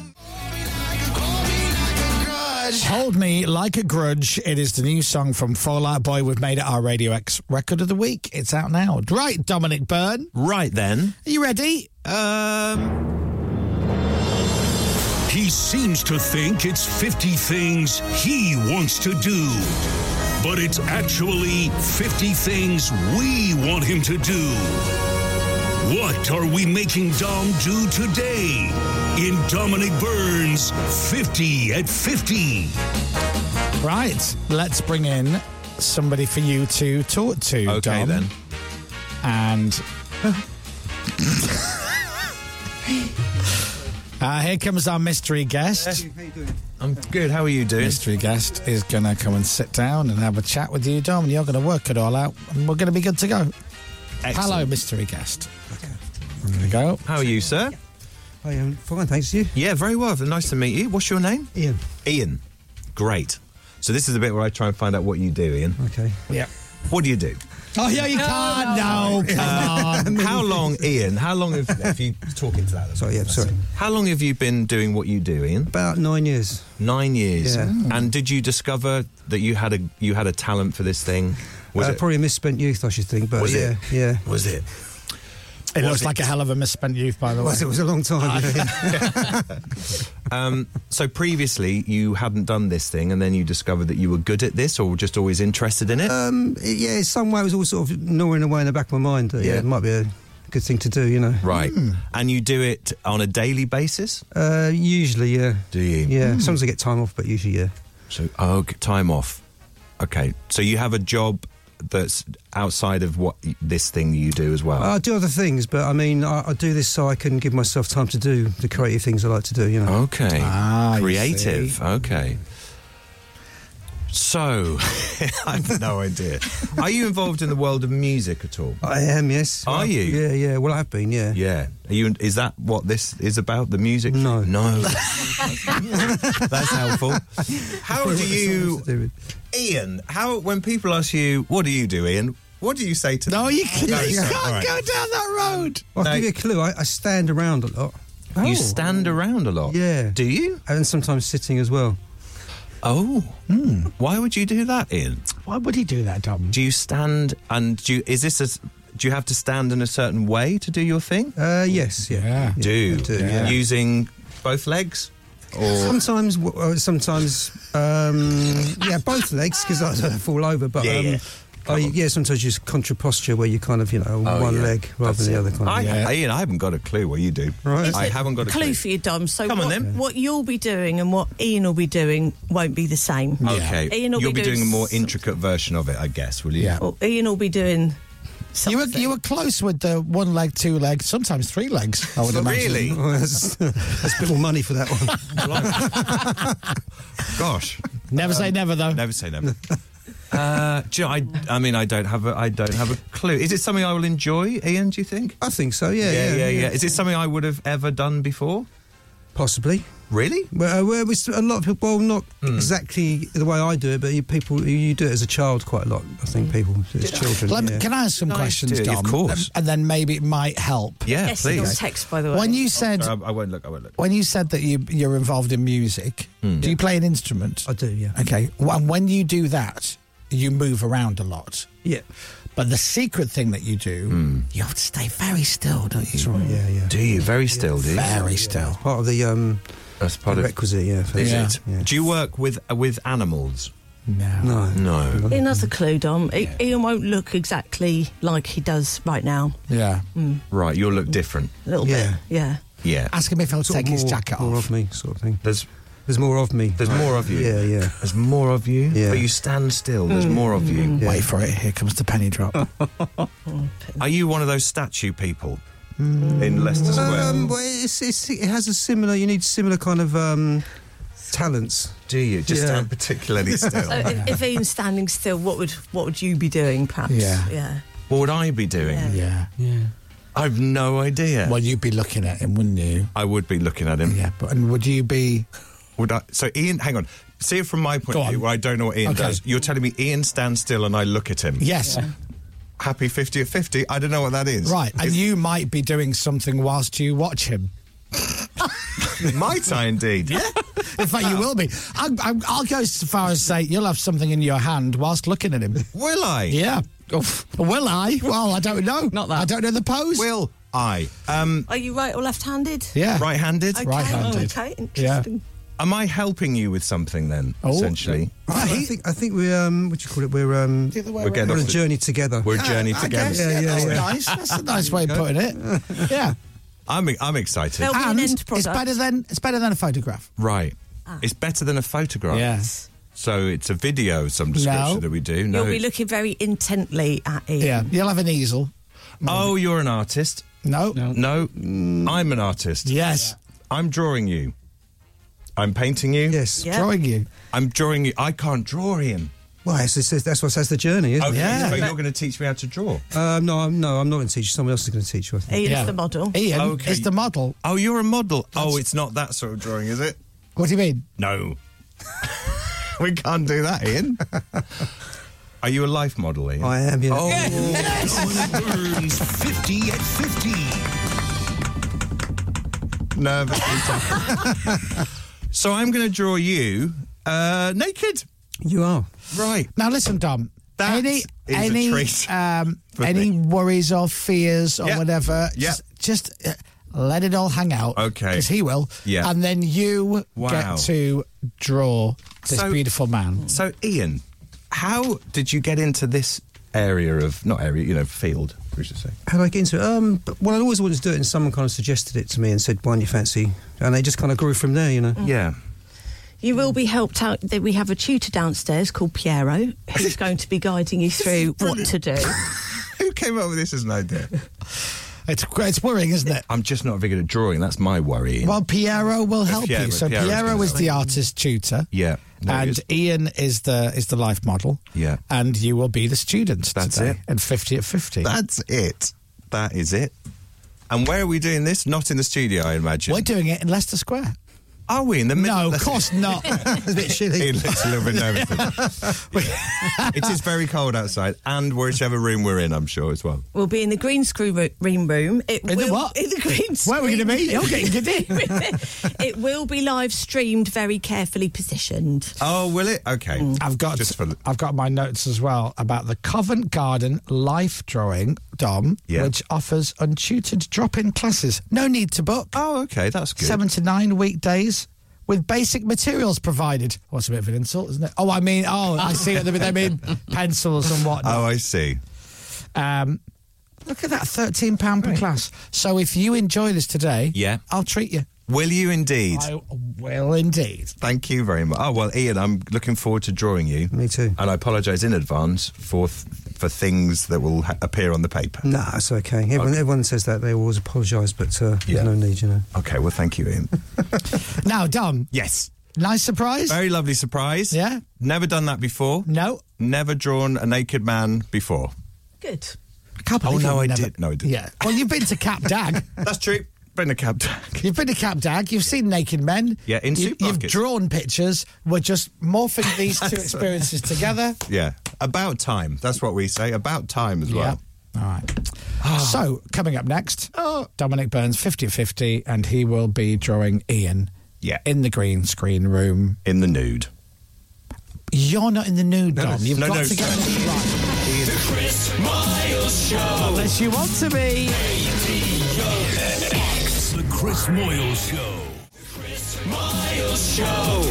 Speaker 7: Hold Me Like a Grudge. It is the new song from Fallout Boy. We've made it our Radio X record of the week. It's out now. Right, Dominic Byrne.
Speaker 8: Right then.
Speaker 7: Are you ready?
Speaker 8: Um.
Speaker 1: He seems to think it's 50 things he wants to do. But it's actually 50 things we want him to do. What are we making Dom do today? In Dominic Burns 50 at 50.
Speaker 7: Right, let's bring in somebody for you to talk to. Dom.
Speaker 8: Okay,
Speaker 7: uh,
Speaker 8: then.
Speaker 7: And Uh, here comes our mystery guest. I'm good. How are you doing? Mystery guest is going to come and sit down and have a chat with you, Dom. And you're going to work it all out, and we're going to be good to go. Hello, mystery guest. There we go.
Speaker 8: How are you, sir?
Speaker 4: I am fine, thanks. You?
Speaker 8: Yeah, very well. Nice to meet you. What's your name?
Speaker 4: Ian.
Speaker 8: Ian. Great. So this is the bit where I try and find out what you do, Ian.
Speaker 4: Okay.
Speaker 8: Yeah. What do you do?
Speaker 7: Oh, yeah, you can't. No,
Speaker 8: Um, how long, Ian? How long have, have you talking to that? Sorry, yeah, sorry. How long have you been doing what you do, Ian?
Speaker 4: About nine years.
Speaker 8: Nine years.
Speaker 4: Yeah. Mm.
Speaker 8: And did you discover that you had a you had a talent for this thing?
Speaker 4: uh, Probably misspent youth, I should think. But
Speaker 8: Was
Speaker 4: yeah,
Speaker 8: it?
Speaker 4: yeah.
Speaker 8: Was it?
Speaker 7: It
Speaker 8: Was
Speaker 7: looks
Speaker 8: it?
Speaker 7: like a hell of a misspent youth, by the way.
Speaker 4: Was it? It was a long time.
Speaker 8: Um, so previously you hadn't done this thing, and then you discovered that you were good at this, or were just always interested in it.
Speaker 4: Um, it- yeah, in some way it was all sort of gnawing away in the back of my mind. That, yeah.
Speaker 8: Yeah.
Speaker 4: it might be a good thing to do, you know.
Speaker 8: Right. Mm. And you do it on a daily basis?
Speaker 4: Uh, usually, yeah.
Speaker 8: Do you?
Speaker 4: Yeah.
Speaker 8: Mm.
Speaker 4: Sometimes I get time off, but usually, yeah.
Speaker 8: So, oh, okay, time off. Okay. So you have a job that's outside of what y- this thing you do as well.
Speaker 4: I do other things, but I mean, I, I do this so I can give myself time to do the creative things I like to do, you know.
Speaker 8: okay.
Speaker 4: Ah, you
Speaker 8: Creative.
Speaker 4: see.
Speaker 8: Okay. So, I've no idea. Are you involved in the world of music at all?
Speaker 4: I am, yes.
Speaker 8: Are
Speaker 4: I've-
Speaker 8: you?
Speaker 4: Yeah, yeah. Well, I have been, yeah.
Speaker 8: Yeah. Are you? Is that what this is about? The music? No. No. That's helpful. How do you, Ian? How when people ask you, "What do you do, Ian?" What do you say to them? No,
Speaker 7: you
Speaker 4: can't- you can't go
Speaker 7: down that road.
Speaker 4: Well, I'll
Speaker 8: No.
Speaker 4: give you a clue. I, I stand around a lot. Oh.
Speaker 8: You stand around a lot?
Speaker 4: Yeah.
Speaker 8: Do you?
Speaker 4: And sometimes sitting as well.
Speaker 8: Oh.
Speaker 4: Hmm.
Speaker 8: Why would you do that, Ian?
Speaker 7: Why would he do that, Dom?
Speaker 8: Do you stand and do? You, is this a? s- Do you have to stand in a certain way to do your thing?
Speaker 4: Uh, yes, yeah.
Speaker 8: do
Speaker 4: I do, yeah.
Speaker 8: using both legs or
Speaker 4: Sometimes, w- uh, sometimes, um, yeah, both legs because I don't fall over. But
Speaker 8: Yeah,
Speaker 4: um,
Speaker 8: yeah.
Speaker 4: I, yeah, sometimes just contra posture where you kind of, you know, one
Speaker 8: Oh, yeah.
Speaker 4: leg rather
Speaker 8: That's
Speaker 4: than the
Speaker 8: it.
Speaker 4: other kind.
Speaker 8: I,
Speaker 4: of,
Speaker 8: I- Ian, I haven't got a clue what you do.
Speaker 4: Right.
Speaker 8: I haven't got a
Speaker 3: clue
Speaker 8: clue.
Speaker 3: for you, Dom. So
Speaker 8: Come
Speaker 3: what,
Speaker 8: on then.
Speaker 3: what you'll be doing and what Ian will be doing won't be the same.
Speaker 8: Okay,
Speaker 3: Ian will
Speaker 8: you'll be doing a
Speaker 3: s-
Speaker 8: more intricate version of it, I guess. Will you? Oh, Yeah.
Speaker 3: Well, Ian will be doing.
Speaker 7: You were you were close with the one leg, two legs, sometimes three legs. I would imagine.
Speaker 8: Really?
Speaker 4: that's, that's a bit more money for that one.
Speaker 8: Gosh.
Speaker 7: Never say never, though.
Speaker 8: Never say never. Uh, do you know, I, I mean, I don't have a, I don't have a clue. Is it something I will enjoy, Ian? Do you think?
Speaker 4: I think so. Yeah,
Speaker 8: yeah,
Speaker 4: yeah, yeah.
Speaker 8: Is it something I would have ever done before?
Speaker 4: Possibly.
Speaker 8: Really? Hmm.
Speaker 4: Well, uh, where we, s- a lot of people, well, not exactly the way I do it, but you people, you do it as a child quite a lot. I think people, as children.
Speaker 7: Let me-
Speaker 4: yeah.
Speaker 7: Can I ask some questions,
Speaker 4: do,
Speaker 7: Dom? Um,
Speaker 4: of course.
Speaker 7: And then maybe it might help.
Speaker 3: by the
Speaker 7: way. When you said-
Speaker 8: Oh, um, I, I won't look. I won't look.
Speaker 7: When you said that you, you're involved in music,
Speaker 8: Hmm.
Speaker 7: do you play an instrument? I
Speaker 4: do, yeah.
Speaker 7: Okay. Well, and when you do that, you move around a lot.
Speaker 4: Yeah.
Speaker 7: But the secret thing that you do,
Speaker 8: Hmm.
Speaker 7: you have to stay very still, don't you? That's
Speaker 4: right, yeah, yeah.
Speaker 8: Do you very still? Do you?
Speaker 7: Very still.
Speaker 4: Part of the um,
Speaker 8: That's part
Speaker 4: the
Speaker 8: of
Speaker 4: requisite, yeah. for-
Speaker 8: Is
Speaker 4: yeah.
Speaker 8: it?
Speaker 4: Yeah.
Speaker 8: Do you work with uh, with animals?
Speaker 4: No.
Speaker 8: No.
Speaker 3: Ian has a clue, Dom. I- Ian won't look exactly like he does right now.
Speaker 7: Yeah.
Speaker 3: Mm,
Speaker 8: Right. You'll look different.
Speaker 3: a little
Speaker 4: Yeah.
Speaker 3: bit. Yeah.
Speaker 8: Yeah.
Speaker 7: Ask him if he'll
Speaker 4: Sort of
Speaker 7: take his
Speaker 4: more-
Speaker 7: jacket
Speaker 4: Oh, More
Speaker 7: off.
Speaker 4: of me, sort of thing.
Speaker 8: There's
Speaker 4: There's more of me.
Speaker 8: there's more of you.
Speaker 4: Yeah, yeah.
Speaker 8: There's more of you.
Speaker 4: Yeah.
Speaker 8: But you stand still. There's
Speaker 7: Mm.
Speaker 8: more of you.
Speaker 7: Wait for it. Here comes the penny drop.
Speaker 8: Are you one of those statue people in Leicester Square?
Speaker 4: Mm. Um,
Speaker 3: Mm.
Speaker 4: well, it's, it's, it has a similar. You need similar kind of um, talents.
Speaker 8: Do you just
Speaker 4: Yeah.
Speaker 8: stand particularly still?
Speaker 3: So if, if Ian's standing still, what would what would you be doing, perhaps?
Speaker 8: Yeah.
Speaker 3: Yeah.
Speaker 8: what would I be doing?
Speaker 7: Yeah.
Speaker 4: Yeah.
Speaker 8: I've no idea.
Speaker 7: Well, you'd be looking at him, wouldn't you?
Speaker 8: I would be looking at him.
Speaker 7: Yeah, but and would you be?
Speaker 8: Would I? So Ian, hang on. See it from my point
Speaker 7: Go
Speaker 8: of view,
Speaker 7: on.
Speaker 8: where I don't know what Ian
Speaker 7: Okay.
Speaker 8: does. You're telling me Ian stands still and I look at him.
Speaker 7: Yes.
Speaker 8: Happy 50 or 50. I don't know what that is.
Speaker 7: Right, and you might be doing something whilst you watch him.
Speaker 8: Might I indeed? Yeah.
Speaker 7: In fact, you will be. I, I, I'll go as far as say you'll have something in your hand whilst looking at him.
Speaker 8: Will I?
Speaker 7: Yeah. Will I? Well, I don't know. Not that. I don't know the pose.
Speaker 8: Will I? Um,
Speaker 3: Are you right or left-handed?
Speaker 7: Yeah.
Speaker 8: Right-handed.
Speaker 3: Okay. Oh,
Speaker 8: Right-handed.
Speaker 3: Okay. Interesting.
Speaker 8: Am I helping you with something then?
Speaker 4: Oh.
Speaker 8: Essentially,
Speaker 4: I think I think we're um, what do you call it? We're um,
Speaker 7: way
Speaker 4: we're
Speaker 8: We're getting
Speaker 4: on a
Speaker 8: off the-
Speaker 4: journey together.
Speaker 8: we're a journey
Speaker 7: I
Speaker 8: together.
Speaker 7: guess, yeah, that's nice. That's a nice way of putting
Speaker 1: Eh,
Speaker 7: it. Yeah.
Speaker 8: I'm I'm excited.
Speaker 3: There'll be an
Speaker 7: And
Speaker 3: end
Speaker 7: it's
Speaker 3: product.
Speaker 7: better than it's better than a photograph.
Speaker 8: Right.
Speaker 3: Ah.
Speaker 8: It's better than a photograph.
Speaker 7: Yes.
Speaker 8: So it's a video of some description
Speaker 7: No.
Speaker 8: that we do. No.
Speaker 3: You'll be looking very intently at Ian.
Speaker 7: Yeah. You'll have an easel.
Speaker 8: oh, you're an artist.
Speaker 7: No.
Speaker 8: No. I'm an artist.
Speaker 7: Yes.
Speaker 8: I'm drawing you. I'm painting you. Yes,
Speaker 4: Yeah. drawing
Speaker 8: you. I'm drawing you. I can't draw Ian.
Speaker 4: Well, it's, it's, that's what says the journey, isn't
Speaker 8: Okay,
Speaker 4: it?
Speaker 8: so you're going to teach me how to draw.
Speaker 4: Um, no, I'm, no, I'm not going to teach you. Someone else is going to teach you. I think.
Speaker 3: Ian's the model.
Speaker 7: Ian
Speaker 8: Okay.
Speaker 7: is the model.
Speaker 8: Oh, you're a model. Oh, it's not that sort of drawing, is it?
Speaker 7: What do you mean?
Speaker 8: No. we can't do that, Ian. Are you a life model, Ian?
Speaker 4: I am. Yeah.
Speaker 8: Oh,
Speaker 21: Owen Burns, 50 at 50.
Speaker 8: nervous. so I'm going to draw you uh, naked.
Speaker 4: You are
Speaker 8: right.
Speaker 7: Now listen, Dom.
Speaker 8: That
Speaker 7: any
Speaker 8: is a
Speaker 7: any
Speaker 8: treat
Speaker 7: um,
Speaker 8: for
Speaker 7: any
Speaker 8: me.
Speaker 7: worries or fears or
Speaker 8: Yeah.
Speaker 7: whatever?
Speaker 8: Yeah.
Speaker 7: s- Just, uh, let it all hang out.
Speaker 8: Okay.
Speaker 7: Because he will.
Speaker 8: Yeah.
Speaker 7: And then you
Speaker 8: Wow.
Speaker 7: get to draw this
Speaker 8: So-
Speaker 7: beautiful man.
Speaker 8: So Ian, how did you get into this area of not area, you know, field? We should say.
Speaker 4: How do I get into it? Um, but, well, I always wanted to do it, and someone kind of suggested it to me and said, "Why don't you fancy?" And it just kind of grew from there, you know.
Speaker 8: Yeah.
Speaker 3: You will be helped out. That we have a tutor downstairs called Piero, who's going to be guiding you through what to do.
Speaker 8: Who came up with this as an idea?
Speaker 7: It's it's worrying, isn't it?
Speaker 8: I'm just not very good at drawing. That's my worry. Ian.
Speaker 7: Well, Piero will help
Speaker 8: Piero-
Speaker 7: you. So
Speaker 8: Piero's
Speaker 7: Piero
Speaker 8: gonna
Speaker 7: is
Speaker 8: help
Speaker 7: the
Speaker 8: you.
Speaker 7: artist tutor.
Speaker 8: yeah. No, it
Speaker 7: and
Speaker 8: is.
Speaker 7: Ian is the is the life model.
Speaker 8: Yeah.
Speaker 7: And you will be the student
Speaker 8: That's
Speaker 7: today.
Speaker 8: it.
Speaker 7: And fifty at fifty.
Speaker 8: That's it. That is it. And where are we doing this? Not in the studio, I imagine.
Speaker 7: We're doing it in Leicester Square.
Speaker 8: Are we in the middle?
Speaker 7: No, of course not. it's a bit
Speaker 8: He
Speaker 7: shilly.
Speaker 8: looks a little bit nervous. it is very cold outside, and whichever room we're in, I'm sure as well.
Speaker 3: We'll be in the green screen ro- green room. It
Speaker 7: In the
Speaker 3: will-
Speaker 7: what?
Speaker 3: In the green screen.
Speaker 7: Where are we going to meet? You're getting giddy.
Speaker 3: it will be live streamed, very carefully positioned.
Speaker 8: Oh, will it? Okay.
Speaker 7: Mm. I've got I've got my notes as well about the Covent Garden life drawing Dom,
Speaker 8: Yeah.
Speaker 7: which offers untutored drop-in classes. No need to book.
Speaker 8: Oh, okay, that's good.
Speaker 7: Seven to nine weekdays. With basic materials provided. What's a bit of an insult, isn't it? Oh, I mean, oh, I see what they mean. They mean pencils and whatnot.
Speaker 8: Oh, I see. Oh.
Speaker 7: Um, look at that, thirteen pound per class. So if you enjoy this today,
Speaker 8: Yeah.
Speaker 7: I'll treat you.
Speaker 8: Will you indeed?
Speaker 7: I will indeed.
Speaker 8: Thank you very much. Oh well, Ian, I'm looking forward to drawing you.
Speaker 4: Me too.
Speaker 8: And I apologise in advance for for things that will ha- appear on the paper.
Speaker 4: No, it's okay. Everyone, everyone says that they always apologise, but uh, there's no need, you know.
Speaker 8: Okay, well, thank you, Ian.
Speaker 7: Now, Dom,
Speaker 8: yes,
Speaker 7: nice surprise.
Speaker 8: very lovely surprise.
Speaker 7: Yeah.
Speaker 8: never done that before.
Speaker 7: No,
Speaker 8: Never drawn a naked man before.
Speaker 3: Good.
Speaker 7: I can't
Speaker 8: Oh
Speaker 7: believe
Speaker 8: no,
Speaker 7: you've
Speaker 8: I
Speaker 7: never-
Speaker 8: did. No, I did.
Speaker 7: Yeah. Well, you've been to Cap Dag.
Speaker 8: that's true. Been a cab.
Speaker 7: You've been to Cap Dag. You've seen naked men.
Speaker 8: Yeah, in
Speaker 7: you, You've
Speaker 8: supermarkets.
Speaker 7: drawn pictures. We're just morphing these two experiences together.
Speaker 8: Yeah, about time. That's what we say. About time as well.
Speaker 7: Yeah. All
Speaker 8: Ah.
Speaker 7: right. so, coming up next,
Speaker 8: Oh.
Speaker 7: Dominic Burns, 50 50, and he will be drawing Ian
Speaker 8: Yeah.
Speaker 7: in the green screen room.
Speaker 8: In the nude.
Speaker 7: You're not in the nude,
Speaker 8: No,
Speaker 7: Dom.
Speaker 8: no,
Speaker 7: You've
Speaker 8: no,
Speaker 7: got
Speaker 8: no.
Speaker 7: to get this right.
Speaker 21: The Chris Miles Show.
Speaker 7: Unless you want to be.
Speaker 21: The Chris Moyle Show. Chris Miles Show.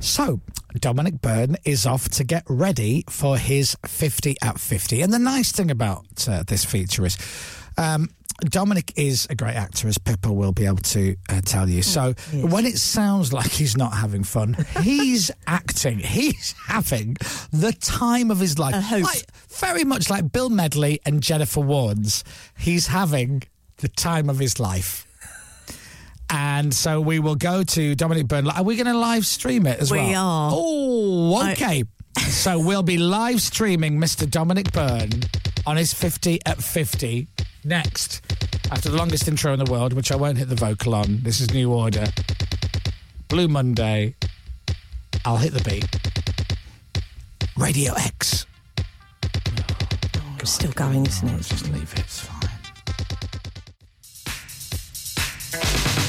Speaker 7: So, Dominic Byrne is off to get ready for his 50 at 50. And the nice thing about uh, this feature is um, Dominic is a great actor, as Pippa will be able to uh, tell you. So, when it sounds like he's not having fun, he's acting. He's having the time of his life. Like- very much like Bill Medley and Jennifer Warnes. He's having the time of his life. And so we will go to Dominic Byrne. Are we going to live stream it as
Speaker 3: We
Speaker 7: well?
Speaker 3: are.
Speaker 7: Oh, okay. so we'll be live streaming Mr. Dominic Byrne on his 50 at 50 next. After the longest intro in the world, which I won't hit the vocal on. This is New Order. Blue Monday. I'll hit the beat. Radio X.
Speaker 3: It's still going, isn't it?
Speaker 7: Just leave it. It's fine.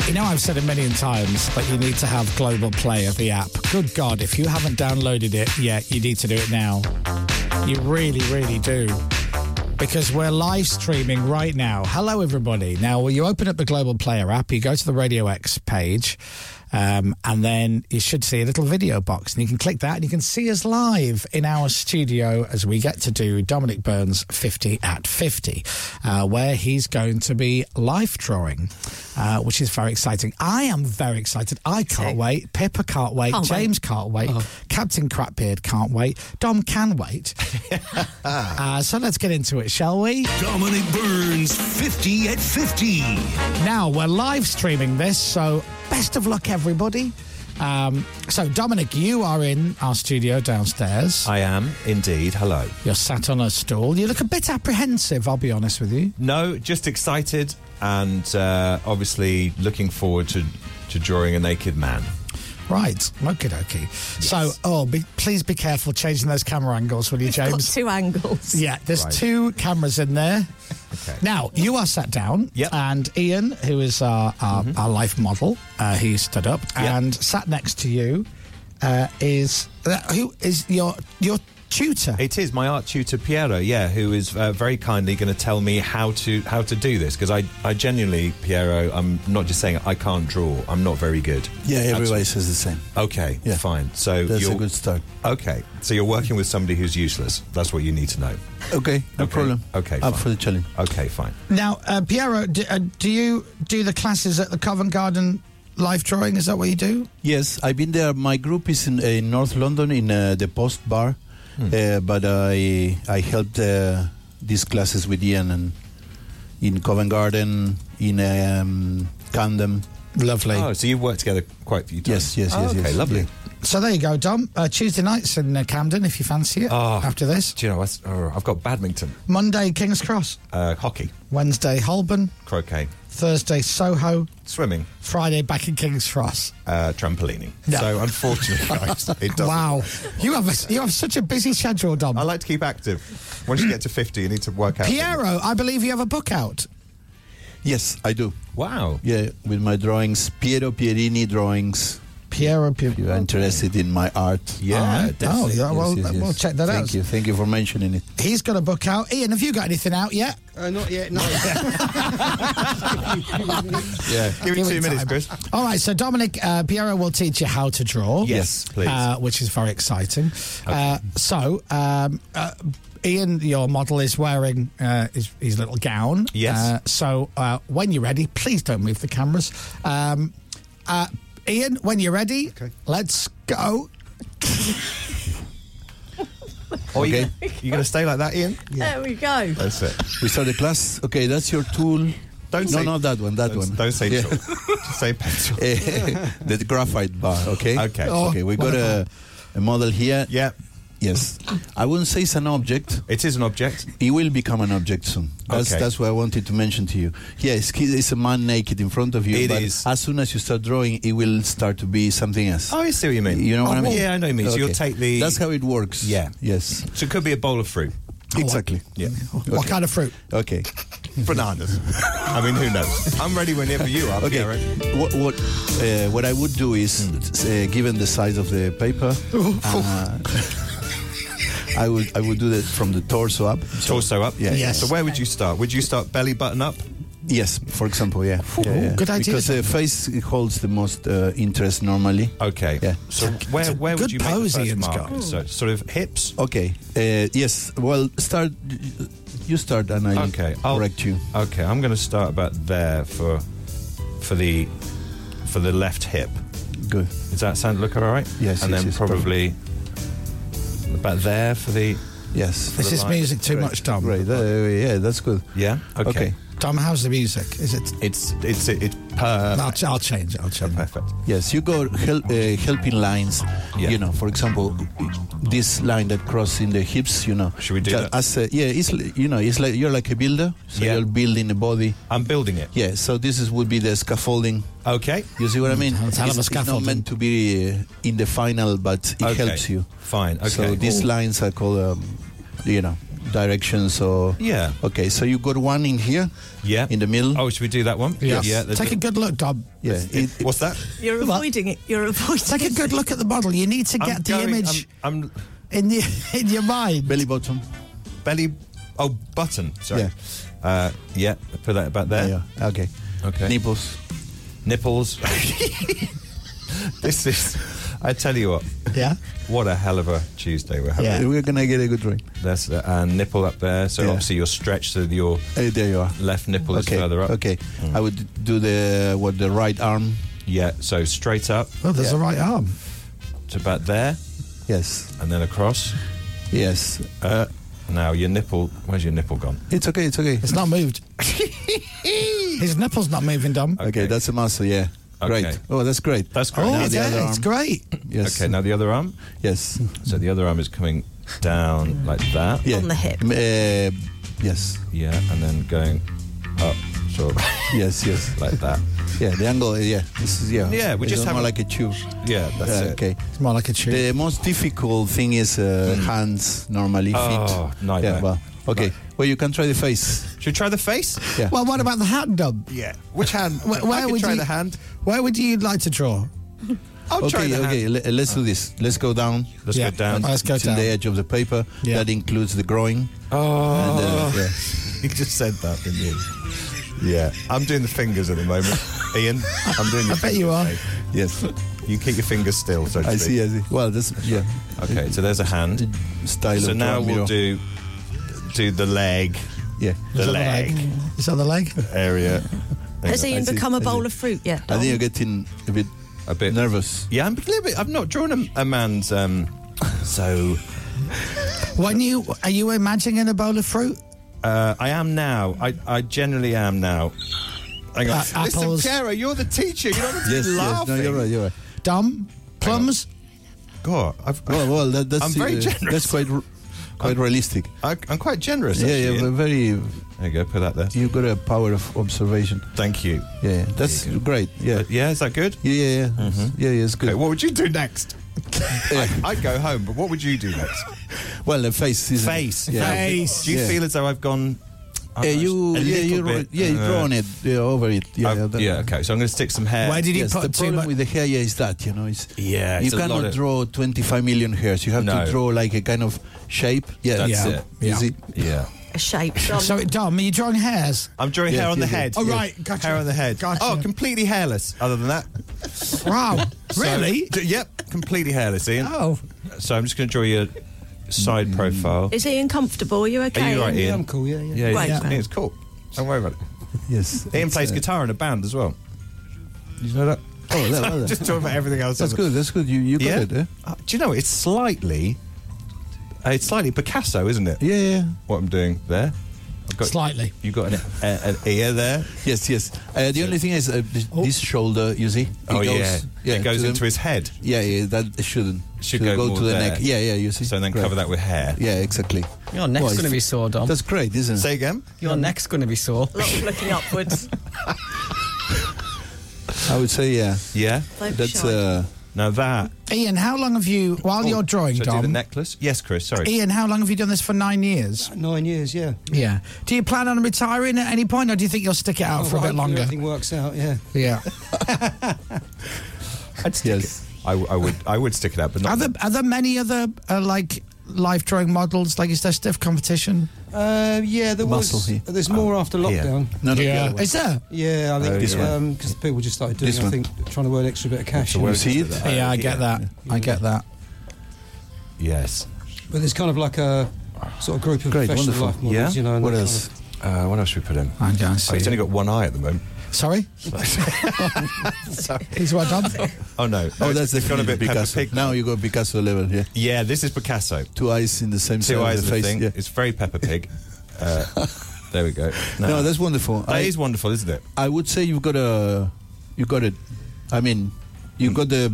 Speaker 7: You know, I've said it million times, but you need to have Global Play of the app. Good God, if you haven't downloaded it yet, you need to do it now. You really, really do. Because we're live streaming right now. Hello, everybody. Now, when you open up the Global Player app, you go to the Radio X page, Um, and then you should see a little video box, and you can click that, and you can see us live in our studio as we get to do Dominic Burns 50 at 50, uh, where he's going to be life drawing, uh, which is very exciting. I am very excited. I can't wait. Pippa can't wait.
Speaker 10: Can't wait.
Speaker 7: James can't wait. Captain Crapbeard can't wait. Dom can wait. uh, so let's get into it, shall we?
Speaker 1: Dominic Burns, 50 at 50.
Speaker 7: Now we're live streaming this, so best of luck, everybody. Um, so, Dominic, you are in our studio downstairs.
Speaker 8: I am indeed. Hello.
Speaker 7: You're sat on a stool. You look a bit apprehensive, I'll be honest with you.
Speaker 8: No, just excited and uh, obviously looking forward to, to drawing a naked man.
Speaker 7: Right, okie dokie. So, oh, be, please be careful changing those camera angles, will you, James?
Speaker 3: two angles.
Speaker 7: Yeah, there's
Speaker 8: Right.
Speaker 7: two cameras in there. Okay. Now, you are sat down, and Ian, who is our, our, our life model, uh, he stood up, and sat next to you uh, is uh, who is your your tutor?
Speaker 8: It is my art tutor Piero, yeah, who is uh, very kindly going to tell me how to how to do this because I I genuinely Piero, I'm not just saying it, I can't draw. I'm not very good.
Speaker 5: Yeah, everybody
Speaker 8: That's-
Speaker 5: says the same.
Speaker 8: Okay, fine. So
Speaker 5: That's a
Speaker 8: you're,
Speaker 5: good start.
Speaker 8: Okay, so you're working with somebody who's useless. That's what you need to know.
Speaker 5: Okay, no problem.
Speaker 8: Okay,
Speaker 5: Up
Speaker 8: fine.
Speaker 5: for the challenge.
Speaker 8: Okay, fine.
Speaker 7: Now, uh, Piero, do, uh, do you do the classes at the Covent Garden life drawing? Is that what you do?
Speaker 5: Yes, I've been there. My group is in, in North London in uh, the Post Bar,
Speaker 7: Hmm.
Speaker 5: uh, but I I helped uh, these classes with Ian and in Covent Garden in um, Camden.
Speaker 7: Lovely.
Speaker 8: Oh, so you've worked together quite a few times.
Speaker 5: Yes, yes,
Speaker 8: Oh,
Speaker 5: yes.
Speaker 8: okay,
Speaker 5: yes.
Speaker 8: lovely.
Speaker 7: So there you go, Dom. Uh, Tuesday nights in uh, Camden, if you fancy it.
Speaker 8: Oh,
Speaker 7: After this,
Speaker 8: do you know? I, have got badminton,
Speaker 7: Monday, King's Cross.
Speaker 8: uh, hockey,
Speaker 7: Wednesday, Holborn.
Speaker 8: croquet,
Speaker 7: Thursday, Soho.
Speaker 8: swimming,
Speaker 7: Friday, back in King's Cross.
Speaker 8: uh, trampolining.
Speaker 7: No.
Speaker 8: So unfortunately, guys, it doesn't.
Speaker 7: Wow, you have a, you have such a busy schedule, Dom.
Speaker 8: I like to keep active. Once you get to fifty, you need to work out.
Speaker 7: Piero, I believe you have a book out.
Speaker 5: Yes, I do.
Speaker 8: Wow.
Speaker 5: Yeah, with my drawings, Piero Pierini drawings.
Speaker 7: Piero
Speaker 5: If you're interested in my art,
Speaker 7: Yeah, Oh, definitely. yeah, well, we'll check that
Speaker 5: thank
Speaker 7: out.
Speaker 5: Thank you, thank you for mentioning it.
Speaker 7: He's got a book out. Ian, have you got anything out yet?
Speaker 4: Uh, not yet, no.
Speaker 8: Yeah, give me
Speaker 7: Give it
Speaker 8: two minutes,
Speaker 7: time.
Speaker 8: Chris.
Speaker 7: All right, so Dominic uh, Piero will teach you how to draw.
Speaker 8: Yes, please.
Speaker 7: Uh, which is very exciting. Uh, so, um, uh, Ian, your model is wearing uh, his, his little gown.
Speaker 8: Yes.
Speaker 7: Uh, so, uh, when you're ready, please don't move the cameras. Um, uh, Ian, when you're ready, let's go.
Speaker 8: Or Oh, you you gonna stay like that, Ian?
Speaker 3: There we go.
Speaker 8: That's it.
Speaker 5: We start the class. Okay, that's your tool.
Speaker 8: Don't
Speaker 5: no,
Speaker 8: say-
Speaker 5: no, that one, that
Speaker 8: don't-
Speaker 5: one.
Speaker 8: don't say
Speaker 5: Yeah.
Speaker 8: tool. Just say petrol.
Speaker 5: Eh, the graphite bar. Okay.
Speaker 8: Okay.
Speaker 7: Oh,
Speaker 5: Okay. we got a, a model here.
Speaker 8: Yeah.
Speaker 5: Yes. I wouldn't say it's an object.
Speaker 8: It is an object.
Speaker 5: It will become an object soon. That's
Speaker 8: Okay.
Speaker 5: that's what I wanted to mention to you. Yeah, it's, it's a man naked in front of you.
Speaker 8: It
Speaker 5: but
Speaker 8: is.
Speaker 5: As soon as you start drawing, it will start to be something else.
Speaker 8: Oh, I see what you mean.
Speaker 5: You know what I
Speaker 8: Oh,
Speaker 5: mean?
Speaker 8: Yeah, I know what you mean. So you'll
Speaker 5: Okay.
Speaker 8: take the.
Speaker 5: That's how it works.
Speaker 8: Yeah.
Speaker 5: Yes.
Speaker 8: So it could be a bowl of fruit.
Speaker 5: Exactly.
Speaker 8: Yeah.
Speaker 7: What kind of fruit?
Speaker 5: Okay.
Speaker 8: Bananas. I mean, who knows? I'm ready whenever you are. Hmm.
Speaker 5: Okay.
Speaker 8: Piero.
Speaker 5: What what uh, what I would do is, uh, given the size of the paper, uh, I would I would do that from the torso up.
Speaker 8: Torso up.
Speaker 5: Yeah, Yes.
Speaker 8: So where would you start? Would you start belly button up?
Speaker 5: Yes, for example, yeah.
Speaker 8: Ooh,
Speaker 5: Yeah, yeah.
Speaker 8: good idea.
Speaker 5: Because the face holds the most uh, interest normally.
Speaker 8: Okay.
Speaker 5: Yeah.
Speaker 8: So where where would you make the first mark? So sort of hips.
Speaker 5: Okay. Uh, yes. Well, start. You start, and I
Speaker 8: Okay. I'll,
Speaker 5: correct you.
Speaker 8: Okay. I'm going to start about there for for the for the left hip.
Speaker 5: Good.
Speaker 8: Does that sound look all right?
Speaker 5: Yes,
Speaker 8: And
Speaker 5: yes,
Speaker 8: then
Speaker 5: yes,
Speaker 8: probably about there for the
Speaker 5: yes.
Speaker 7: This is music too much, Dom.
Speaker 5: Right. there, yeah, that's good.
Speaker 8: Yeah. Okay.
Speaker 5: Okay.
Speaker 7: Dom, how's the music? Is it?
Speaker 8: It's it's it's perfect.
Speaker 7: I'll, I'll change it. I'll change it.
Speaker 8: Perfect.
Speaker 5: Yes, you go help, uh, helping lines. You know, for example, this line that crosses in the hips. You know, should we
Speaker 8: do that?
Speaker 5: As a, yeah, it's li- you know, it's like you're like a builder, so
Speaker 8: Yeah.
Speaker 5: you're building a body.
Speaker 8: I'm building it.
Speaker 5: Yeah, so this is would be the scaffolding.
Speaker 8: Okay.
Speaker 5: You see what I mean?
Speaker 7: It's hell of a
Speaker 5: not
Speaker 7: scaffolding.
Speaker 5: meant to be uh, in the final, but it
Speaker 8: Okay,
Speaker 5: helps you.
Speaker 8: Fine. Okay.
Speaker 5: So these lines are called, um, you know, directions or.
Speaker 8: Yeah.
Speaker 5: Okay, so you got one in here.
Speaker 8: Yeah.
Speaker 5: In the middle.
Speaker 8: Oh, should we do that one? Yeah. the-
Speaker 7: Take a good look, Dom.
Speaker 5: Yeah. it-
Speaker 8: What's that?
Speaker 3: You're avoiding it. You're avoiding
Speaker 7: Take a
Speaker 3: it.
Speaker 7: good look at the model. You need to
Speaker 8: I'm
Speaker 7: get the
Speaker 8: going-
Speaker 7: image
Speaker 8: I'm, I'm
Speaker 7: in the in your mind.
Speaker 5: belly bottom.
Speaker 8: belly. Oh, button. Sorry.
Speaker 5: Yeah.
Speaker 8: Uh, yeah. Put that about there.
Speaker 5: Yeah. Okay.
Speaker 8: Okay.
Speaker 5: Nipples.
Speaker 8: Nipples. this is. I tell you what.
Speaker 7: Yeah.
Speaker 8: What a hell of a Tuesday we're having.
Speaker 5: We're gonna get a good drink.
Speaker 8: That's uh, and nipple up there. So obviously you're stretched, so your
Speaker 5: Uh, there you are.
Speaker 8: left nipple
Speaker 5: okay.
Speaker 8: is further up. Mm.
Speaker 5: Okay. I would do the what the right arm.
Speaker 8: Yeah. So straight up.
Speaker 7: Oh, there's
Speaker 8: Yeah.
Speaker 7: a right arm.
Speaker 8: to about there.
Speaker 5: Yes.
Speaker 8: And then across.
Speaker 5: Yes.
Speaker 8: Uh, now your nipple. Where's your nipple gone?
Speaker 5: It's okay. It's okay.
Speaker 7: It's not moved. His nipple's not moving, Dom.
Speaker 5: Okay, that's a muscle. Yeah. Great. Oh, that's great.
Speaker 8: That's great.
Speaker 7: Oh,
Speaker 8: Now
Speaker 7: it's,
Speaker 8: the other
Speaker 7: it's
Speaker 8: arm.
Speaker 7: great.
Speaker 5: Yes.
Speaker 8: Okay. Now the other arm.
Speaker 5: Yes.
Speaker 8: So the other arm is coming down like that.
Speaker 5: Yeah. Uh, yes.
Speaker 8: Yeah, and then going up. Sort of.
Speaker 5: yes. Yes.
Speaker 8: Like that.
Speaker 5: Yeah. The angle. Yeah. This is yeah.
Speaker 8: Yeah, we
Speaker 5: It's
Speaker 8: just
Speaker 5: more
Speaker 8: haven't-
Speaker 5: like a tube.
Speaker 8: Yeah, that's
Speaker 5: Yeah,
Speaker 8: it.
Speaker 5: Okay.
Speaker 7: It's more like a tube.
Speaker 5: The most difficult thing is uh, hands, normally
Speaker 8: Hmm. Oh,
Speaker 5: feet.
Speaker 8: nightmare.
Speaker 5: Yeah, well, okay. Well, you can try the face.
Speaker 8: Should we try the face?
Speaker 5: Yeah.
Speaker 7: Well, what about the hand, Dom?
Speaker 8: Yeah. Which hand?
Speaker 7: Where, where would you, Where would you like to draw?
Speaker 5: okay, okay. le- Let's do this. Let's go down.
Speaker 8: Let's
Speaker 7: go Yeah. down. Let's go
Speaker 5: to
Speaker 7: down.
Speaker 5: the edge of the paper.
Speaker 7: Yeah.
Speaker 5: That includes the groin.
Speaker 8: Oh.
Speaker 5: And, uh, yeah.
Speaker 8: You just said that, didn't you? Yeah. I'm doing the fingers at the moment. Ian, I'm doing your I bet you are.
Speaker 5: Yes.
Speaker 8: You keep your fingers still, so to
Speaker 5: I
Speaker 8: speak.
Speaker 5: see. I see. Well, that's yeah.
Speaker 8: Okay, so there's a hand.
Speaker 5: Style
Speaker 8: so
Speaker 5: of
Speaker 8: now
Speaker 5: drawing,
Speaker 8: we'll
Speaker 5: you know.
Speaker 8: do do the leg.
Speaker 5: Yeah.
Speaker 8: The leg,
Speaker 7: Is that the leg?
Speaker 8: area.
Speaker 3: Has Ian
Speaker 5: I see,
Speaker 3: become a
Speaker 5: I
Speaker 3: bowl
Speaker 5: see.
Speaker 3: of fruit yet?
Speaker 5: I think you're getting a bit,
Speaker 8: a bit
Speaker 5: nervous.
Speaker 8: Yeah, I'm a little bit. I've not drawn a, a man's. Um, so
Speaker 7: When you are you imagining a bowl of fruit?
Speaker 8: uh, I am now. I, I generally am now. Hang on.
Speaker 7: Uh, apples.
Speaker 8: Kara, you're the teacher. You're not
Speaker 5: Yes. Yes. No, you're right. You're right.
Speaker 7: Dom, plums.
Speaker 8: God, I've,
Speaker 5: Well, well, that, that's
Speaker 8: I'm very
Speaker 5: uh,
Speaker 8: generous.
Speaker 5: That's quite, r- quite realistic.
Speaker 8: I, I'm quite generous.
Speaker 5: yeah,
Speaker 8: actually.
Speaker 5: yeah. we're Very.
Speaker 8: There you go. Put that there.
Speaker 5: You've got a power of observation.
Speaker 8: Thank you.
Speaker 5: Yeah, that's great. Yeah.
Speaker 8: Uh, yeah, is that good?
Speaker 5: Yeah, yeah, yeah. Yeah, yeah, it's good.
Speaker 8: Okay, what would you do next? I, I'd go home, but what would you do next?
Speaker 5: Well, the face is
Speaker 8: Face.
Speaker 5: Yeah.
Speaker 8: Do you
Speaker 5: Yeah.
Speaker 8: feel as though I've gone?
Speaker 5: Yeah, you,
Speaker 8: A
Speaker 5: yeah,
Speaker 8: little
Speaker 5: you,
Speaker 8: bit,
Speaker 5: wrote- yeah, you
Speaker 8: uh,
Speaker 5: drawn it yeah, over it. Yeah,
Speaker 8: I've-
Speaker 5: that-
Speaker 8: yeah, okay. So I'm going to stick some hair.
Speaker 7: Why did he
Speaker 5: yes,
Speaker 7: put
Speaker 5: the
Speaker 7: too
Speaker 5: problem
Speaker 7: mu-
Speaker 5: with the hair yeah, is that you know it's
Speaker 8: Yeah,
Speaker 5: you
Speaker 8: it's a lot
Speaker 5: cannot
Speaker 8: of-
Speaker 5: draw 25 million hairs you have
Speaker 8: No.
Speaker 5: to draw like a kind of shape yeah
Speaker 8: That's
Speaker 5: yeah.
Speaker 8: it.
Speaker 5: You
Speaker 7: Yeah.
Speaker 5: see?
Speaker 8: Yeah.
Speaker 3: A shape. Dom.
Speaker 7: So, Dom, are you drawing hairs?
Speaker 8: I'm drawing
Speaker 5: Yeah,
Speaker 8: hair on
Speaker 5: yeah,
Speaker 8: the
Speaker 5: yeah.
Speaker 8: head.
Speaker 7: Oh, right, gotcha.
Speaker 8: Hair on the head.
Speaker 7: Gotcha.
Speaker 8: Oh, completely hairless. Other than that,
Speaker 7: Wow, really?
Speaker 8: So- d- yep, completely hairless, Ian.
Speaker 7: Oh,
Speaker 8: So I'm just going to draw your side
Speaker 5: Mm.
Speaker 8: profile.
Speaker 3: Is Ian comfortable? Are you okay?
Speaker 8: Are you right,
Speaker 4: Yeah, I'm
Speaker 8: Ian?
Speaker 4: cool. Yeah, yeah.
Speaker 8: Yeah,
Speaker 3: Right,
Speaker 8: Ian's-
Speaker 3: man.
Speaker 8: Ian's cool. Don't worry about it.
Speaker 5: yes
Speaker 8: Ian plays
Speaker 5: It's,
Speaker 8: guitar in a band as well.
Speaker 5: you know that oh that, that-
Speaker 8: Just talking about everything else.
Speaker 5: that's
Speaker 8: on the-
Speaker 5: good that's good you, you got
Speaker 8: Yeah.
Speaker 5: it eh?
Speaker 8: Uh, do you know it's slightly, uh, it's slightly Picasso, isn't it?
Speaker 5: yeah yeah
Speaker 8: What I'm doing there. I've got,
Speaker 7: slightly.
Speaker 8: You got an, a,
Speaker 5: uh,
Speaker 8: an ear there.
Speaker 5: yes yes uh, the only thing is uh, this, this shoulder you see it
Speaker 8: Oh. yeah. It goes
Speaker 5: to the-
Speaker 8: into his head.
Speaker 5: yeah yeah that shouldn't
Speaker 8: Should go more
Speaker 5: to the
Speaker 8: there.
Speaker 5: neck yeah yeah you see
Speaker 8: So then
Speaker 5: Great.
Speaker 8: cover that with hair.
Speaker 5: yeah exactly
Speaker 9: Your neck's
Speaker 5: Well, it's-
Speaker 9: going to be sore, Dom.
Speaker 5: that's great isn't it
Speaker 8: Say again.
Speaker 9: Your neck's going to be sore.
Speaker 3: Look, looking upwards.
Speaker 5: I would say yeah
Speaker 8: Yeah.
Speaker 3: Don't be
Speaker 5: that's
Speaker 3: shy.
Speaker 5: uh,
Speaker 8: Now that.
Speaker 7: Ian, how long have you while you're drawing,
Speaker 8: Oh, Should I do the
Speaker 7: Dom?
Speaker 8: necklace? Yes, Chris. Sorry.
Speaker 7: Ian, how long have you done this for? Nine years.
Speaker 4: Nine years. Yeah.
Speaker 7: Yeah. Do you plan on retiring at any point, or do you think you'll stick it out for a
Speaker 4: Well,
Speaker 7: bit
Speaker 4: hopefully
Speaker 7: longer?
Speaker 4: Oh, Everything works out. Yeah.
Speaker 7: Yeah.
Speaker 8: I'd stick
Speaker 5: Yes.
Speaker 8: it. I, w- I would. I would stick it out, but
Speaker 7: Are
Speaker 8: not.
Speaker 7: there are there many other uh, like life drawing models? Like, is there stiff competition?
Speaker 4: Uh, yeah. There
Speaker 5: Muscle
Speaker 4: was.
Speaker 5: here.
Speaker 4: There's more after
Speaker 8: here.
Speaker 4: lockdown.
Speaker 5: no, no, the other one.
Speaker 7: Is there?
Speaker 4: Yeah, I think
Speaker 8: Oh,
Speaker 4: because
Speaker 8: this one.
Speaker 4: people just started doing.
Speaker 5: This
Speaker 4: I
Speaker 5: one.
Speaker 4: think trying to earn extra bit of cash.
Speaker 5: You
Speaker 4: and-
Speaker 5: see it?
Speaker 7: Yeah, I get that. I get that.
Speaker 8: yes.
Speaker 4: But there's kind of like a sort of group of
Speaker 5: Great,
Speaker 4: professional
Speaker 5: wonderful.
Speaker 4: life models,
Speaker 8: Yeah?
Speaker 4: you know. and
Speaker 5: What
Speaker 4: that
Speaker 5: else?
Speaker 4: kind
Speaker 8: Uh, what else should we put in?
Speaker 7: I don't
Speaker 8: Oh,
Speaker 7: see.
Speaker 8: he's only got one eye at the moment.
Speaker 7: Sorry, he's what done.
Speaker 8: Oh no.
Speaker 5: Oh, that's
Speaker 8: it's gone a
Speaker 5: definitely
Speaker 8: bit Peppa
Speaker 5: Picasso.
Speaker 8: Pig.
Speaker 5: Now you go Picasso level. Yeah,
Speaker 8: Yeah, this is Picasso.
Speaker 5: two eyes in the same side
Speaker 8: Two
Speaker 5: of
Speaker 8: eyes
Speaker 5: the
Speaker 8: in the
Speaker 5: face.
Speaker 8: thing.
Speaker 5: Yeah.
Speaker 8: It's very Peppa Pig. Uh, there we go.
Speaker 5: No, that's wonderful.
Speaker 8: That
Speaker 5: I,
Speaker 8: is wonderful, isn't it?
Speaker 5: I would say you've got a, you got it. I mean, you got the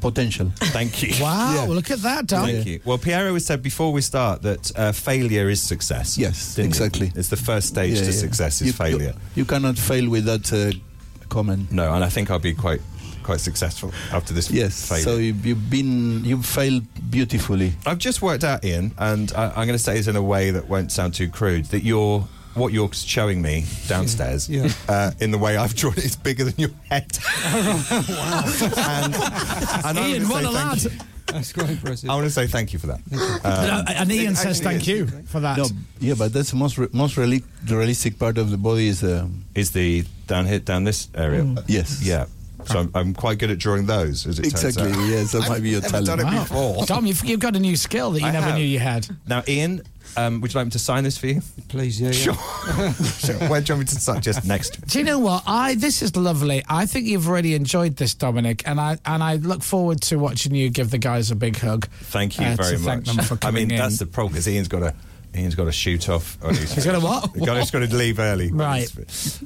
Speaker 5: potential.
Speaker 8: Thank you.
Speaker 7: Wow,
Speaker 5: Yeah.
Speaker 7: look at that, Dom.
Speaker 8: Thank you. Well, Piero has said before we start that uh, failure is success.
Speaker 5: Yes,
Speaker 8: didn't he?
Speaker 5: exactly.
Speaker 8: It's the first stage
Speaker 5: Yeah,
Speaker 8: to
Speaker 5: yeah.
Speaker 8: success is
Speaker 5: You-
Speaker 8: failure.
Speaker 5: You, you cannot fail with that uh, comment.
Speaker 8: No, and I think I'll be quite quite successful after this
Speaker 5: Yes.
Speaker 8: failure.
Speaker 5: So you, you've been you've failed beautifully.
Speaker 8: I've just worked out, Ian, and I, I'm going to say this in a way that won't sound too crude. That you're what you're showing me downstairs,
Speaker 4: Yeah.
Speaker 8: Uh, in the way I've drawn it, is bigger than your head. wow! And, and I
Speaker 7: Ian,
Speaker 8: wanna
Speaker 7: what
Speaker 8: say
Speaker 7: a
Speaker 8: thank
Speaker 7: lad.
Speaker 8: you.
Speaker 4: That's quite impressive.
Speaker 8: I want to say thank you for that.
Speaker 7: No, uh, and Ian says
Speaker 8: actually
Speaker 7: thank you for that.
Speaker 5: No. Yeah, but that's the most re- most reali- the realistic part of the body is the
Speaker 8: Is the down hit down this area?
Speaker 5: yes.
Speaker 8: Yeah. So I'm, I'm quite good at drawing those, as it
Speaker 5: Exactly,
Speaker 8: turns out.
Speaker 5: yes, that might be your
Speaker 8: I've never done it
Speaker 7: Wow.
Speaker 8: before.
Speaker 7: Tom, you've, you've got a new skill that you
Speaker 8: I
Speaker 7: never
Speaker 8: have.
Speaker 7: knew you had.
Speaker 8: Now, Ian, um, would you like me to sign this for you? Please, yeah. Sure. sure. Where do you want me to sign? Just next.
Speaker 7: Do you know what? I this is lovely. I think you've really enjoyed this, Dominic, and I and I look forward to watching you give the guys a big hug.
Speaker 8: Thank you
Speaker 7: uh,
Speaker 8: very
Speaker 7: to
Speaker 8: much.
Speaker 7: Thank them for
Speaker 8: I
Speaker 7: coming
Speaker 8: mean,
Speaker 7: in.
Speaker 8: that's the problem because Ian's got to. Ian's got to shoot off. Oh,
Speaker 7: He's got a what?
Speaker 8: He's got, he's got to leave early.
Speaker 7: Right.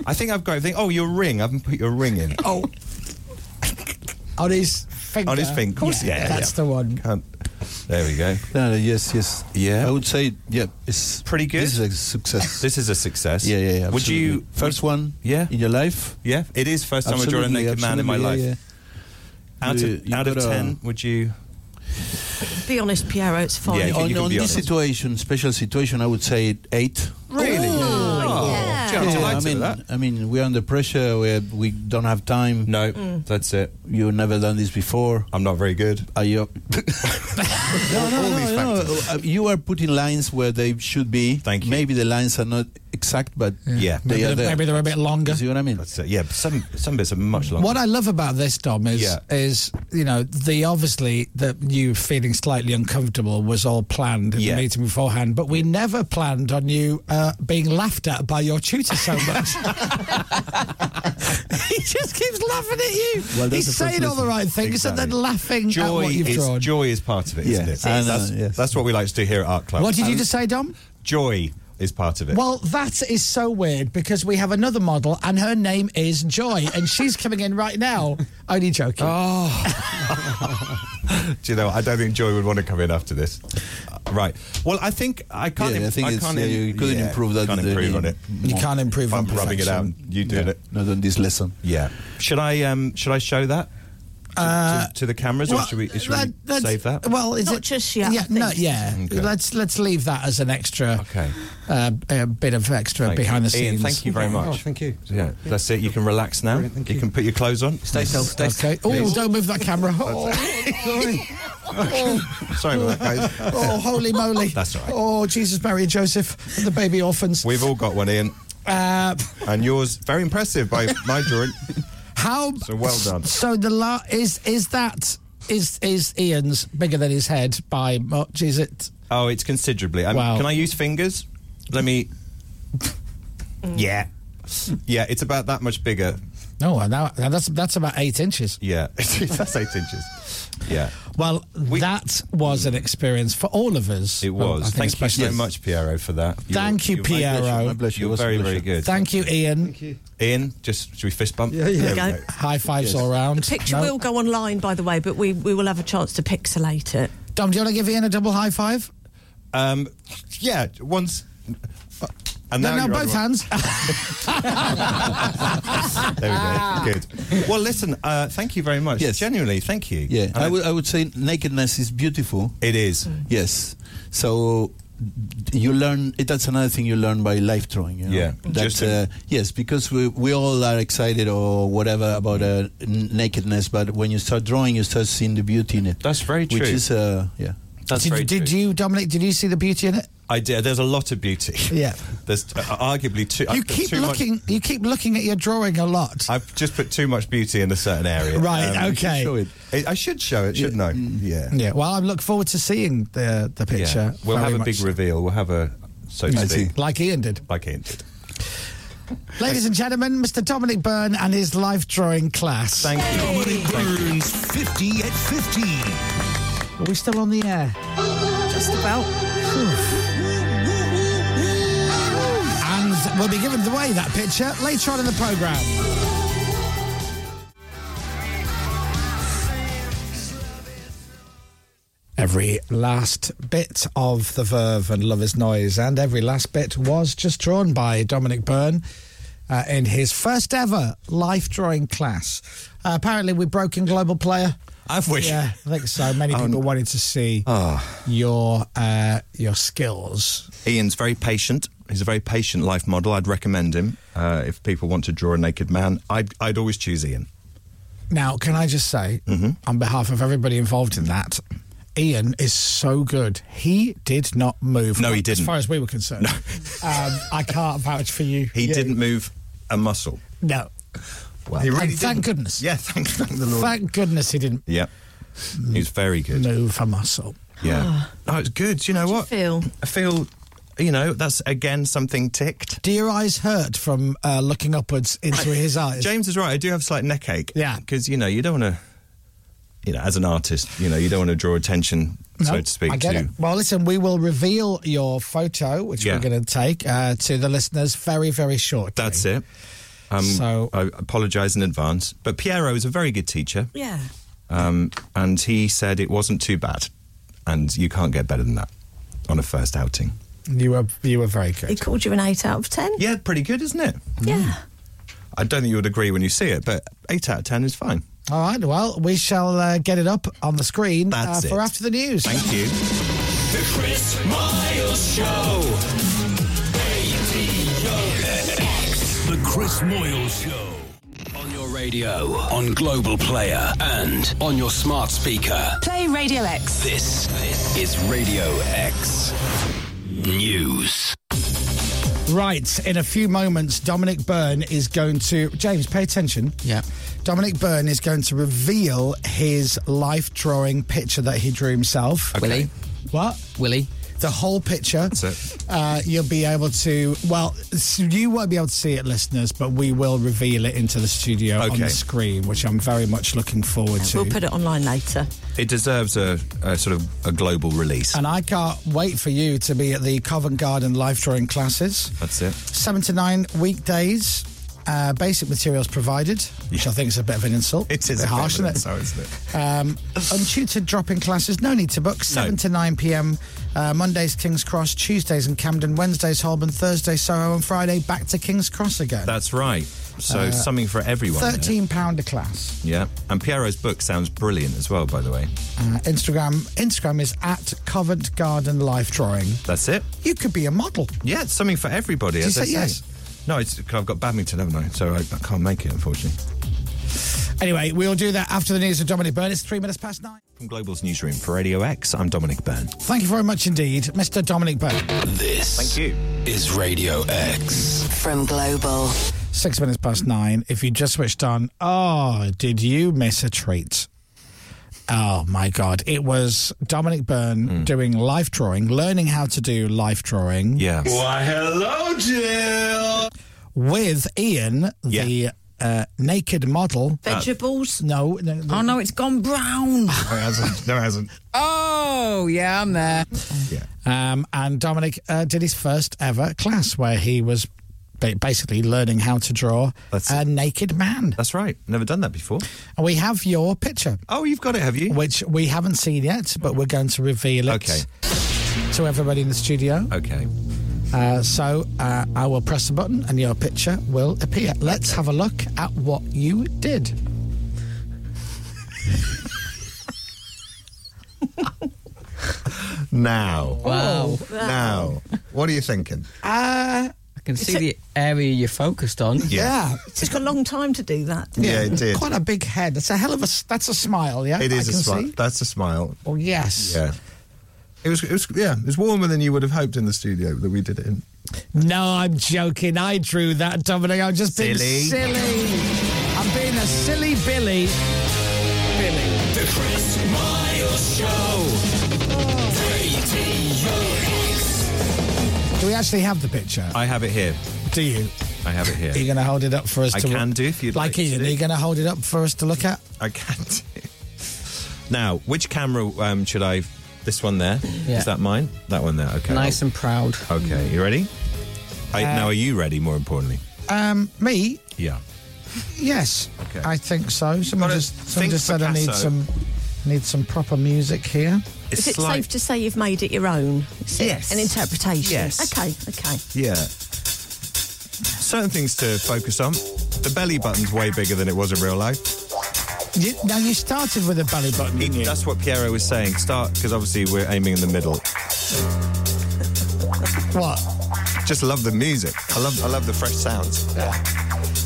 Speaker 8: I think I've got everything. Oh, your ring. I haven't put your ring in.
Speaker 7: Oh. on his finger.
Speaker 8: On his finger. Of course, yeah.
Speaker 7: that's the one.
Speaker 8: Can't- There we go.
Speaker 5: No, no, yes, yes.
Speaker 8: Yeah.
Speaker 5: I would say, yeah, it's
Speaker 8: pretty good.
Speaker 5: This is a success.
Speaker 8: This is a success.
Speaker 5: Yeah, yeah, yeah.
Speaker 8: Would you-
Speaker 5: absolutely. first one?
Speaker 8: Yeah.
Speaker 5: in your life?
Speaker 8: Yeah, it is first time I drawn a
Speaker 5: Absolutely,
Speaker 8: naked man in my life.
Speaker 5: absolutely, yeah,
Speaker 8: Out of, out of
Speaker 5: You- you gotta-
Speaker 8: ten, would you?
Speaker 3: Be honest, Piero, it's fine.
Speaker 5: on, on this situation, special situation, I would say eight.
Speaker 3: Really?
Speaker 8: Oh,
Speaker 3: yeah.
Speaker 8: Gee, I'm delighted
Speaker 5: I
Speaker 8: with
Speaker 5: mean,
Speaker 8: that.
Speaker 5: I mean, we're under pressure. We're, we don't have time.
Speaker 8: No, that's it.
Speaker 5: You've never done this before.
Speaker 8: I'm not very good.
Speaker 5: Are you? no, no, no, no. Uh, You are putting lines where they should be. Thank you. Maybe the lines are not exact, but
Speaker 8: Yeah.
Speaker 5: they
Speaker 7: Maybe
Speaker 5: are
Speaker 7: they're-
Speaker 5: there.
Speaker 7: maybe they're a bit longer.
Speaker 5: See what I mean?
Speaker 8: That's it. Yeah, but some some bits are much longer.
Speaker 7: What I love about this, Dom, is
Speaker 8: Yeah.
Speaker 7: is you know the obviously that you feeling slightly uncomfortable was all planned in
Speaker 8: Yeah.
Speaker 7: the meeting beforehand, but we never planned on you uh, being laughed at by your tutor so much. he just keeps laughing at you.
Speaker 5: Well, that's the
Speaker 7: He's
Speaker 5: first
Speaker 7: saying all the
Speaker 5: lesson.
Speaker 7: right things and then laughing at
Speaker 8: joy
Speaker 7: what you've
Speaker 8: is
Speaker 7: drawn.
Speaker 8: joy is part of it,
Speaker 5: Yeah,
Speaker 8: not it?
Speaker 5: I know,
Speaker 8: that's,
Speaker 5: yes.
Speaker 8: that's what we like to do here at Art Club.
Speaker 7: What did you
Speaker 8: Um,
Speaker 7: just say, Dom?
Speaker 8: Joy is part of it.
Speaker 7: Well, that is so weird because we have another model and her name is Joy, and she's coming in right now. Only joking.
Speaker 5: Oh.
Speaker 8: do you know? what? I don't think Joy would want to come in after this. Uh, right. Well, I think I can't.
Speaker 5: Yeah,
Speaker 8: im-
Speaker 5: I think it's-
Speaker 8: can't
Speaker 5: yeah,
Speaker 8: im-
Speaker 5: you couldn't improve that
Speaker 8: Can't
Speaker 5: in the-
Speaker 8: improve on it.
Speaker 7: You can't improve
Speaker 8: I'm
Speaker 7: on
Speaker 8: rubbing it out.
Speaker 7: perfection.
Speaker 8: You doing it?
Speaker 5: Not on this lesson.
Speaker 8: Yeah. Should I? Um, should I show that to, to, to the cameras, or
Speaker 7: Uh, Well,
Speaker 8: should we, should
Speaker 7: that-
Speaker 8: we
Speaker 7: that's-
Speaker 8: save that?
Speaker 7: Well, is
Speaker 3: Not
Speaker 7: it
Speaker 3: just yet, I
Speaker 7: Yeah, no,
Speaker 3: think.
Speaker 7: yeah.
Speaker 8: Okay.
Speaker 7: Let's let's leave that as an extra,
Speaker 8: Okay.
Speaker 7: uh, a bit of extra
Speaker 8: Thank you.
Speaker 7: behind the
Speaker 8: Ian,
Speaker 7: scenes.
Speaker 8: thank you very much.
Speaker 24: Oh, thank you.
Speaker 8: Yeah, that's it. You can relax now. You, can put your clothes on. Stay still. Stay
Speaker 7: Okay. Oh, don't move that camera. Oh,
Speaker 8: Sorry about that, guys.
Speaker 7: oh, holy moly.
Speaker 8: That's all right.
Speaker 7: Oh, Jesus, Mary and Joseph, and the baby orphans.
Speaker 8: We've all got one, Ian,
Speaker 7: Uh,
Speaker 8: and yours very impressive by my drawing.
Speaker 7: how?
Speaker 8: So well done.
Speaker 7: So the la- is is that is is Ian's bigger than his head by much? Is it?
Speaker 8: Oh, it's considerably. Um,
Speaker 7: Wow.
Speaker 8: Can I use fingers? Let me. yeah. Yeah, it's about that much bigger.
Speaker 7: No, now now that's that's about eight inches.
Speaker 8: Yeah, that's eight inches. Yeah,
Speaker 7: Well, that was an experience for all of us.
Speaker 8: it
Speaker 7: Well, I
Speaker 8: was.
Speaker 7: think
Speaker 8: Thank you
Speaker 7: especially-
Speaker 8: so much, Piero, for that.
Speaker 7: Thank you,
Speaker 8: were- were-
Speaker 7: Piero.
Speaker 5: My pleasure.
Speaker 8: You're
Speaker 5: It was a
Speaker 8: very, very
Speaker 5: pleasure.
Speaker 8: good.
Speaker 7: Thank you, Ian.
Speaker 8: Ian, just should we fist bump?
Speaker 24: Yeah, yeah.
Speaker 8: There we
Speaker 3: There you
Speaker 8: go.
Speaker 7: High fives all round.
Speaker 3: The picture
Speaker 7: No?
Speaker 3: will go online, by the way, but we, we will have a chance to pixelate it.
Speaker 7: Dom, do you want to give Ian a double high five?
Speaker 8: Um, yeah, once. And
Speaker 7: No, no,
Speaker 8: now you're on
Speaker 7: both
Speaker 8: one.
Speaker 7: hands.
Speaker 8: There we go. Good. Well, listen. Uh, thank you very much.
Speaker 5: Yes.
Speaker 8: Genuinely, thank you.
Speaker 5: Yeah,
Speaker 8: I
Speaker 5: I would, I would say nakedness is beautiful.
Speaker 8: It is.
Speaker 7: Mm.
Speaker 5: Yes. So d- you learn. That's another thing you learn by life
Speaker 7: Mm.
Speaker 5: drawing. You know?
Speaker 8: Yeah,
Speaker 5: That,
Speaker 8: just
Speaker 5: uh,
Speaker 8: to-
Speaker 5: yes, because we we all are excited or whatever about uh, n- nakedness, but when you start drawing, you start seeing the beauty in it.
Speaker 8: That's very true.
Speaker 5: Which is uh, yeah.
Speaker 8: That's
Speaker 7: did
Speaker 8: very
Speaker 7: did
Speaker 8: true.
Speaker 7: you, Dominic, did you see the beauty in it?
Speaker 8: I did. There's a lot of beauty.
Speaker 7: Yeah.
Speaker 8: There's uh, arguably too.
Speaker 7: You
Speaker 8: I've put
Speaker 7: keep
Speaker 8: too much-
Speaker 7: looking you keep looking at your drawing a lot.
Speaker 8: I've just put too much beauty in a certain area.
Speaker 7: Right,
Speaker 8: Um,
Speaker 7: okay. Mm.
Speaker 5: Show it.
Speaker 8: I I should show it, shouldn't I? Yeah.
Speaker 7: yeah. Well, I look forward to seeing the the
Speaker 8: Yeah.
Speaker 7: picture.
Speaker 8: We'll
Speaker 7: very
Speaker 8: have a
Speaker 7: much.
Speaker 8: big reveal. We'll have a so
Speaker 5: I
Speaker 8: to
Speaker 5: see.
Speaker 8: speak,
Speaker 7: like Ian did.
Speaker 8: like Ian did.
Speaker 7: Ladies and gentlemen, Mr. Dominic Byrne and his life drawing class.
Speaker 8: Thank you.
Speaker 1: Dominic Burns, 50 at 50.
Speaker 7: Are we still on the air?
Speaker 3: Just about.
Speaker 7: And we'll be giving away that picture later on in the programme. Every last bit of the verve and love is noise, and every last bit was just drawn by Dominic Byrne uh, in his first ever life drawing class. Uh, apparently, we've broken global player.
Speaker 8: I've wished.
Speaker 7: Yeah, I think so. Many
Speaker 21: Oh,
Speaker 7: people wanted to see
Speaker 8: Ah.
Speaker 7: your uh, your skills.
Speaker 8: Ian's very patient. He's a very patient life model. I'd recommend him uh, if people want to draw a naked man. I'd, I'd always choose Ian.
Speaker 7: Now, can I just say,
Speaker 8: Mm-hmm.
Speaker 7: on behalf of everybody involved in that, Ian is so good. He did not move.
Speaker 8: No, he
Speaker 7: As
Speaker 8: didn't.
Speaker 7: far as we were concerned, um, I can't vouch for you.
Speaker 8: He
Speaker 7: You-
Speaker 8: didn't move a muscle.
Speaker 7: No. Well,
Speaker 8: He really
Speaker 7: and
Speaker 8: didn't.
Speaker 7: thank goodness.
Speaker 8: Yeah, thank, thank the Lord.
Speaker 7: Thank goodness he didn't
Speaker 8: Yep.
Speaker 7: Mm.
Speaker 8: He was very good.
Speaker 7: move from us up.
Speaker 8: Yeah.
Speaker 7: Ah.
Speaker 8: Oh, it's good. Do you know what?
Speaker 25: feel?
Speaker 8: I feel, you know, that's again something ticked.
Speaker 7: Do your eyes hurt from uh, looking upwards into his eyes?
Speaker 8: James is right. I do have slight neck ache.
Speaker 7: Yeah.
Speaker 8: Because, you know, you don't want to, you know, as an artist, you know, you don't want to draw attention, so to speak,
Speaker 7: I get
Speaker 8: to.
Speaker 7: it. Well, listen, we will reveal your photo, which
Speaker 8: Yeah.
Speaker 7: we're going to take uh, to the listeners very, very short.
Speaker 8: That's it. Um,
Speaker 7: So-
Speaker 8: I apologise in advance. But Piero is a very good teacher.
Speaker 3: Yeah.
Speaker 8: Um, and he said it wasn't too bad. And you can't get better than that on a first outing.
Speaker 7: You were you were very
Speaker 3: He
Speaker 7: good.
Speaker 3: called you an eight out of ten.
Speaker 8: Yeah, pretty good, isn't it?
Speaker 3: Yeah.
Speaker 7: Mm.
Speaker 8: I don't think you would agree when you see it, but 8 out of 10 is fine.
Speaker 7: All right. Well, we shall uh, get it up on the screen uh,
Speaker 8: That's
Speaker 7: for
Speaker 8: it.
Speaker 7: after the news.
Speaker 8: Thank you.
Speaker 1: The Chris Miles Show.
Speaker 21: The Chris Moyle Show. On your radio, on Global Player, and on your smart speaker.
Speaker 26: Play Radio X.
Speaker 21: This is Radio X News.
Speaker 7: Right. In a few moments, Dominic Byrne is going to. James, pay attention.
Speaker 9: Yeah.
Speaker 7: Dominic Byrne is going to reveal his life drawing picture that he drew himself.
Speaker 9: Will he?
Speaker 7: What?
Speaker 9: Willie.
Speaker 7: The whole picture. That's
Speaker 8: it.
Speaker 7: Uh, you'll be able to. Well, s- you won't be able to see it, listeners, but we will reveal it into the studio on the
Speaker 8: Okay.
Speaker 7: screen, which I'm very much looking forward to.
Speaker 3: We'll put it online later.
Speaker 8: It deserves a, a sort of a global release.
Speaker 7: And I can't wait for you to be at the Covent Garden life drawing classes.
Speaker 8: That's it.
Speaker 7: Seven to nine weekdays. Uh, basic materials provided, which I think is a bit of an insult. It
Speaker 8: It's
Speaker 7: is
Speaker 8: a
Speaker 7: bit
Speaker 8: bit
Speaker 7: harsh, isn't
Speaker 8: of an
Speaker 7: it?
Speaker 8: insult, isn't it?
Speaker 7: Um, untutored drop-in classes, no need to book. Seven to nine p.m. Uh, Mondays Kings Cross, Tuesdays in Camden, Wednesdays Holborn, Thursdays Soho, and Friday back to Kings Cross again.
Speaker 8: That's right. So
Speaker 7: Uh,
Speaker 8: something for everyone. there.
Speaker 7: Thirteen pound a class.
Speaker 8: Yeah, and Piero's book sounds brilliant as well. By the way,
Speaker 7: Uh, Instagram Instagram is at Covent Garden Life Drawing.
Speaker 8: that's it.
Speaker 7: You could be a model.
Speaker 8: Yeah, it's something for everybody.
Speaker 7: Did
Speaker 8: as
Speaker 7: you
Speaker 8: I
Speaker 7: say yes?
Speaker 8: No, it's, I've got badminton, haven't I? So I, I can't make it, unfortunately.
Speaker 7: Anyway, we'll do that after the news of Dominic Byrne. It's three minutes past nine.
Speaker 8: From Global's newsroom for Radio X, I'm Dominic Byrne.
Speaker 7: Thank you very much indeed, Mr. Dominic Byrne.
Speaker 21: This
Speaker 8: Thank you.
Speaker 21: is Radio X.
Speaker 27: From Global.
Speaker 7: Six minutes past nine. If you just switched on, oh, did you miss a treat? Oh my God. It was Dominic Byrne doing life drawing, learning how to do life drawing.
Speaker 8: Yeah.
Speaker 1: Why, hello, Jill.
Speaker 7: With Ian, the uh, naked model.
Speaker 3: Vegetables?
Speaker 7: no, no, no.
Speaker 9: Oh no, it's gone brown.
Speaker 8: No, it hasn't. No, it hasn't.
Speaker 7: Oh, yeah, I'm there.
Speaker 8: Yeah.
Speaker 7: Um, and Dominic uh, did his first ever class where he was ba- basically learning how to draw a naked man.
Speaker 8: That's right. Never done that before.
Speaker 7: And we have your picture.
Speaker 8: Oh, you've got it, have you?
Speaker 7: Which we haven't seen yet, but we're going to reveal it
Speaker 8: Okay.
Speaker 7: to everybody in the studio.
Speaker 8: Okay.
Speaker 7: Uh, so uh, I will press the button and your picture will appear. Let's have a look at what you did.
Speaker 8: Now.
Speaker 21: Oh,
Speaker 9: Wow.
Speaker 8: Now. What are you thinking?
Speaker 7: Uh,
Speaker 9: I can see
Speaker 3: It's a-
Speaker 9: the area you're focused on.
Speaker 8: Yeah.
Speaker 3: It took a long time to do that. didn't
Speaker 8: Yeah, it did.
Speaker 7: Quite a big head. That's a hell of a. s- That's a smile. Yeah,
Speaker 8: It is
Speaker 7: I
Speaker 8: a
Speaker 7: can
Speaker 8: smile.
Speaker 7: see.
Speaker 8: That's a smile.
Speaker 7: Oh yes.
Speaker 8: Yeah. It was, it was, yeah, it was warmer than you would have hoped in the studio that we did it in.
Speaker 7: No, I'm joking. I drew that, Dominic. I'm just being
Speaker 8: Silly.
Speaker 7: silly. I'm being a silly Billy. Billy.
Speaker 1: The Chris Miles Show. Radio X.
Speaker 7: Do we actually have the picture?
Speaker 8: I have it here.
Speaker 7: Do you?
Speaker 8: I have it here.
Speaker 7: Are you going to hold it up for us
Speaker 8: I
Speaker 7: to
Speaker 8: can do if you'd like to
Speaker 7: Ian,
Speaker 8: do.
Speaker 7: are you going to hold it up for us to look at?
Speaker 8: I can't. now, which camera um, should I? This one there. Is
Speaker 9: Yeah.
Speaker 8: that mine? That one there. Okay.
Speaker 9: Nice and proud.
Speaker 8: Okay. You ready? I,
Speaker 7: Uh,
Speaker 8: now, are you ready? More importantly.
Speaker 7: Um, me?
Speaker 8: Yeah.
Speaker 7: Yes.
Speaker 8: Okay.
Speaker 7: I think so. Someone
Speaker 8: gotta
Speaker 7: just, someone
Speaker 8: think
Speaker 7: just said I need
Speaker 8: Picasso.
Speaker 7: some need some proper music here.
Speaker 3: Is it safe to say you've made it your own? Is it
Speaker 8: Yes.
Speaker 3: An interpretation?
Speaker 8: Yes.
Speaker 3: Okay, okay.
Speaker 8: Yeah. Certain things to focus on. The belly button's way bigger than it was in real life.
Speaker 7: You, now you started with a belly button, didn't you?
Speaker 8: That's what Piero was saying. Start because obviously we're aiming in the middle.
Speaker 7: What?
Speaker 8: Just love the music. I love. I love the fresh sounds.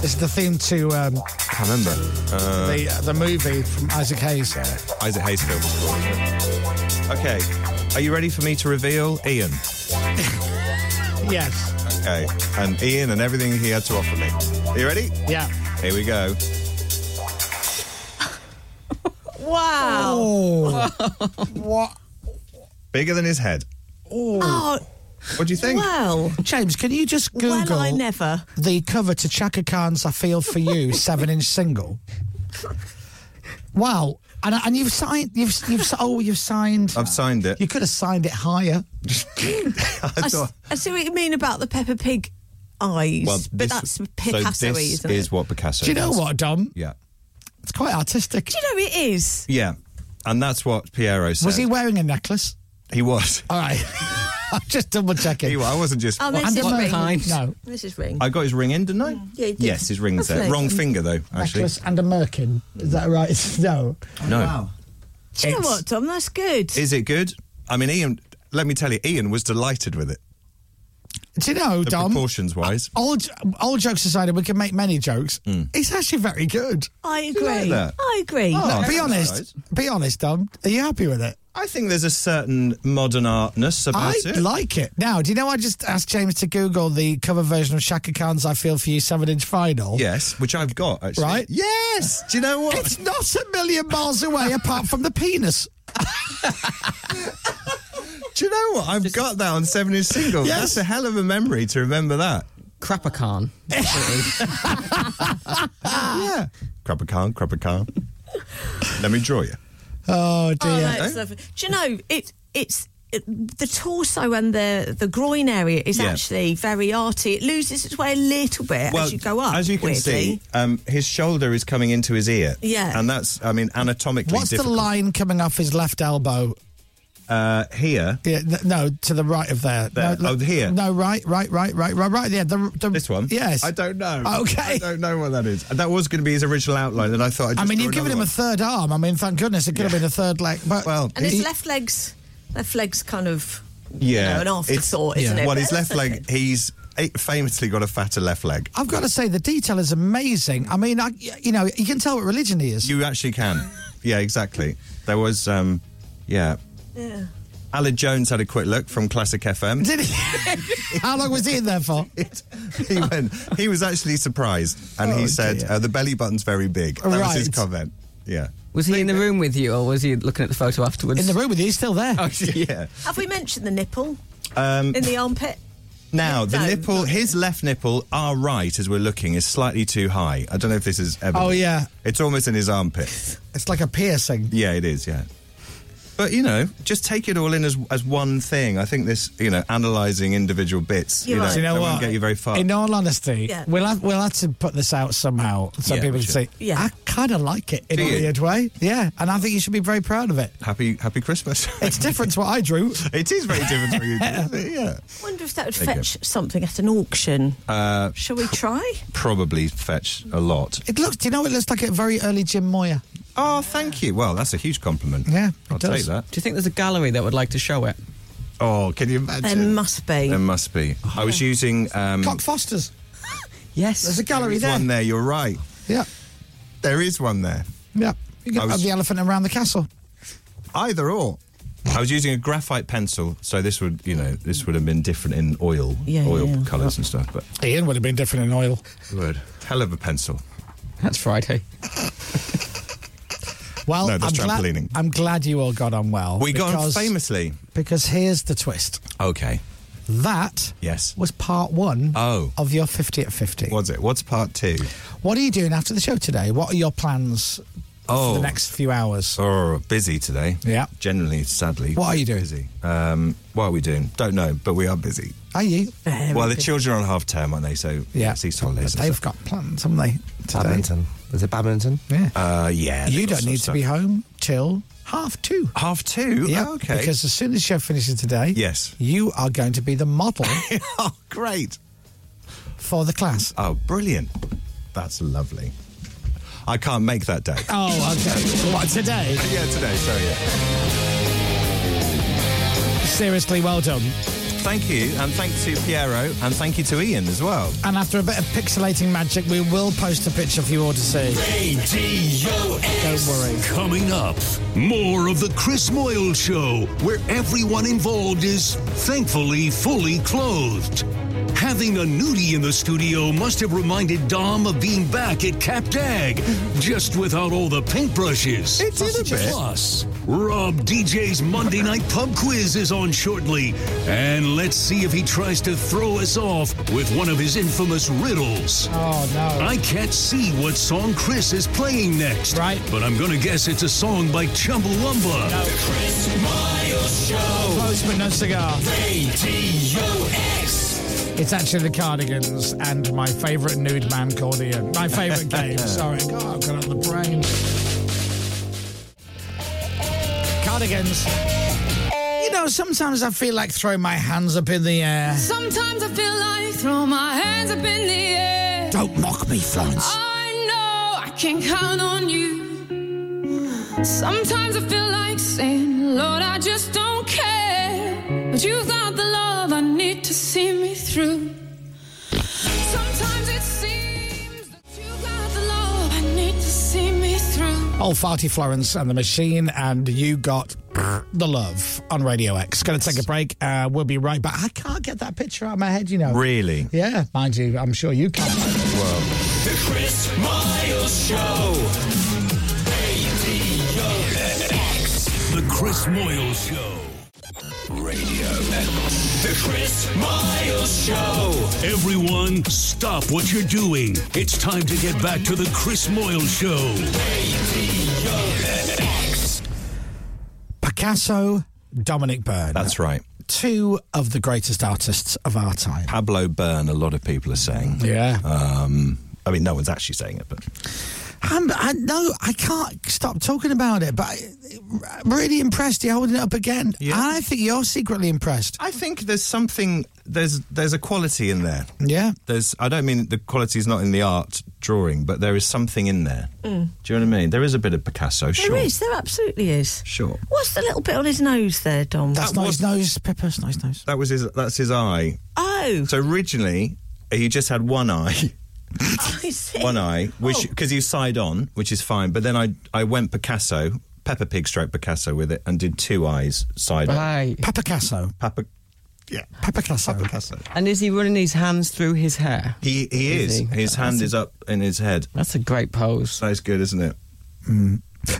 Speaker 7: It's the theme to um,
Speaker 8: I remember uh,
Speaker 7: the the movie from Isaac Hayes.
Speaker 8: Isaac Hayes film. was called, isn't it? Okay. Are you ready for me to reveal Ian?
Speaker 7: Yes.
Speaker 8: Okay, and Ian and everything he had to offer me. Are you ready?
Speaker 7: Yeah.
Speaker 8: Here we go.
Speaker 3: Wow.
Speaker 7: Oh. what?
Speaker 8: Bigger than his head.
Speaker 7: Oh.
Speaker 8: What do you think?
Speaker 3: Well,
Speaker 7: James, can you just Google
Speaker 3: I never.
Speaker 7: the cover to Chaka Khan's "I Feel for You" seven-inch single? Wow, and, and you've signed, you've you've oh, you've signed.
Speaker 8: I've signed it.
Speaker 7: You could have signed it higher.
Speaker 3: I, s- I see what Uh, you mean about the Peppa Pig eyes,
Speaker 8: Well,
Speaker 3: but
Speaker 8: this-
Speaker 3: that's
Speaker 8: so
Speaker 3: Picasso
Speaker 8: this
Speaker 3: isn't
Speaker 8: is
Speaker 3: it?
Speaker 8: what Picasso
Speaker 7: Do you know
Speaker 8: does.
Speaker 7: what, Dom?
Speaker 8: Yeah.
Speaker 7: It's quite artistic. Do
Speaker 3: you know it is?
Speaker 8: Yeah. And that's what Piero said.
Speaker 7: Was he wearing a necklace?
Speaker 8: He was.
Speaker 7: All right. I'm just double checking.
Speaker 8: He, I wasn't just.
Speaker 3: Oh, this is ring.
Speaker 7: No.
Speaker 3: This is ring.
Speaker 8: I got his ring in, didn't I?
Speaker 3: Yeah, you did.
Speaker 8: Yes, his ring's there.
Speaker 3: Lovely.
Speaker 8: Wrong finger, though, actually.
Speaker 7: necklace and a merkin. Is that right? No.
Speaker 8: Oh, No.
Speaker 3: Do you know what, Tom? That's good.
Speaker 8: Is it good? I mean, Ian, let me tell you, Ian was delighted with it.
Speaker 7: Do you know,
Speaker 8: the
Speaker 7: Dom?
Speaker 8: proportions wise.
Speaker 7: All, j- all jokes aside, and we can make many jokes.
Speaker 8: Mm.
Speaker 7: It's actually very good.
Speaker 3: I
Speaker 8: like
Speaker 3: agree.
Speaker 8: that?
Speaker 3: I agree.
Speaker 7: Look,
Speaker 8: Oh,
Speaker 7: be
Speaker 8: that's
Speaker 7: honest. Be honest, Dom. Are you happy with it?
Speaker 8: I think there's a certain modern artness
Speaker 7: I
Speaker 8: about it.
Speaker 7: like it. Now, do you know I just asked James to Google the cover version of Shaka Khan's I Feel For You 7 inch final?
Speaker 8: Yes, which I've got, actually.
Speaker 7: Right?
Speaker 8: Yes! Do you know what?
Speaker 7: It's not a million miles away apart from the penis.
Speaker 8: Do you know what? I've got that on Seven Inch Singles.
Speaker 7: Yes.
Speaker 8: That's a hell of a memory to remember that.
Speaker 9: Crapacan.
Speaker 3: Oh,
Speaker 8: yeah. Crapacan, Crapacan. Let me draw you.
Speaker 7: Oh
Speaker 3: Oh,
Speaker 7: dear.
Speaker 3: that's lovely. Do you know it? It's it, the torso and the the groin area is
Speaker 8: Yeah.
Speaker 3: actually very arty. It loses its way a little bit as you go up.
Speaker 8: as you can
Speaker 3: weirdly.
Speaker 8: see, um, his shoulder is coming into his ear.
Speaker 3: Yeah.
Speaker 8: And that's, I mean, anatomically
Speaker 7: What's
Speaker 8: difficult.
Speaker 7: the line coming off his left elbow?
Speaker 8: Uh, here.
Speaker 7: Yeah, th- no, to the right of there.
Speaker 8: There.
Speaker 7: No,
Speaker 8: Oh, here.
Speaker 7: No, right, right, right, right, right, right. Yeah, the, the,
Speaker 8: This one?
Speaker 7: Yes.
Speaker 8: I don't know.
Speaker 7: Okay.
Speaker 8: I don't know what that is. That was going to be his original outline, and I thought I'd
Speaker 7: I
Speaker 8: just
Speaker 7: mean,
Speaker 8: do
Speaker 7: you've given him
Speaker 8: another
Speaker 7: a third arm. I mean, thank goodness it could have been a third leg. But
Speaker 8: Well,
Speaker 3: and his
Speaker 7: he-
Speaker 3: left legs, left legs, kind of
Speaker 8: one.
Speaker 3: you know, an afterthought,
Speaker 8: It's-
Speaker 3: isn't it?
Speaker 8: Well,
Speaker 3: But
Speaker 8: his
Speaker 3: that's
Speaker 8: left leg, he's eh, famously got a fatter left leg.
Speaker 7: I've got to say, the detail is amazing. I mean, I, you know, you can tell what religion he is.
Speaker 8: You actually can. yeah, exactly. There was, um, yeah.
Speaker 3: Yeah.
Speaker 8: Alan Jones had a quick look from Classic FM.
Speaker 7: Did he? How long was he in there for?
Speaker 8: he went. He was actually surprised, and
Speaker 7: Oh,
Speaker 8: he said, uh, "The belly button's very big." That was his
Speaker 9: Right.
Speaker 8: comment. Yeah.
Speaker 9: Was he in the room with you, or was he looking at the photo afterwards?
Speaker 7: In the room with you, he's still there.
Speaker 9: Oh,
Speaker 8: yeah.
Speaker 3: Have we mentioned the nipple
Speaker 8: Um,
Speaker 3: in the armpit?
Speaker 8: now the
Speaker 3: No,
Speaker 8: nipple, his left nipple, our right as we're looking, is slightly too high. I don't know if this is evident.
Speaker 7: Oh, yeah.
Speaker 8: it's almost in his armpit.
Speaker 7: It's like a piercing.
Speaker 8: Yeah, it is. Yeah. But you know, just take it all in as as one thing. I think this, you know, analysing individual bits,
Speaker 7: You're
Speaker 8: you know,
Speaker 7: right. Do you know
Speaker 8: that won't
Speaker 7: what?
Speaker 8: get you very far.
Speaker 7: In all honesty,
Speaker 8: Yeah.
Speaker 7: we'll have we'll have to put this out somehow so
Speaker 8: Yeah,
Speaker 7: people
Speaker 8: we
Speaker 7: can say,
Speaker 8: should. Yeah.
Speaker 7: I kind of like it in
Speaker 8: Do
Speaker 7: a
Speaker 8: you?
Speaker 7: weird way. Yeah, and I think you should be very proud of it.
Speaker 8: Happy Happy Christmas.
Speaker 7: It's different to what I drew.
Speaker 8: it is very different. From you, isn't it? yeah.
Speaker 3: Wonder if that would
Speaker 8: There you go.
Speaker 3: fetch something at an auction.
Speaker 8: Uh,
Speaker 3: Shall we try?
Speaker 8: probably fetch a lot.
Speaker 7: It looks. Do you know? It looks like a very early Jim Moyer.
Speaker 8: Oh, thank you. Well, that's a huge compliment.
Speaker 7: Yeah, it
Speaker 8: I'll
Speaker 7: does.
Speaker 8: take that.
Speaker 9: Do you think there's a gallery that would like to show it?
Speaker 8: Oh, can you imagine?
Speaker 3: There must be.
Speaker 8: There must be. I
Speaker 9: Oh.
Speaker 8: was using. Um,
Speaker 7: Cock Foster's.
Speaker 9: yes.
Speaker 7: There's a gallery
Speaker 8: there is
Speaker 7: there.
Speaker 8: one there. You're right.
Speaker 7: Yeah.
Speaker 8: There is one there.
Speaker 7: Yeah. You
Speaker 8: I
Speaker 7: can
Speaker 8: was-
Speaker 7: have the elephant around the castle.
Speaker 8: Either or. I was using a graphite pencil, so this would, you know, this would have been different in oil,
Speaker 7: Yeah,
Speaker 8: oil
Speaker 7: yeah, yeah.
Speaker 8: colours and stuff. But
Speaker 7: Ian would have been different in oil.
Speaker 8: good, hell of a pencil.
Speaker 9: That's Friday.
Speaker 7: Well,
Speaker 8: No, that's
Speaker 7: I'm glad-
Speaker 8: trampolining.
Speaker 7: I'm glad you all got on well.
Speaker 8: We got on
Speaker 7: because-
Speaker 8: famously.
Speaker 7: Because here's the twist.
Speaker 8: Okay.
Speaker 7: That
Speaker 8: Yes.
Speaker 7: was part one
Speaker 8: Oh.
Speaker 7: of your 50 at 50.
Speaker 8: Was it? What's part two?
Speaker 7: What are you doing after the show today? What are your plans
Speaker 8: Oh.
Speaker 7: for the next few hours?
Speaker 8: Oh, busy today.
Speaker 7: Yeah.
Speaker 8: Generally, sadly.
Speaker 7: What are you doing?
Speaker 8: Busy. Um, what are we doing? Don't know, but we are busy.
Speaker 7: Are you?
Speaker 8: well, the children are on half term, aren't they? So
Speaker 7: Yeah.
Speaker 8: it's Easter holidays. and
Speaker 7: They've
Speaker 8: stuff.
Speaker 7: got plans, haven't they? today?
Speaker 8: Badminton.
Speaker 7: Is it badminton? Yeah.
Speaker 8: Uh, yeah.
Speaker 7: you
Speaker 8: they've got
Speaker 7: don't
Speaker 8: some
Speaker 7: need to
Speaker 8: stuff.
Speaker 7: be home till half two.
Speaker 8: Half two?
Speaker 7: Yeah.
Speaker 8: Oh, okay.
Speaker 7: Because as soon as the show finishes today,
Speaker 8: Yes.
Speaker 7: you are going to be the model
Speaker 8: oh, great.
Speaker 7: for the class.
Speaker 8: Oh, brilliant. That's lovely. I can't make that day.
Speaker 7: Oh, okay. What today?
Speaker 8: Yeah, today. Sorry. Yeah.
Speaker 7: Seriously, well done.
Speaker 8: Thank you, and thank to Piero, and thank you to Ian as well.
Speaker 7: And after a bit of pixelating magic, we will post a picture for you all to see.
Speaker 1: Radio
Speaker 7: Don't worry.
Speaker 1: Coming up, more of the Chris Moyle Show, where everyone involved is thankfully fully clothed. Having a nudie in the studio must have reminded Dom of being back at Captag, just without all the paintbrushes.
Speaker 21: It did a bit.
Speaker 1: Plus, Rob DJ's Monday Night Pub Quiz is on shortly, and let's see if he tries to throw us off with one of his infamous riddles.
Speaker 7: Oh, no.
Speaker 1: I can't see what song Chris is playing next. Right. But I'm gonna guess it's a song by Chumbawamba.
Speaker 21: Chris Miles Show.
Speaker 7: Close but no cigar.
Speaker 21: Radio X.
Speaker 7: It's actually the Cardigans and my favourite nude man called Ian. My favourite game. Sorry, God, I've got it on the brain. Cardigans. You know, sometimes I feel like throwing my hands up in the air.
Speaker 21: Sometimes I feel like throw my hands up in the air.
Speaker 7: Don't mock me, Florence.
Speaker 21: I know I can count on you. Sometimes I feel like saying, Lord, I just don't care. But you've got the love I need to see me through. Sometimes it seems that you've got the love I need to see me through.
Speaker 7: Old Farty Florence and the Machine, and you got the love on Radio X. Going to take a break. Uh, we'll be right back. I can't get that picture out of my head, you know.
Speaker 8: Really?
Speaker 7: Yeah, mind you, I'm sure you can.
Speaker 21: The Chris Miles Show. Radio X.
Speaker 1: The Chris Moyle Show.
Speaker 21: Radio X. The Chris Miles Show.
Speaker 1: Everyone, stop what you're doing. It's time to get back to the Chris Moyle Show.
Speaker 7: Picasso, Dominic Byrne.
Speaker 28: That's right.
Speaker 7: Two of the greatest artists of our time.
Speaker 28: Pablo Byrne, a lot of people are saying.
Speaker 7: Yeah.
Speaker 28: Um, I mean, no one's actually saying it, but
Speaker 7: I'm, I no, I can't stop talking about it, but I- I'm really impressed you're holding it up again. And I think you're secretly impressed.
Speaker 8: I think there's something there's there's a quality in there.
Speaker 7: Yeah.
Speaker 8: There's I don't mean the quality is not in the art drawing, but there is something in there.
Speaker 7: Hmm.
Speaker 8: Do you know what I mean? There is a bit of Picasso, Oh, sure.
Speaker 3: There is, there absolutely is.
Speaker 8: Sure.
Speaker 3: What's the little bit on his nose there, Dom?
Speaker 8: That's That not his
Speaker 7: nose, Pippa. That's not his nose.
Speaker 8: That was his that's his eye.
Speaker 3: Oh.
Speaker 8: So originally he just had one eye. one eye, which because he was side on, which is fine. But then I I went Picasso, Peppa Pig stroke Picasso with it, and did two eyes side
Speaker 9: Right.
Speaker 7: on. Picasso.
Speaker 8: Papa, yeah,
Speaker 7: Picasso.
Speaker 8: Picasso.
Speaker 9: And is he running his hands through his hair?
Speaker 8: He he is. His hand is up in his head.
Speaker 9: That's a great pose. Mm.
Speaker 8: That's good, isn't it?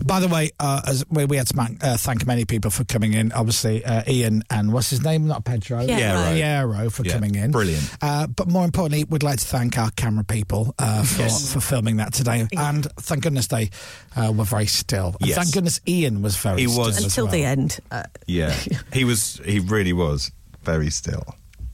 Speaker 7: By the way, uh, as we, we had to man- uh, thank many people for coming in. Obviously, uh, Ian and what's his name? Not Pedro.
Speaker 8: Piero.
Speaker 7: Piero for
Speaker 8: Yeah,
Speaker 7: coming in.
Speaker 8: Brilliant.
Speaker 7: Uh, but more importantly, we'd like to thank our camera people uh, for,
Speaker 8: Yes.
Speaker 7: for filming that today. And thank goodness they uh, were very still. And
Speaker 8: Yes.
Speaker 7: thank goodness Ian was very
Speaker 8: He
Speaker 7: still.
Speaker 8: was.
Speaker 7: as
Speaker 8: Until
Speaker 7: well.
Speaker 3: the end. Uh,
Speaker 8: Yeah, he was. He really was very still.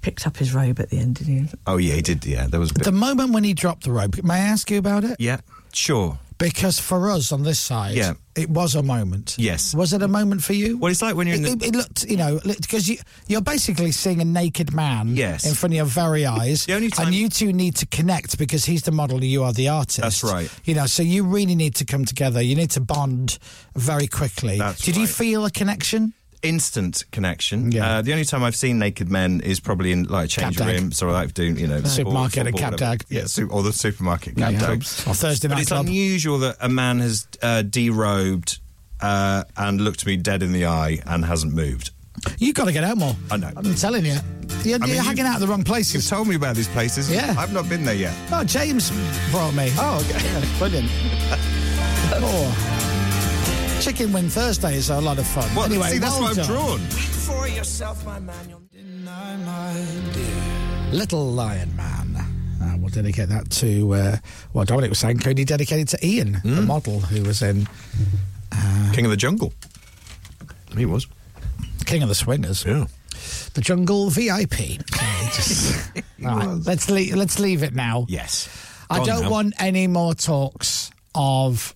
Speaker 3: picked up his robe at the end, didn't he?
Speaker 8: Oh yeah, he did. Yeah, there was. A bit,
Speaker 7: The moment when he dropped the rope, may I ask you about it?
Speaker 8: yeah, sure.
Speaker 7: Because for us on this side,
Speaker 8: Yeah.
Speaker 7: it was a moment.
Speaker 8: Yes.
Speaker 7: Was it a moment for you?
Speaker 8: Well, it's like when you're in
Speaker 7: It,
Speaker 8: the-
Speaker 7: it, it looked, you know, because you, you're basically seeing a naked man
Speaker 8: Yes.
Speaker 7: in front of your very eyes. the only And you two need to connect because he's the model and you are the artist.
Speaker 8: That's right.
Speaker 7: You know, so you really need to come together. You need to bond very quickly. Did you feel a connection?
Speaker 8: Instant connection. Yeah. Uh, the only time I've seen naked men is probably in like change
Speaker 7: Capdag.
Speaker 8: rooms or like doing you know sport,
Speaker 7: Supermarket at
Speaker 8: football,
Speaker 7: Capdag.
Speaker 8: whatever. Yeah, su- or the supermarket
Speaker 7: Yeah, yeah.
Speaker 8: Capdag.
Speaker 7: Or Thursday
Speaker 8: But
Speaker 7: night
Speaker 8: it's
Speaker 7: club.
Speaker 8: unusual that a man has uh, derobed uh, and looked me dead in the eye and hasn't moved.
Speaker 7: You've got to get out more.
Speaker 8: I know.
Speaker 7: I'm telling you. You're,
Speaker 8: I mean,
Speaker 7: you're
Speaker 8: you-
Speaker 7: hanging out at the wrong places.
Speaker 8: You've told me about these places.
Speaker 7: Yeah.
Speaker 8: I've not been there yet.
Speaker 7: Oh, James brought me. Oh, okay. Yeah, brilliant. oh. Chicken Wing Thursdays are a lot of fun.
Speaker 21: Well,
Speaker 7: anyway,
Speaker 21: see, that's
Speaker 7: well
Speaker 21: what I've
Speaker 7: done.
Speaker 21: drawn.
Speaker 29: For yourself, my man, you'll deny my
Speaker 7: Little Lion Man. Uh, we'll dedicate that to uh, what Dominic was saying. Cody dedicated to Ian, the model who was in
Speaker 8: Hmm.
Speaker 7: uh,
Speaker 8: King of the Jungle. He was.
Speaker 7: King of the Swingers. Yeah. The Jungle VIP. All right, let's leave, let's leave it now.
Speaker 8: Yes.
Speaker 7: I
Speaker 8: Gone
Speaker 7: don't
Speaker 8: now.
Speaker 7: want any more talks of,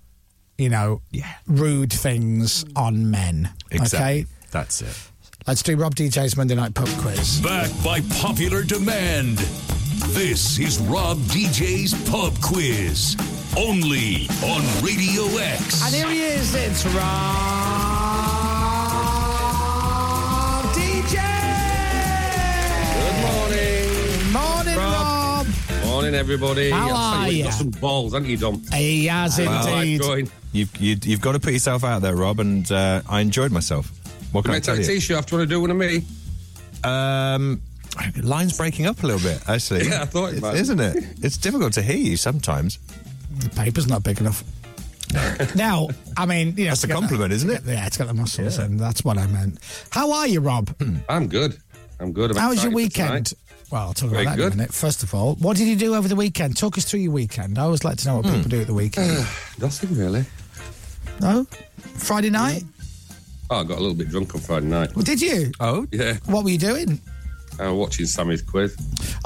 Speaker 7: you know, rude things on men.
Speaker 8: Exactly.
Speaker 7: Okay?
Speaker 8: That's it.
Speaker 7: Let's do Rob DJ's Monday Night Pub Quiz.
Speaker 1: Back by popular demand. This is Rob DJ's Pub Quiz. Only on Radio X.
Speaker 7: And here he is, it's Rob DJ! Good morning! Morning, Rob!
Speaker 11: Morning, everybody.
Speaker 7: How
Speaker 11: I'll tell
Speaker 7: are ya?
Speaker 11: you, You've got some balls, haven't you, Dom?
Speaker 7: He has
Speaker 11: Well,
Speaker 7: indeed.
Speaker 11: I'm going.
Speaker 8: You've, you, you've got to put yourself out there, Rob, and uh, I enjoyed myself. What
Speaker 11: Can
Speaker 8: can
Speaker 11: I
Speaker 8: I tell
Speaker 11: take a
Speaker 8: you?
Speaker 11: t-shirt off? Do you want to do one of me?
Speaker 8: Um,
Speaker 6: Line's breaking up a little bit, actually.
Speaker 11: Yeah, I thought it might.
Speaker 6: Isn't it? It's difficult to hear you sometimes.
Speaker 7: The paper's not big enough. now, I mean, you know,
Speaker 6: That's a
Speaker 7: it's got
Speaker 6: compliment,
Speaker 7: that-
Speaker 6: isn't it?
Speaker 7: Yeah, it's got the muscles, and that's what I meant. How are you, Rob?
Speaker 11: Hmm. I'm good. I'm good. I'm
Speaker 7: How was your
Speaker 11: excited for tonight.
Speaker 7: weekend? Well, I'll talk about
Speaker 11: Very
Speaker 7: that
Speaker 11: good.
Speaker 7: in a minute. First of all, what did you do over the weekend? Talk us through your weekend. I always like to know what people do at the weekend.
Speaker 11: Hmm. Nothing really.
Speaker 7: no, Friday night.
Speaker 11: Oh, I got a little bit drunk on Friday night.
Speaker 7: Well, did you?
Speaker 11: Oh, yeah.
Speaker 7: What were you doing?
Speaker 11: I'm watching Sammy's quiz.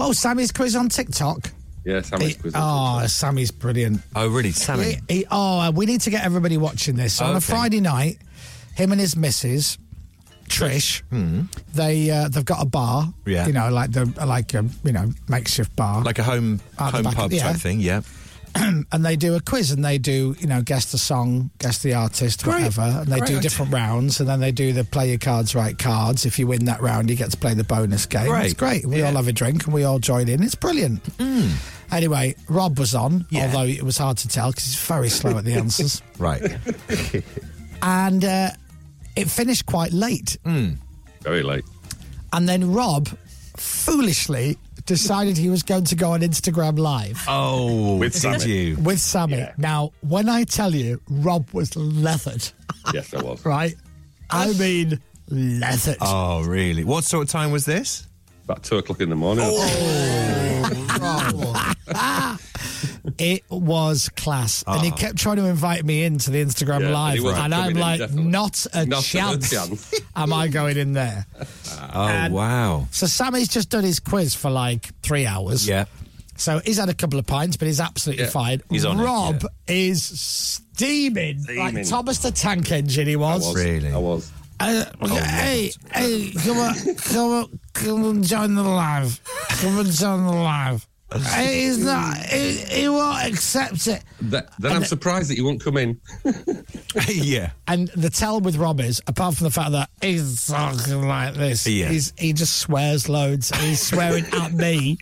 Speaker 7: Oh, Sammy's quiz on TikTok.
Speaker 11: Yeah, Sammy's quiz.
Speaker 7: Oh, Sammy's brilliant.
Speaker 6: Oh, really?
Speaker 7: He- he- oh, uh, we need to get everybody watching this. On a
Speaker 6: Okay.
Speaker 7: Friday night, him and his missus, Trish,
Speaker 8: Hmm.
Speaker 7: they uh, they've got a bar.
Speaker 6: Yeah.
Speaker 7: You know, like the like a you know makeshift bar.
Speaker 6: Like a home
Speaker 7: Out Ah, the
Speaker 6: home
Speaker 7: back of-
Speaker 6: pub
Speaker 7: yeah.
Speaker 6: type thing, yeah.
Speaker 7: and they do a quiz and they do you know guess the song guess the artist
Speaker 6: Great.
Speaker 7: whatever and they
Speaker 6: Great
Speaker 7: do
Speaker 6: idea.
Speaker 7: different rounds and then they do the play your cards right cards if you win that round you get to play the bonus game
Speaker 6: Great.
Speaker 7: it's great we all have a drink and we all join in it's brilliant
Speaker 21: Mm.
Speaker 7: anyway rob was on although it was hard to tell because he's very slow at the answers
Speaker 6: Right.
Speaker 7: and uh, it finished quite late
Speaker 11: Hmm. Very late.
Speaker 7: and then rob foolishly decided he was going to go on instagram live
Speaker 6: Oh,
Speaker 11: With
Speaker 6: did
Speaker 11: Sammy.
Speaker 6: you?
Speaker 7: with Sammy. Now, when I tell you, Rob was leathered,
Speaker 11: yes, I was.
Speaker 7: right? I mean, leathered.
Speaker 6: Oh, really? What sort of time was this?
Speaker 11: About two o'clock in the morning.
Speaker 7: Oh, ah, It was class. And he
Speaker 11: Ah.
Speaker 7: kept trying to invite me into the Instagram
Speaker 11: Yeah, and
Speaker 7: live.
Speaker 11: he wasn't
Speaker 7: And I'm
Speaker 11: coming in,
Speaker 7: like,
Speaker 11: definitely.
Speaker 7: not a
Speaker 11: Not a
Speaker 7: chance.
Speaker 11: chance.
Speaker 7: am I going in there?
Speaker 6: Oh, wow.
Speaker 7: So Sammy's just done his quiz for like three hours.
Speaker 6: Yeah.
Speaker 7: So he's had a couple of pints, but he's absolutely
Speaker 6: Yeah,
Speaker 7: fine.
Speaker 6: he's on it,
Speaker 7: Rob is steaming, like
Speaker 11: Steaming.
Speaker 7: Thomas the Tank Engine. He
Speaker 11: I
Speaker 7: was.
Speaker 11: was. I was.
Speaker 7: Uh,
Speaker 6: Oh,
Speaker 7: hey, hey, come on, come on, come and join the live. Come and join the live. Hey, He's not, he, he won't accept it.
Speaker 11: Th- then I'm
Speaker 7: And-
Speaker 11: surprised that you won't come in.
Speaker 6: yeah.
Speaker 7: And the tell with Rob is, apart from the fact that he's talking like this,
Speaker 6: Yeah.
Speaker 7: he's, he just swears loads. He's swearing at me.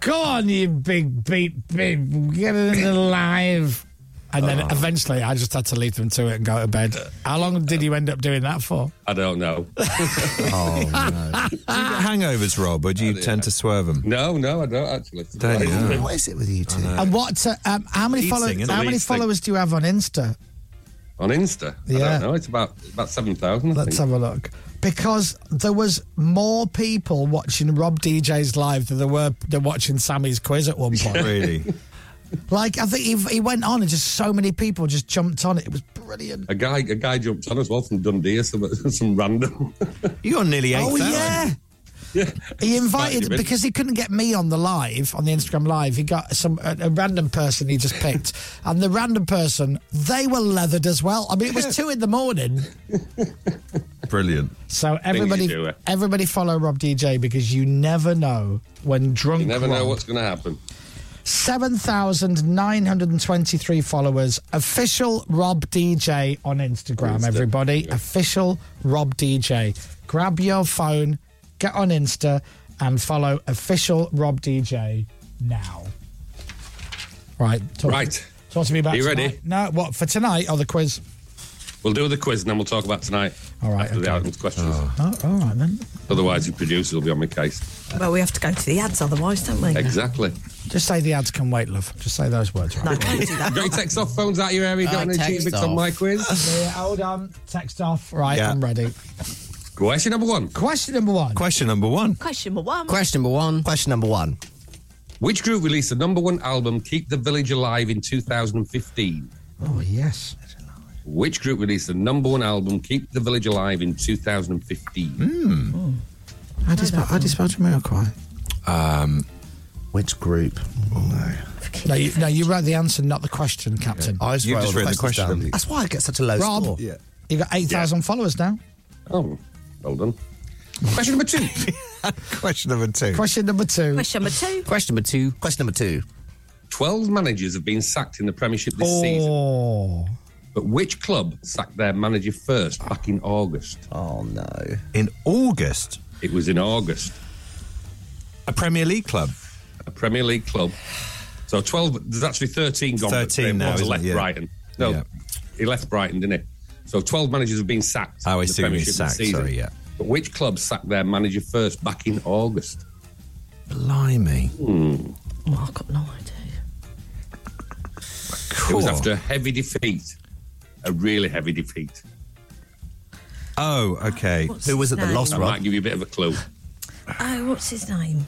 Speaker 7: Go on, you big beat, big, get it in the live. And then eventually I just had to leave them to it and go to bed. How long did you end up doing that for?
Speaker 11: I don't know.
Speaker 6: Oh, no. do you get hangovers, Rob, or do you tend to swerve them?
Speaker 11: No, no, I don't actually.
Speaker 6: Don't you?
Speaker 11: What
Speaker 7: is it with you two?
Speaker 6: know.
Speaker 7: And what? uh, um, how many
Speaker 11: Leeds
Speaker 7: followers?
Speaker 11: thing, isn't it?
Speaker 7: How many
Speaker 11: Leeds thing.
Speaker 7: followers do you have on Insta?
Speaker 11: On Insta? I
Speaker 7: Yeah.
Speaker 11: don't know. It's about about seven thousand.
Speaker 7: Let's have a look. Because there was more people watching Rob DJ's live than there were than watching Sammy's quiz at one point.
Speaker 6: really?
Speaker 7: Like I think he, he went on and just so many people just jumped on it. It was brilliant.
Speaker 11: A guy, a guy jumped on as well from Dundee, or some, some random.
Speaker 6: You got nearly
Speaker 7: Oh
Speaker 6: 8,000.
Speaker 7: yeah.
Speaker 11: yeah,
Speaker 7: He
Speaker 11: Right,
Speaker 7: invited
Speaker 11: you mean.
Speaker 7: because he couldn't get me on the live on the Instagram live. He got some a, a random person he just picked, and the random person they were leathered as well. I mean, it was two in the morning.
Speaker 6: Brilliant.
Speaker 7: So
Speaker 11: you
Speaker 7: everybody,
Speaker 11: do it.
Speaker 7: everybody follow Rob DJ because you never know when drunk.
Speaker 11: you never know
Speaker 7: Rob-
Speaker 11: what's going to happen.
Speaker 7: 7,923 followers. Official Rob DJ on Instagram,
Speaker 11: Insta,
Speaker 7: everybody. Official Rob DJ. Grab your phone, get on Insta, and follow Official Rob DJ now. Right. Talk,
Speaker 11: Right,
Speaker 7: Talk to me about
Speaker 11: Are you ready?
Speaker 7: tonight. No, what, for tonight or the quiz?
Speaker 11: we'll do the quiz and then we'll talk about tonight.
Speaker 7: All right,
Speaker 11: after the
Speaker 7: okay.
Speaker 11: items questions.
Speaker 7: Oh, all right then.
Speaker 11: Otherwise, your producers will be on my case.
Speaker 3: Well, we have to go to the ads otherwise, don't we?
Speaker 11: Exactly.
Speaker 7: Just say the ads can wait, love. Just say those words. Right.
Speaker 11: Great text off phones out your area.
Speaker 9: Uh,
Speaker 11: Don't
Speaker 9: text
Speaker 11: cheat on
Speaker 9: off.
Speaker 11: my quiz.
Speaker 7: Yeah, hold on. Text off. Right,
Speaker 6: Yeah.
Speaker 7: I'm ready.
Speaker 11: Question number one.
Speaker 7: Question number one.
Speaker 6: Question number one.
Speaker 3: Question number one.
Speaker 9: Question number one.
Speaker 21: Question number one.
Speaker 11: Which group released the number one album "Keep the Village Alive" in 2015?
Speaker 7: Oh, yes.
Speaker 11: Which group released the number one album "Keep the Village Alive" in 2015?
Speaker 7: Hmm. How do you spell, how do you spell Jamiroquai? Um,
Speaker 21: Which group?
Speaker 7: No, you, no, you wrote the answer, not the question, Captain.
Speaker 21: I just,
Speaker 6: You've
Speaker 21: wrote
Speaker 6: just read
Speaker 21: all
Speaker 6: the
Speaker 21: questions
Speaker 6: question,
Speaker 21: down.
Speaker 6: haven't you?
Speaker 21: That's why I get such a low
Speaker 7: Rob,
Speaker 21: score.
Speaker 7: you got 8,000 followers now.
Speaker 11: Oh, well done. Question number two.
Speaker 21: Question number two.
Speaker 7: Question number two.
Speaker 3: Question number two.
Speaker 9: Question number two.
Speaker 21: Question number two.
Speaker 11: 12 managers have been sacked in the Premiership this season,
Speaker 7: Oh.
Speaker 11: but which club sacked their manager first back in August?
Speaker 21: Oh no.
Speaker 6: In August,
Speaker 11: It was in August.
Speaker 6: a Premier League club.
Speaker 11: A Premier League club. So 12, there's actually 13 gone. but
Speaker 6: 13 now,
Speaker 11: Graham Potter
Speaker 6: isn't it?
Speaker 11: left
Speaker 6: Yeah.
Speaker 11: Brighton. No,
Speaker 6: Yeah.
Speaker 11: he left Brighton, didn't he? So 12 managers have been sacked.
Speaker 6: Oh, I
Speaker 11: in the
Speaker 6: see what you mean,
Speaker 11: Premiership this
Speaker 6: sacked,
Speaker 11: season.
Speaker 6: sorry, yeah.
Speaker 11: But which club sacked their manager first back in August?
Speaker 6: Blimey.
Speaker 11: Hmm.
Speaker 3: Oh, I've got no idea.
Speaker 11: It was after a heavy defeat, a really heavy defeat.
Speaker 6: Oh, okay.
Speaker 3: What's Who was it that his name? lost,
Speaker 11: I
Speaker 3: Rob?
Speaker 11: might give you a bit of a clue.
Speaker 3: Oh, what's his name?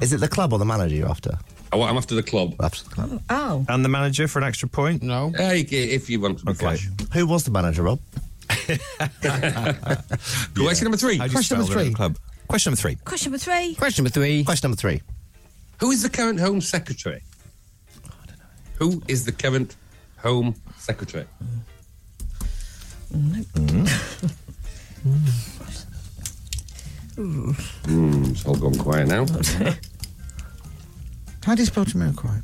Speaker 21: Is it the club or the manager you're after?
Speaker 11: Oh, I'm after the club.
Speaker 21: After the club.
Speaker 3: Oh.
Speaker 21: And the manager for an extra point?
Speaker 7: No.
Speaker 11: if you want to be cash.
Speaker 21: Who was the manager, Rob?
Speaker 11: Question number three.
Speaker 21: How do you
Speaker 11: Question
Speaker 21: spell
Speaker 11: number
Speaker 21: the
Speaker 11: three.
Speaker 21: Club? Question number three.
Speaker 3: Question number three.
Speaker 21: Question number three. Question number three.
Speaker 11: Who is the current Home Secretary? Who is the current Home Secretary?
Speaker 7: Mm-hmm.
Speaker 3: Ooh.
Speaker 11: Mm, it's all gone quiet now.
Speaker 7: How do you spell Jamiroquai?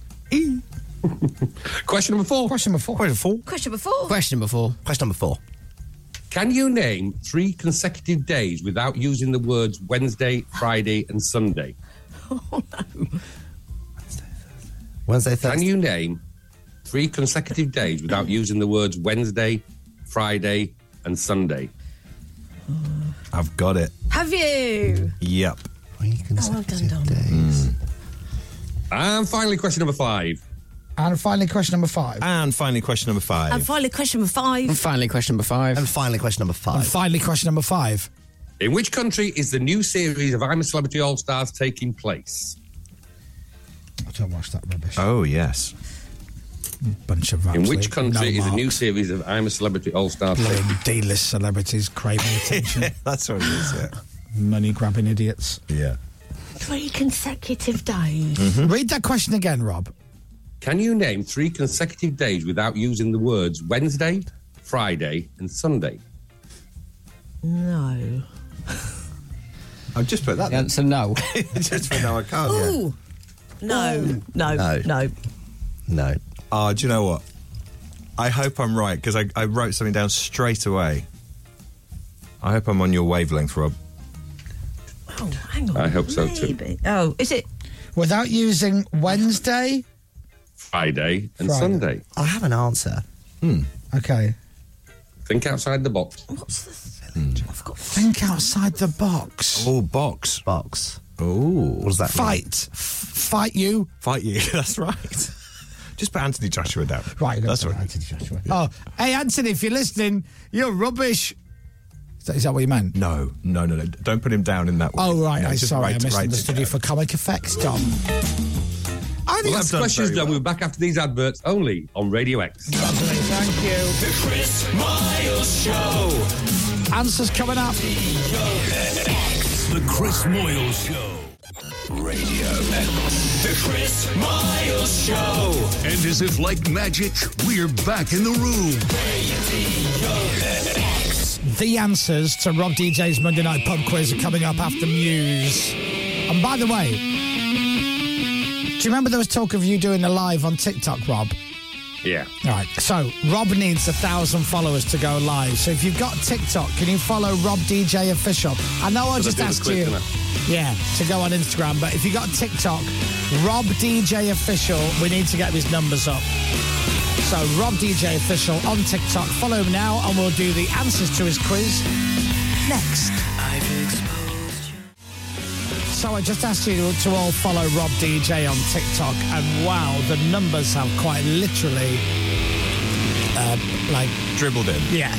Speaker 11: Question number four.
Speaker 7: Question number four. Question number four.
Speaker 3: Question number four.
Speaker 11: Question number four.
Speaker 21: Question number four.
Speaker 11: Can you name three consecutive days without using the words Wednesday, Friday, and Sunday?
Speaker 21: Wednesday,
Speaker 11: Thursday. Can you name three consecutive days without using the words Wednesday, Friday, and Sunday?
Speaker 6: I've got it.
Speaker 3: Have you?
Speaker 6: Yep.
Speaker 3: Oh, well done, Dom.
Speaker 11: And finally, question number five.
Speaker 7: And finally, question number five.
Speaker 6: And finally, question number five.
Speaker 3: And finally, question number five.
Speaker 11: finally, question number five.
Speaker 21: And finally, question number five.
Speaker 7: And finally, question number five.
Speaker 11: In which country is the new series of I'm a Celebrity All Stars taking place?
Speaker 7: I don't watch that rubbish.
Speaker 6: Oh, yes.
Speaker 7: Bunch of
Speaker 11: In
Speaker 7: absolute
Speaker 11: which country
Speaker 7: no
Speaker 11: is the new
Speaker 7: marks.
Speaker 11: series of I'm a Celebrity All Stars taking
Speaker 7: Bloody D-list celebrities craving attention.
Speaker 6: That's what it is, yeah.
Speaker 7: Money grabbing idiots.
Speaker 6: Yeah.
Speaker 3: Three consecutive days.
Speaker 6: Mm-hmm.
Speaker 7: Read that question again, Rob.
Speaker 11: Can you name three consecutive days without using the words Wednesday, Friday, and Sunday?
Speaker 3: No.
Speaker 6: I've just put that.
Speaker 9: The answer no.
Speaker 6: just for now, I can't.
Speaker 3: Ooh. No. No.
Speaker 6: No.
Speaker 3: No.
Speaker 21: No.
Speaker 6: Oh, do you know what? I hope I'm right because I, I wrote something down straight away. I hope I'm on your wavelength, Rob.
Speaker 3: Oh, hang on.
Speaker 6: I hope so too.
Speaker 3: Maybe. Oh, is it?
Speaker 7: Without using Wednesday.
Speaker 11: Friday and
Speaker 7: Friday.
Speaker 11: Sunday.
Speaker 21: I have an answer.
Speaker 6: Hmm.
Speaker 7: Okay.
Speaker 11: Think outside the box.
Speaker 3: What's the
Speaker 7: Think outside the box.
Speaker 6: Oh, box.
Speaker 21: Box.
Speaker 6: Oh.
Speaker 21: What does that mean?
Speaker 7: Fight. F- fight you.
Speaker 6: Fight you. That's right. Just put Anthony Joshua down.
Speaker 7: Right.
Speaker 6: That's right.
Speaker 7: Anthony Joshua. Oh, hey, Anthony, if you're listening, you're rubbish. Is that, is that what you meant?
Speaker 6: No, no, no, no. Don't put him down in that way.
Speaker 7: Oh, right.
Speaker 6: No,
Speaker 7: I'm
Speaker 6: just write-
Speaker 7: sorry. I
Speaker 6: write it
Speaker 7: misunderstood you for comic effects, Tom. I
Speaker 11: Well,
Speaker 7: think
Speaker 11: that's
Speaker 7: that's
Speaker 11: questions done. We're back after these adverts only on Radio X.
Speaker 7: Thank you.
Speaker 1: The Chris Miles Show.
Speaker 7: Answers coming up.
Speaker 1: The Chris Moyle Show. Radio X. The Chris Miles Show. And as if like magic, we're back in the room. Radio X.
Speaker 7: The answers to Rob DJ's Monday Night Pub Quiz are coming up after Muse. And by the way, do you remember there was talk of you doing a live on TikTok, Rob?
Speaker 11: Yeah.
Speaker 7: All right. So Rob needs a thousand followers to go live. So if you've got TikTok, can you follow Rob DJ Official? I know I
Speaker 11: But I
Speaker 7: just
Speaker 11: do it
Speaker 7: asked
Speaker 11: quick,
Speaker 7: you,
Speaker 11: don't
Speaker 7: yeah, to go on Instagram. But if you got TikTok, Rob DJ Official, we need to get his numbers up. So Rob DJ Official on TikTok, follow him now, and we'll do the answers to his quiz next. So I just asked you to all follow Rob DJ on TikTok, and wow, the numbers have quite literally, uh, like,
Speaker 6: Dribbled in.
Speaker 7: yeah.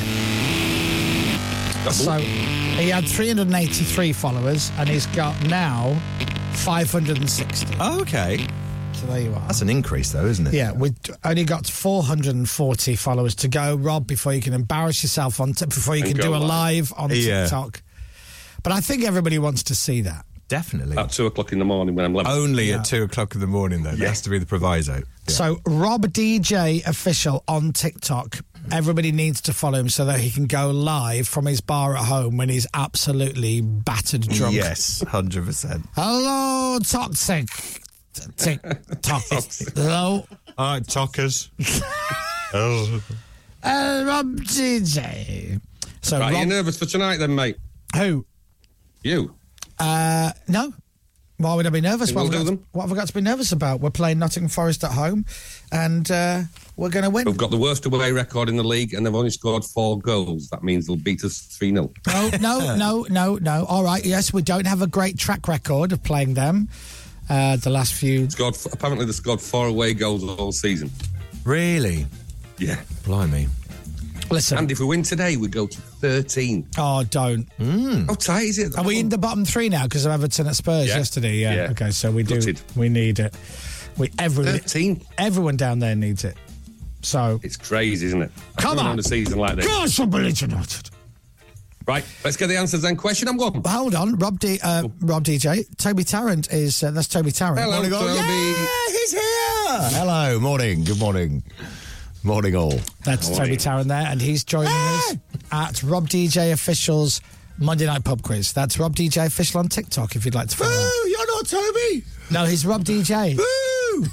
Speaker 7: So he had 383 followers, and he's got now 560.
Speaker 6: Oh, okay.
Speaker 7: So there you are.
Speaker 6: That's an increase, though, isn't it?
Speaker 7: Yeah, we've only got 440 followers to go, Rob, before you can embarrass yourself on t- before you
Speaker 6: And
Speaker 7: can
Speaker 6: go
Speaker 7: do a
Speaker 6: live.
Speaker 7: live on
Speaker 6: Yeah.
Speaker 7: TikTok. But I think everybody wants to see that.
Speaker 6: Definitely.
Speaker 11: At two o'clock in the morning when I'm level.
Speaker 6: Only at two o'clock in the morning, though. That has to be the proviso.
Speaker 7: So Rob DJ official on TikTok. Everybody needs to follow him so that he can go live from his bar at home when he's absolutely battered drunk.
Speaker 6: Yes, 100%.
Speaker 7: Hello, toxic. TikTok. Hello.
Speaker 6: All right, talkers. oh.
Speaker 7: Uh, Rob DJ. So
Speaker 11: right,
Speaker 7: Rob,
Speaker 11: you nervous for tonight then, mate?
Speaker 7: who?
Speaker 11: You.
Speaker 7: Uh, no. Why would I be nervous?
Speaker 11: Think
Speaker 7: What
Speaker 11: we'll
Speaker 7: have, I
Speaker 11: do
Speaker 7: got, what have I got to be nervous about? We're playing Nottingham Forest at home, and uh, we're going to win.
Speaker 11: We've got the worst away record in the league, and they've only scored four goals. That means they'll beat us 3 0.
Speaker 7: No, no, no, no, no. All right, yes, we don't have a great track record of playing them. Uh, the last few.
Speaker 11: Scored, apparently, they've scored four away goals all season.
Speaker 6: Really?
Speaker 11: Yeah.
Speaker 6: Blimey.
Speaker 7: Listen.
Speaker 11: And if we win today, we go to 13.
Speaker 7: Oh, don't.
Speaker 11: How tight is it?
Speaker 7: Are we in the bottom three now? Because of Everton at Spurs
Speaker 11: Yeah.
Speaker 7: yesterday. Yeah.
Speaker 11: Yeah.
Speaker 7: Okay, so we do. We need it. We everyone. Everyone down there needs it. So
Speaker 11: It's crazy, isn't it?
Speaker 7: Come
Speaker 11: Coming
Speaker 7: on.
Speaker 11: on a season like this.
Speaker 7: Gosh, I'm belligerent.
Speaker 11: Right, let's get the answers and question. I'm one. Oh.
Speaker 7: Hold on, Rob D, uh, Rob DJ, Toby Tarrant is uh, that's Toby Tarrant.
Speaker 21: Hello, Morning, Toby. Yeah,
Speaker 7: he's here.
Speaker 21: Hello, morning, good morning, morning all.
Speaker 7: That's Toby Tarrant there, and he's joining us at Rob DJ Official's Monday Night Pub Quiz. That's Rob DJ Official on TikTok if you'd like to follow. Boo,
Speaker 21: you're not Toby.
Speaker 7: No, he's Rob DJ. Boo.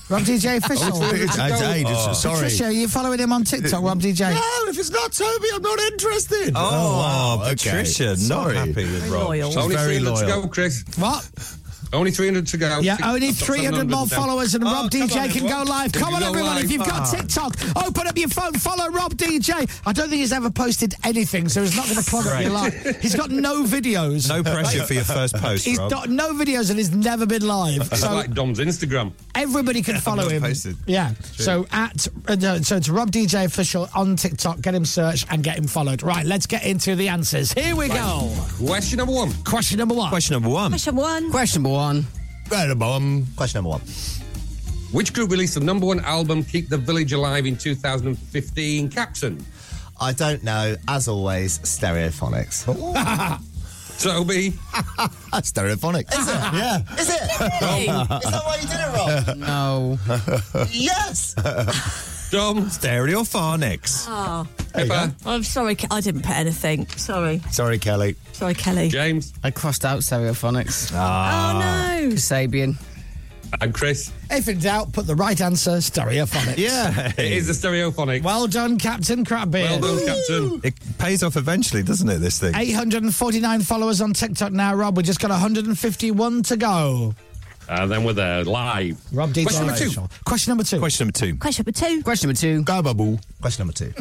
Speaker 7: Rob DJ Official.
Speaker 21: Oh, it's- it's That's Toby. ages, Oh. sorry.
Speaker 7: Patricia, are you following him on TikTok, Rob DJ?
Speaker 21: No, if it's not Toby, I'm not interested.
Speaker 6: Oh,
Speaker 21: wow, okay.
Speaker 6: Patricia,
Speaker 21: Sorry.
Speaker 6: not happy with Rob. She's
Speaker 11: Only
Speaker 6: very
Speaker 11: 300 to
Speaker 6: loyal.
Speaker 11: go, Chris.
Speaker 7: What?
Speaker 11: Only 300 to go.
Speaker 7: Yeah,
Speaker 11: Six-
Speaker 7: only
Speaker 11: I've got
Speaker 7: 300 more
Speaker 11: 700 down.
Speaker 7: followers
Speaker 6: Oh.
Speaker 7: and Rob DJ can go live.
Speaker 11: Can
Speaker 7: Come
Speaker 11: you
Speaker 7: on,
Speaker 11: go
Speaker 7: everyone,
Speaker 11: live?
Speaker 7: if you've got
Speaker 11: Ah.
Speaker 7: TikTok, open up your phone, follow Rob DJ. I don't think he's ever posted anything, so he's not going to clog up
Speaker 6: Great.
Speaker 7: your life. He's got no videos.
Speaker 6: No pressure for your first post,
Speaker 7: He's
Speaker 6: Rob.
Speaker 7: got no videos and he's never been live.
Speaker 11: It's
Speaker 7: So
Speaker 11: like Dom's Instagram.
Speaker 7: everybody can follow
Speaker 11: not
Speaker 7: him.
Speaker 11: posted.
Speaker 7: Yeah.
Speaker 11: True.
Speaker 7: So at uh, no, so it's Rob DJ official on TikTok. Get him searched and get him followed. Right, let's get into the answers. Here we go.
Speaker 11: Question number one.
Speaker 7: Question number one.
Speaker 6: Question number one.
Speaker 7: Question
Speaker 9: Question number
Speaker 7: one.
Speaker 9: one.
Speaker 21: Question number one. Question number one.
Speaker 11: Which group released the number one album, Keep the Village Alive, in 2015? Capson.
Speaker 21: I don't know. As always, stereophonics.
Speaker 11: Toby.
Speaker 21: stereophonics. Is it? Yeah. Is it? Is that why you did it wrong?
Speaker 9: No.
Speaker 21: yes.
Speaker 11: Dom.
Speaker 6: Stereophonics.
Speaker 3: Ah.
Speaker 12: Oh.
Speaker 6: There you go.
Speaker 12: I'm sorry, Ke- I didn't put anything. Sorry.
Speaker 21: Sorry, Kelly.
Speaker 12: Sorry, Kelly.
Speaker 11: James.
Speaker 9: I crossed out stereophonics.
Speaker 21: Ah.
Speaker 12: Oh, no.
Speaker 9: Kasabian.
Speaker 11: And Chris.
Speaker 7: If in doubt, put the right answer. Stereophonics.
Speaker 11: It is the stereophonic.
Speaker 7: Well done, Captain Crabbeard.
Speaker 6: Well done, Captain. It pays off eventually, doesn't it, this thing?
Speaker 7: 849 followers on TikTok now, Rob. We just got 151 to go.
Speaker 11: And then we're there live.
Speaker 7: Rob D.
Speaker 11: Question number two.
Speaker 7: Official. Question number two.
Speaker 6: Question number two.
Speaker 12: Question number two.
Speaker 9: Question number two.
Speaker 21: Go, Babu. Question number two.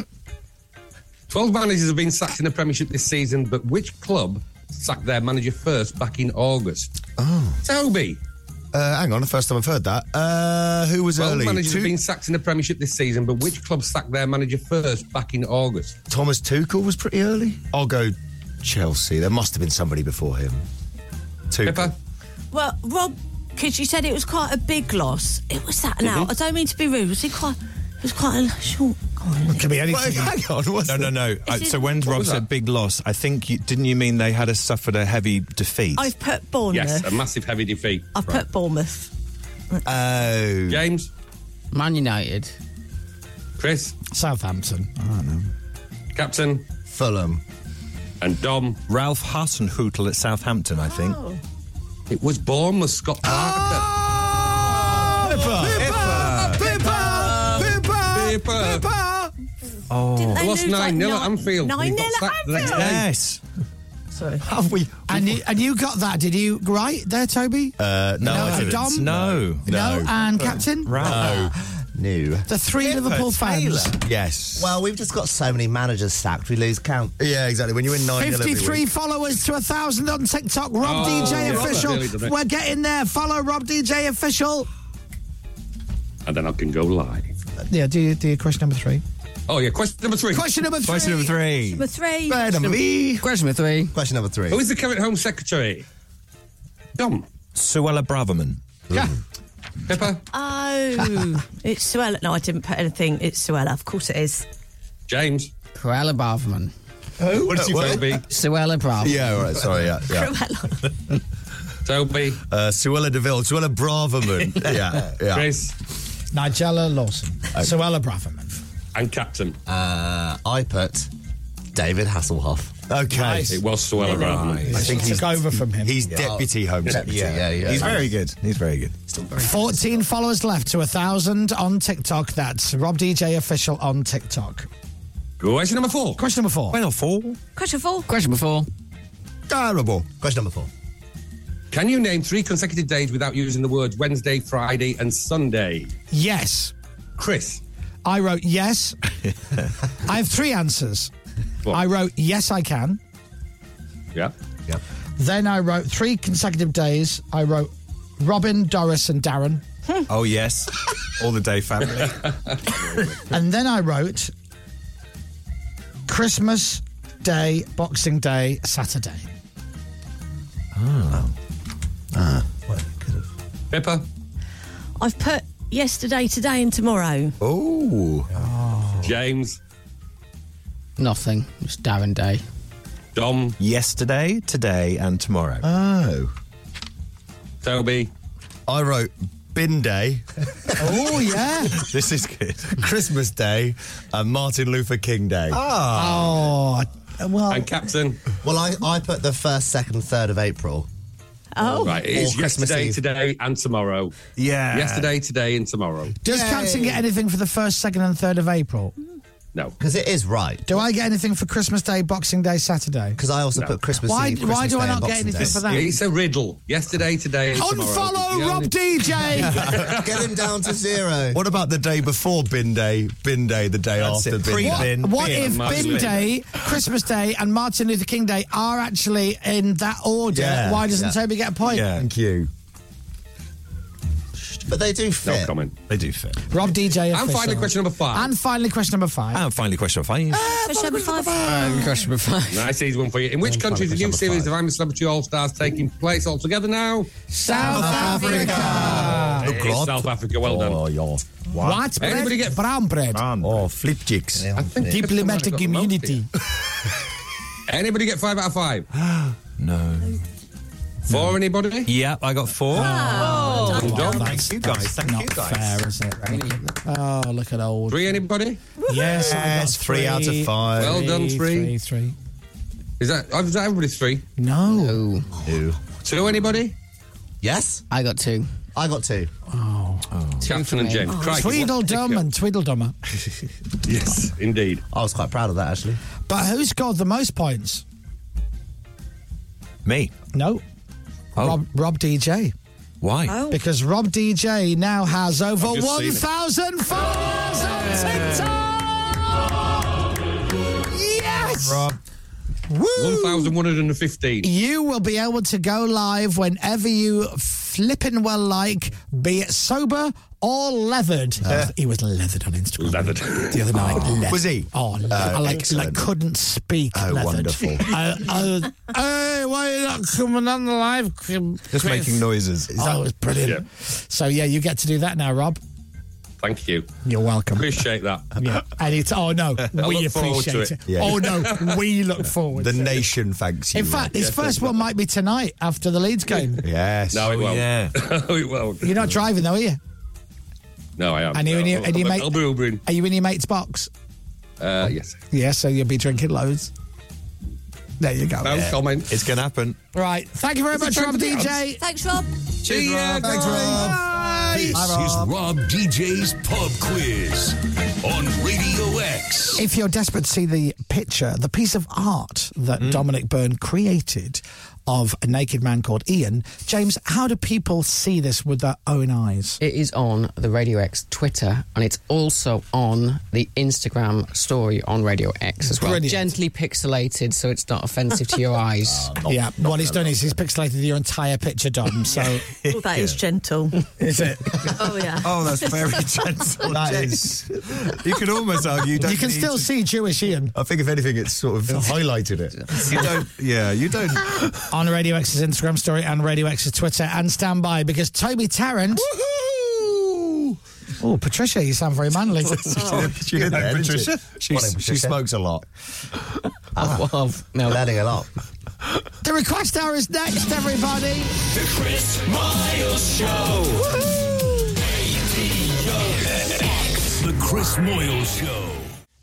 Speaker 11: 12 managers have been sacked in the Premiership this season, but which club sacked their manager first back in August?
Speaker 21: Oh.
Speaker 11: Toby.
Speaker 21: Uh, hang on, the first time I've heard that. Uh, who was
Speaker 11: 12
Speaker 21: early?
Speaker 11: managers
Speaker 21: Tu-
Speaker 11: have been sacked in the Premiership this season, but which club sacked their manager first back in August?
Speaker 21: Thomas Tuchel was pretty early. I'll go Chelsea. There must have been somebody before him. Tuchel.
Speaker 12: Well, Rob, because you said it was quite a big loss. It was that now. I don't mean to be rude. Was it quite? It was quite a short.
Speaker 7: It could be
Speaker 21: anything.
Speaker 6: no, no, no. I,
Speaker 12: it-
Speaker 6: so when
Speaker 12: What
Speaker 6: Rob
Speaker 12: was
Speaker 6: said
Speaker 12: that?
Speaker 6: big loss, I think you, didn't you mean they had a, suffered a heavy defeat?
Speaker 12: I've put Bournemouth.
Speaker 11: Yes, a massive heavy defeat.
Speaker 12: I've put Bournemouth.
Speaker 21: Oh.
Speaker 11: James.
Speaker 9: Man United.
Speaker 11: Chris.
Speaker 7: Southampton. I
Speaker 6: don't know.
Speaker 11: Captain.
Speaker 21: Fulham.
Speaker 11: And Dom.
Speaker 6: Ralph Hasenhutel at Southampton, I think.
Speaker 12: Oh.
Speaker 11: It was Bournemouth, Scott
Speaker 12: Ah!
Speaker 11: Parker.
Speaker 6: Oh.
Speaker 12: Didn't they
Speaker 11: Lost
Speaker 12: lose,
Speaker 11: 9
Speaker 12: like,
Speaker 11: 0 at
Speaker 12: nine-
Speaker 11: Anfield.
Speaker 12: 9
Speaker 11: They
Speaker 12: 0
Speaker 11: got
Speaker 12: at
Speaker 11: sacked the next
Speaker 12: Anfield?
Speaker 11: day.
Speaker 6: Yes.
Speaker 12: Sorry.
Speaker 21: Have we?
Speaker 7: And you, and you got that, did you? Right there, Toby?
Speaker 21: Uh, no,
Speaker 7: No,
Speaker 21: I didn't. Uh,
Speaker 7: Dom?
Speaker 6: No.
Speaker 7: No, and Captain? Uh,
Speaker 21: No. New.
Speaker 7: The three Liverpool fans.
Speaker 21: Yes. Well, we've just got so many managers sacked. We lose count. Yeah, exactly. When you're in 9
Speaker 7: 53 followers to 1,000 on TikTok. Rob
Speaker 21: Oh,
Speaker 7: DJ
Speaker 21: yeah.
Speaker 11: Really,
Speaker 7: Official.
Speaker 11: doesn't it?
Speaker 7: We're getting there. Follow Rob DJ Official.
Speaker 11: And then I can go live.
Speaker 7: Yeah, do, you- do you question number three.
Speaker 11: Oh, yeah. Question number three.
Speaker 7: Question number three.
Speaker 6: Question number three.
Speaker 12: Number three.
Speaker 9: Question number three.
Speaker 21: Question number three.
Speaker 11: Who is the current Home Secretary? Dom.
Speaker 6: Suella Braverman.
Speaker 11: Pippa.
Speaker 12: Oh, it's Suella. No, I didn't put anything. It's Suella. Of course it is.
Speaker 11: James.
Speaker 9: Cruella Braverman.
Speaker 21: Who? What did you say?
Speaker 11: Toby.
Speaker 9: Suella Braverman.
Speaker 21: Yeah, all right. Sorry. Yeah. yeah.
Speaker 11: Toby.
Speaker 21: Uh, Suella Deville. Suella Braverman. yeah. Yeah.
Speaker 11: Chris.
Speaker 7: Nigella Lawson. Suella Braverman.
Speaker 11: And Captain.
Speaker 21: Uh, I put David Hasselhoff. Okay.
Speaker 7: Nice.
Speaker 11: It was Suella Braverman.
Speaker 21: I think he's
Speaker 7: Took over from him.
Speaker 21: he's deputy home secretary. Yeah, yeah.
Speaker 6: He's very good. He's very good.
Speaker 7: 14 followers left to 1,000 on TikTok. That's Rob DJ Official on TikTok.
Speaker 11: Question number four.
Speaker 7: Question number four.
Speaker 6: Final four.
Speaker 12: Question four.
Speaker 9: Question number four.
Speaker 21: Terrible. Question number four.
Speaker 11: Can you name three consecutive days without using the words Wednesday, Friday, and Sunday?
Speaker 7: Yes.
Speaker 11: Chris.
Speaker 7: I wrote yes. I have three answers. I wrote yes, I can.
Speaker 11: Yeah. Yeah.
Speaker 7: Then I wrote three consecutive days. I wrote Robin, Doris, and Darren.
Speaker 12: Hmm.
Speaker 6: Oh yes, all the day family.
Speaker 7: and then I wrote Christmas Day, Boxing Day, Saturday.
Speaker 6: oh.
Speaker 21: Ah.
Speaker 11: Pippa.
Speaker 12: I've put yesterday, today, and tomorrow.
Speaker 6: Oh.
Speaker 11: James.
Speaker 9: Nothing. Just Darren Day.
Speaker 11: Dom.
Speaker 21: Yesterday, today, and tomorrow. Oh.
Speaker 11: Toby.
Speaker 21: I wrote Bin Day.
Speaker 7: oh, yeah.
Speaker 21: this is good. Christmas Day and Martin Luther King Day. Ah.
Speaker 7: Oh.
Speaker 14: well.
Speaker 11: And Captain.
Speaker 14: Well, I, I put the first, second, third of April.
Speaker 11: Right. It is
Speaker 7: Oh,
Speaker 14: Or Christmas
Speaker 11: yesterday,
Speaker 14: Eve.
Speaker 11: today, and tomorrow.
Speaker 14: Yeah.
Speaker 11: Yesterday, today, and tomorrow.
Speaker 7: Does Captain get anything for the first, second, and third of April?
Speaker 11: No.
Speaker 14: Because it is right.
Speaker 7: Do I get anything for Christmas Day, Boxing Day, Saturday?
Speaker 14: Because I also put Christmas
Speaker 7: Why-
Speaker 14: Eve,
Speaker 7: why
Speaker 14: Christmas
Speaker 7: do I
Speaker 14: Day and
Speaker 7: not get
Speaker 14: Boxing
Speaker 7: anything
Speaker 14: Day.
Speaker 7: for
Speaker 11: It's a riddle. Yesterday, today, and tomorrow.
Speaker 7: Unfollow Rob DJ.
Speaker 14: Get him down to zero.
Speaker 21: What about the day before Bin Day? Bin Day, the day
Speaker 7: That's
Speaker 21: after
Speaker 7: it,
Speaker 21: Bin Day.
Speaker 7: What, what if Bin Day, Christmas Day, and Martin Luther King Day are actually in that order?
Speaker 21: Yeah,
Speaker 7: Why doesn't
Speaker 21: yeah.
Speaker 7: Toby get a point?
Speaker 21: Thank you.
Speaker 14: But they do fit.
Speaker 11: comment.
Speaker 21: They do fit.
Speaker 7: Rob DJ.
Speaker 21: And finally,
Speaker 7: official.
Speaker 21: question number five.
Speaker 7: And finally, question number five.
Speaker 21: And finally, question
Speaker 7: Uh,
Speaker 21: five.
Speaker 7: question number five.
Speaker 11: Nice easy one for you. In which country is the new
Speaker 21: number
Speaker 11: series of I'm a Celebrity All Stars taking place altogether now?
Speaker 7: South
Speaker 11: Africa.
Speaker 21: Oh,
Speaker 11: It is
Speaker 21: God.
Speaker 11: South Africa. Well done.
Speaker 21: Oh, yeah.
Speaker 7: White bread,
Speaker 11: Anybody get
Speaker 7: brown bread.
Speaker 21: Oh, flip jigs.
Speaker 7: Diplomatic immunity.
Speaker 11: Anybody get five out of five?
Speaker 21: No.
Speaker 11: Four, anybody?
Speaker 6: Yeah, I got four.
Speaker 11: Oh, well done.
Speaker 6: Thank you guys. Thank you guys.
Speaker 7: Fair, is it? Oh, look at old.
Speaker 11: Three, anybody?
Speaker 7: Yes, I got
Speaker 21: Yes, three out of five.
Speaker 11: Well done,
Speaker 7: Three,
Speaker 11: three.
Speaker 7: three.
Speaker 11: Is that, oh, is that everybody's three?
Speaker 7: No.
Speaker 21: Two.
Speaker 11: Two, anybody?
Speaker 14: Yes.
Speaker 9: I got two.
Speaker 14: I got two.
Speaker 7: Oh.
Speaker 11: Captain and James. Crikey, what a
Speaker 7: Tweedledum
Speaker 11: kicker.
Speaker 7: and Tweedledummer.
Speaker 11: Yes, indeed.
Speaker 14: I was quite proud of that, actually.
Speaker 7: But who scored the most points?
Speaker 21: Me. Oh.
Speaker 7: No. Rob, Rob DJ.
Speaker 21: Why?
Speaker 7: Because Rob DJ now has over
Speaker 21: I've just seen it.
Speaker 7: 1,000 followers on TikTok! Yes!
Speaker 11: Rob. 1,115.
Speaker 7: You will be able to go live whenever you flippin' well like, be it sober or leathered. he was leathered on Instagram.
Speaker 11: Leathered.
Speaker 7: The other night. leathered.
Speaker 21: Uh, Was he? Uh,
Speaker 7: Oh, leathered. I like, like
Speaker 21: excellent.
Speaker 7: couldn't speak.
Speaker 21: Oh,
Speaker 7: leathered.
Speaker 21: wonderful.
Speaker 7: Uh, uh, hey, why are you not coming on the live?
Speaker 21: Just making noises.
Speaker 7: Oh, it was brilliant. So, yeah, you get to do that now, Rob.
Speaker 11: Thank you.
Speaker 7: You're welcome.
Speaker 11: Appreciate that.
Speaker 7: Yeah. And it's, oh no, we
Speaker 11: look forward to
Speaker 7: appreciate it.
Speaker 11: it. Yeah.
Speaker 7: Oh no, we look forward
Speaker 21: The
Speaker 7: to it.
Speaker 21: nation thanks you.
Speaker 7: In fact, his
Speaker 21: Yes,
Speaker 7: first one might be tonight after the Leeds game.
Speaker 21: Yes.
Speaker 11: No, it
Speaker 21: Oh,
Speaker 11: won't.
Speaker 21: yeah.
Speaker 11: No, it won't.
Speaker 7: You're not driving though, are you?
Speaker 11: No, I am.
Speaker 7: And you and you- and you
Speaker 11: I'll-
Speaker 7: make-
Speaker 11: I'll be Ubering.
Speaker 7: Are you in your mate's box?
Speaker 11: Uh, yes.
Speaker 7: Yeah, so you'll be drinking loads. There you go.
Speaker 11: No comment.
Speaker 21: It's going to happen.
Speaker 7: Right. Thank you very much, Rob DJ.
Speaker 12: Thanks, Rob.
Speaker 11: Cheers, Rob.
Speaker 6: Thanks,
Speaker 7: Rob.
Speaker 6: This is Rob DJ's pub quiz on Radio X.
Speaker 7: If you're desperate to see the picture, the piece of art that Dominic Byrne created of a naked man called Ian, James, how do people see this with their own eyes?
Speaker 9: It is on the Radio X Twitter and it's also on the Instagram story on Radio X as well.
Speaker 7: Brilliant.
Speaker 9: Gently pixelated so it's not offensive to your eyes.
Speaker 7: Uh, yeah, what he's done is he's pixelated your entire picture, Dom. So
Speaker 12: Oh, that is gentle.
Speaker 7: Is it?
Speaker 12: Oh, yeah.
Speaker 21: Oh, that's very gentle.
Speaker 12: That
Speaker 21: is. You could almost argue.
Speaker 7: you can still see Jewish Ian.
Speaker 21: I think if anything, it's sort of highlighted it. You don't. Yeah, you don't.
Speaker 7: on Radio X's Instagram story and Radio X's Twitter. And stand by because Toby Tarrant. Oh, Patricia, you sound very manly.
Speaker 12: Oh.
Speaker 21: She did that, didn't she? She,
Speaker 7: Morning,
Speaker 21: she
Speaker 7: Patricia.
Speaker 21: smokes a lot. Ah.
Speaker 9: no.
Speaker 14: Learning a lot.
Speaker 7: the request hour is next, everybody.
Speaker 1: The Chris Miles Show.
Speaker 21: The Chris Moyle Show.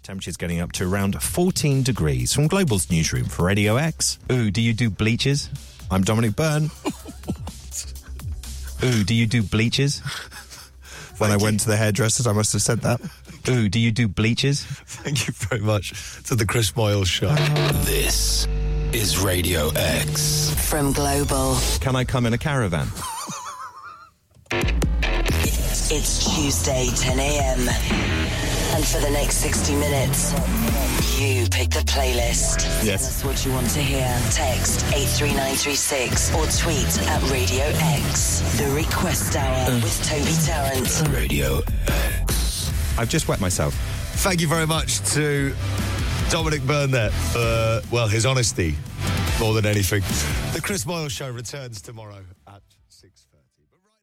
Speaker 21: Temperatures getting up to around 14 degrees from Global's newsroom for Radio X. Ooh, do you do bleachers? I'm Dominic Byrne. Ooh, do you do bleachers? When I went to the hairdressers, I must have said that. Ooh, do you do bleachers? Thank you very much to the Chris Moyle Show.
Speaker 1: This is Radio X.
Speaker 2: From Global.
Speaker 30: Can I come in a caravan?
Speaker 2: It's Tuesday, 10 a.m. And for the next 60 minutes, you pick the playlist.
Speaker 30: Yes.
Speaker 2: That's what you want to hear. Text 83936 or tweet at Radio X. The Request Hour with Toby Tarrant.
Speaker 30: Uh. Radio.
Speaker 8: I've just wet myself. Thank you very much to Dominic Byrne there for, well, his honesty more than anything. The Chris Moyle Show returns tomorrow at 6.30. But right-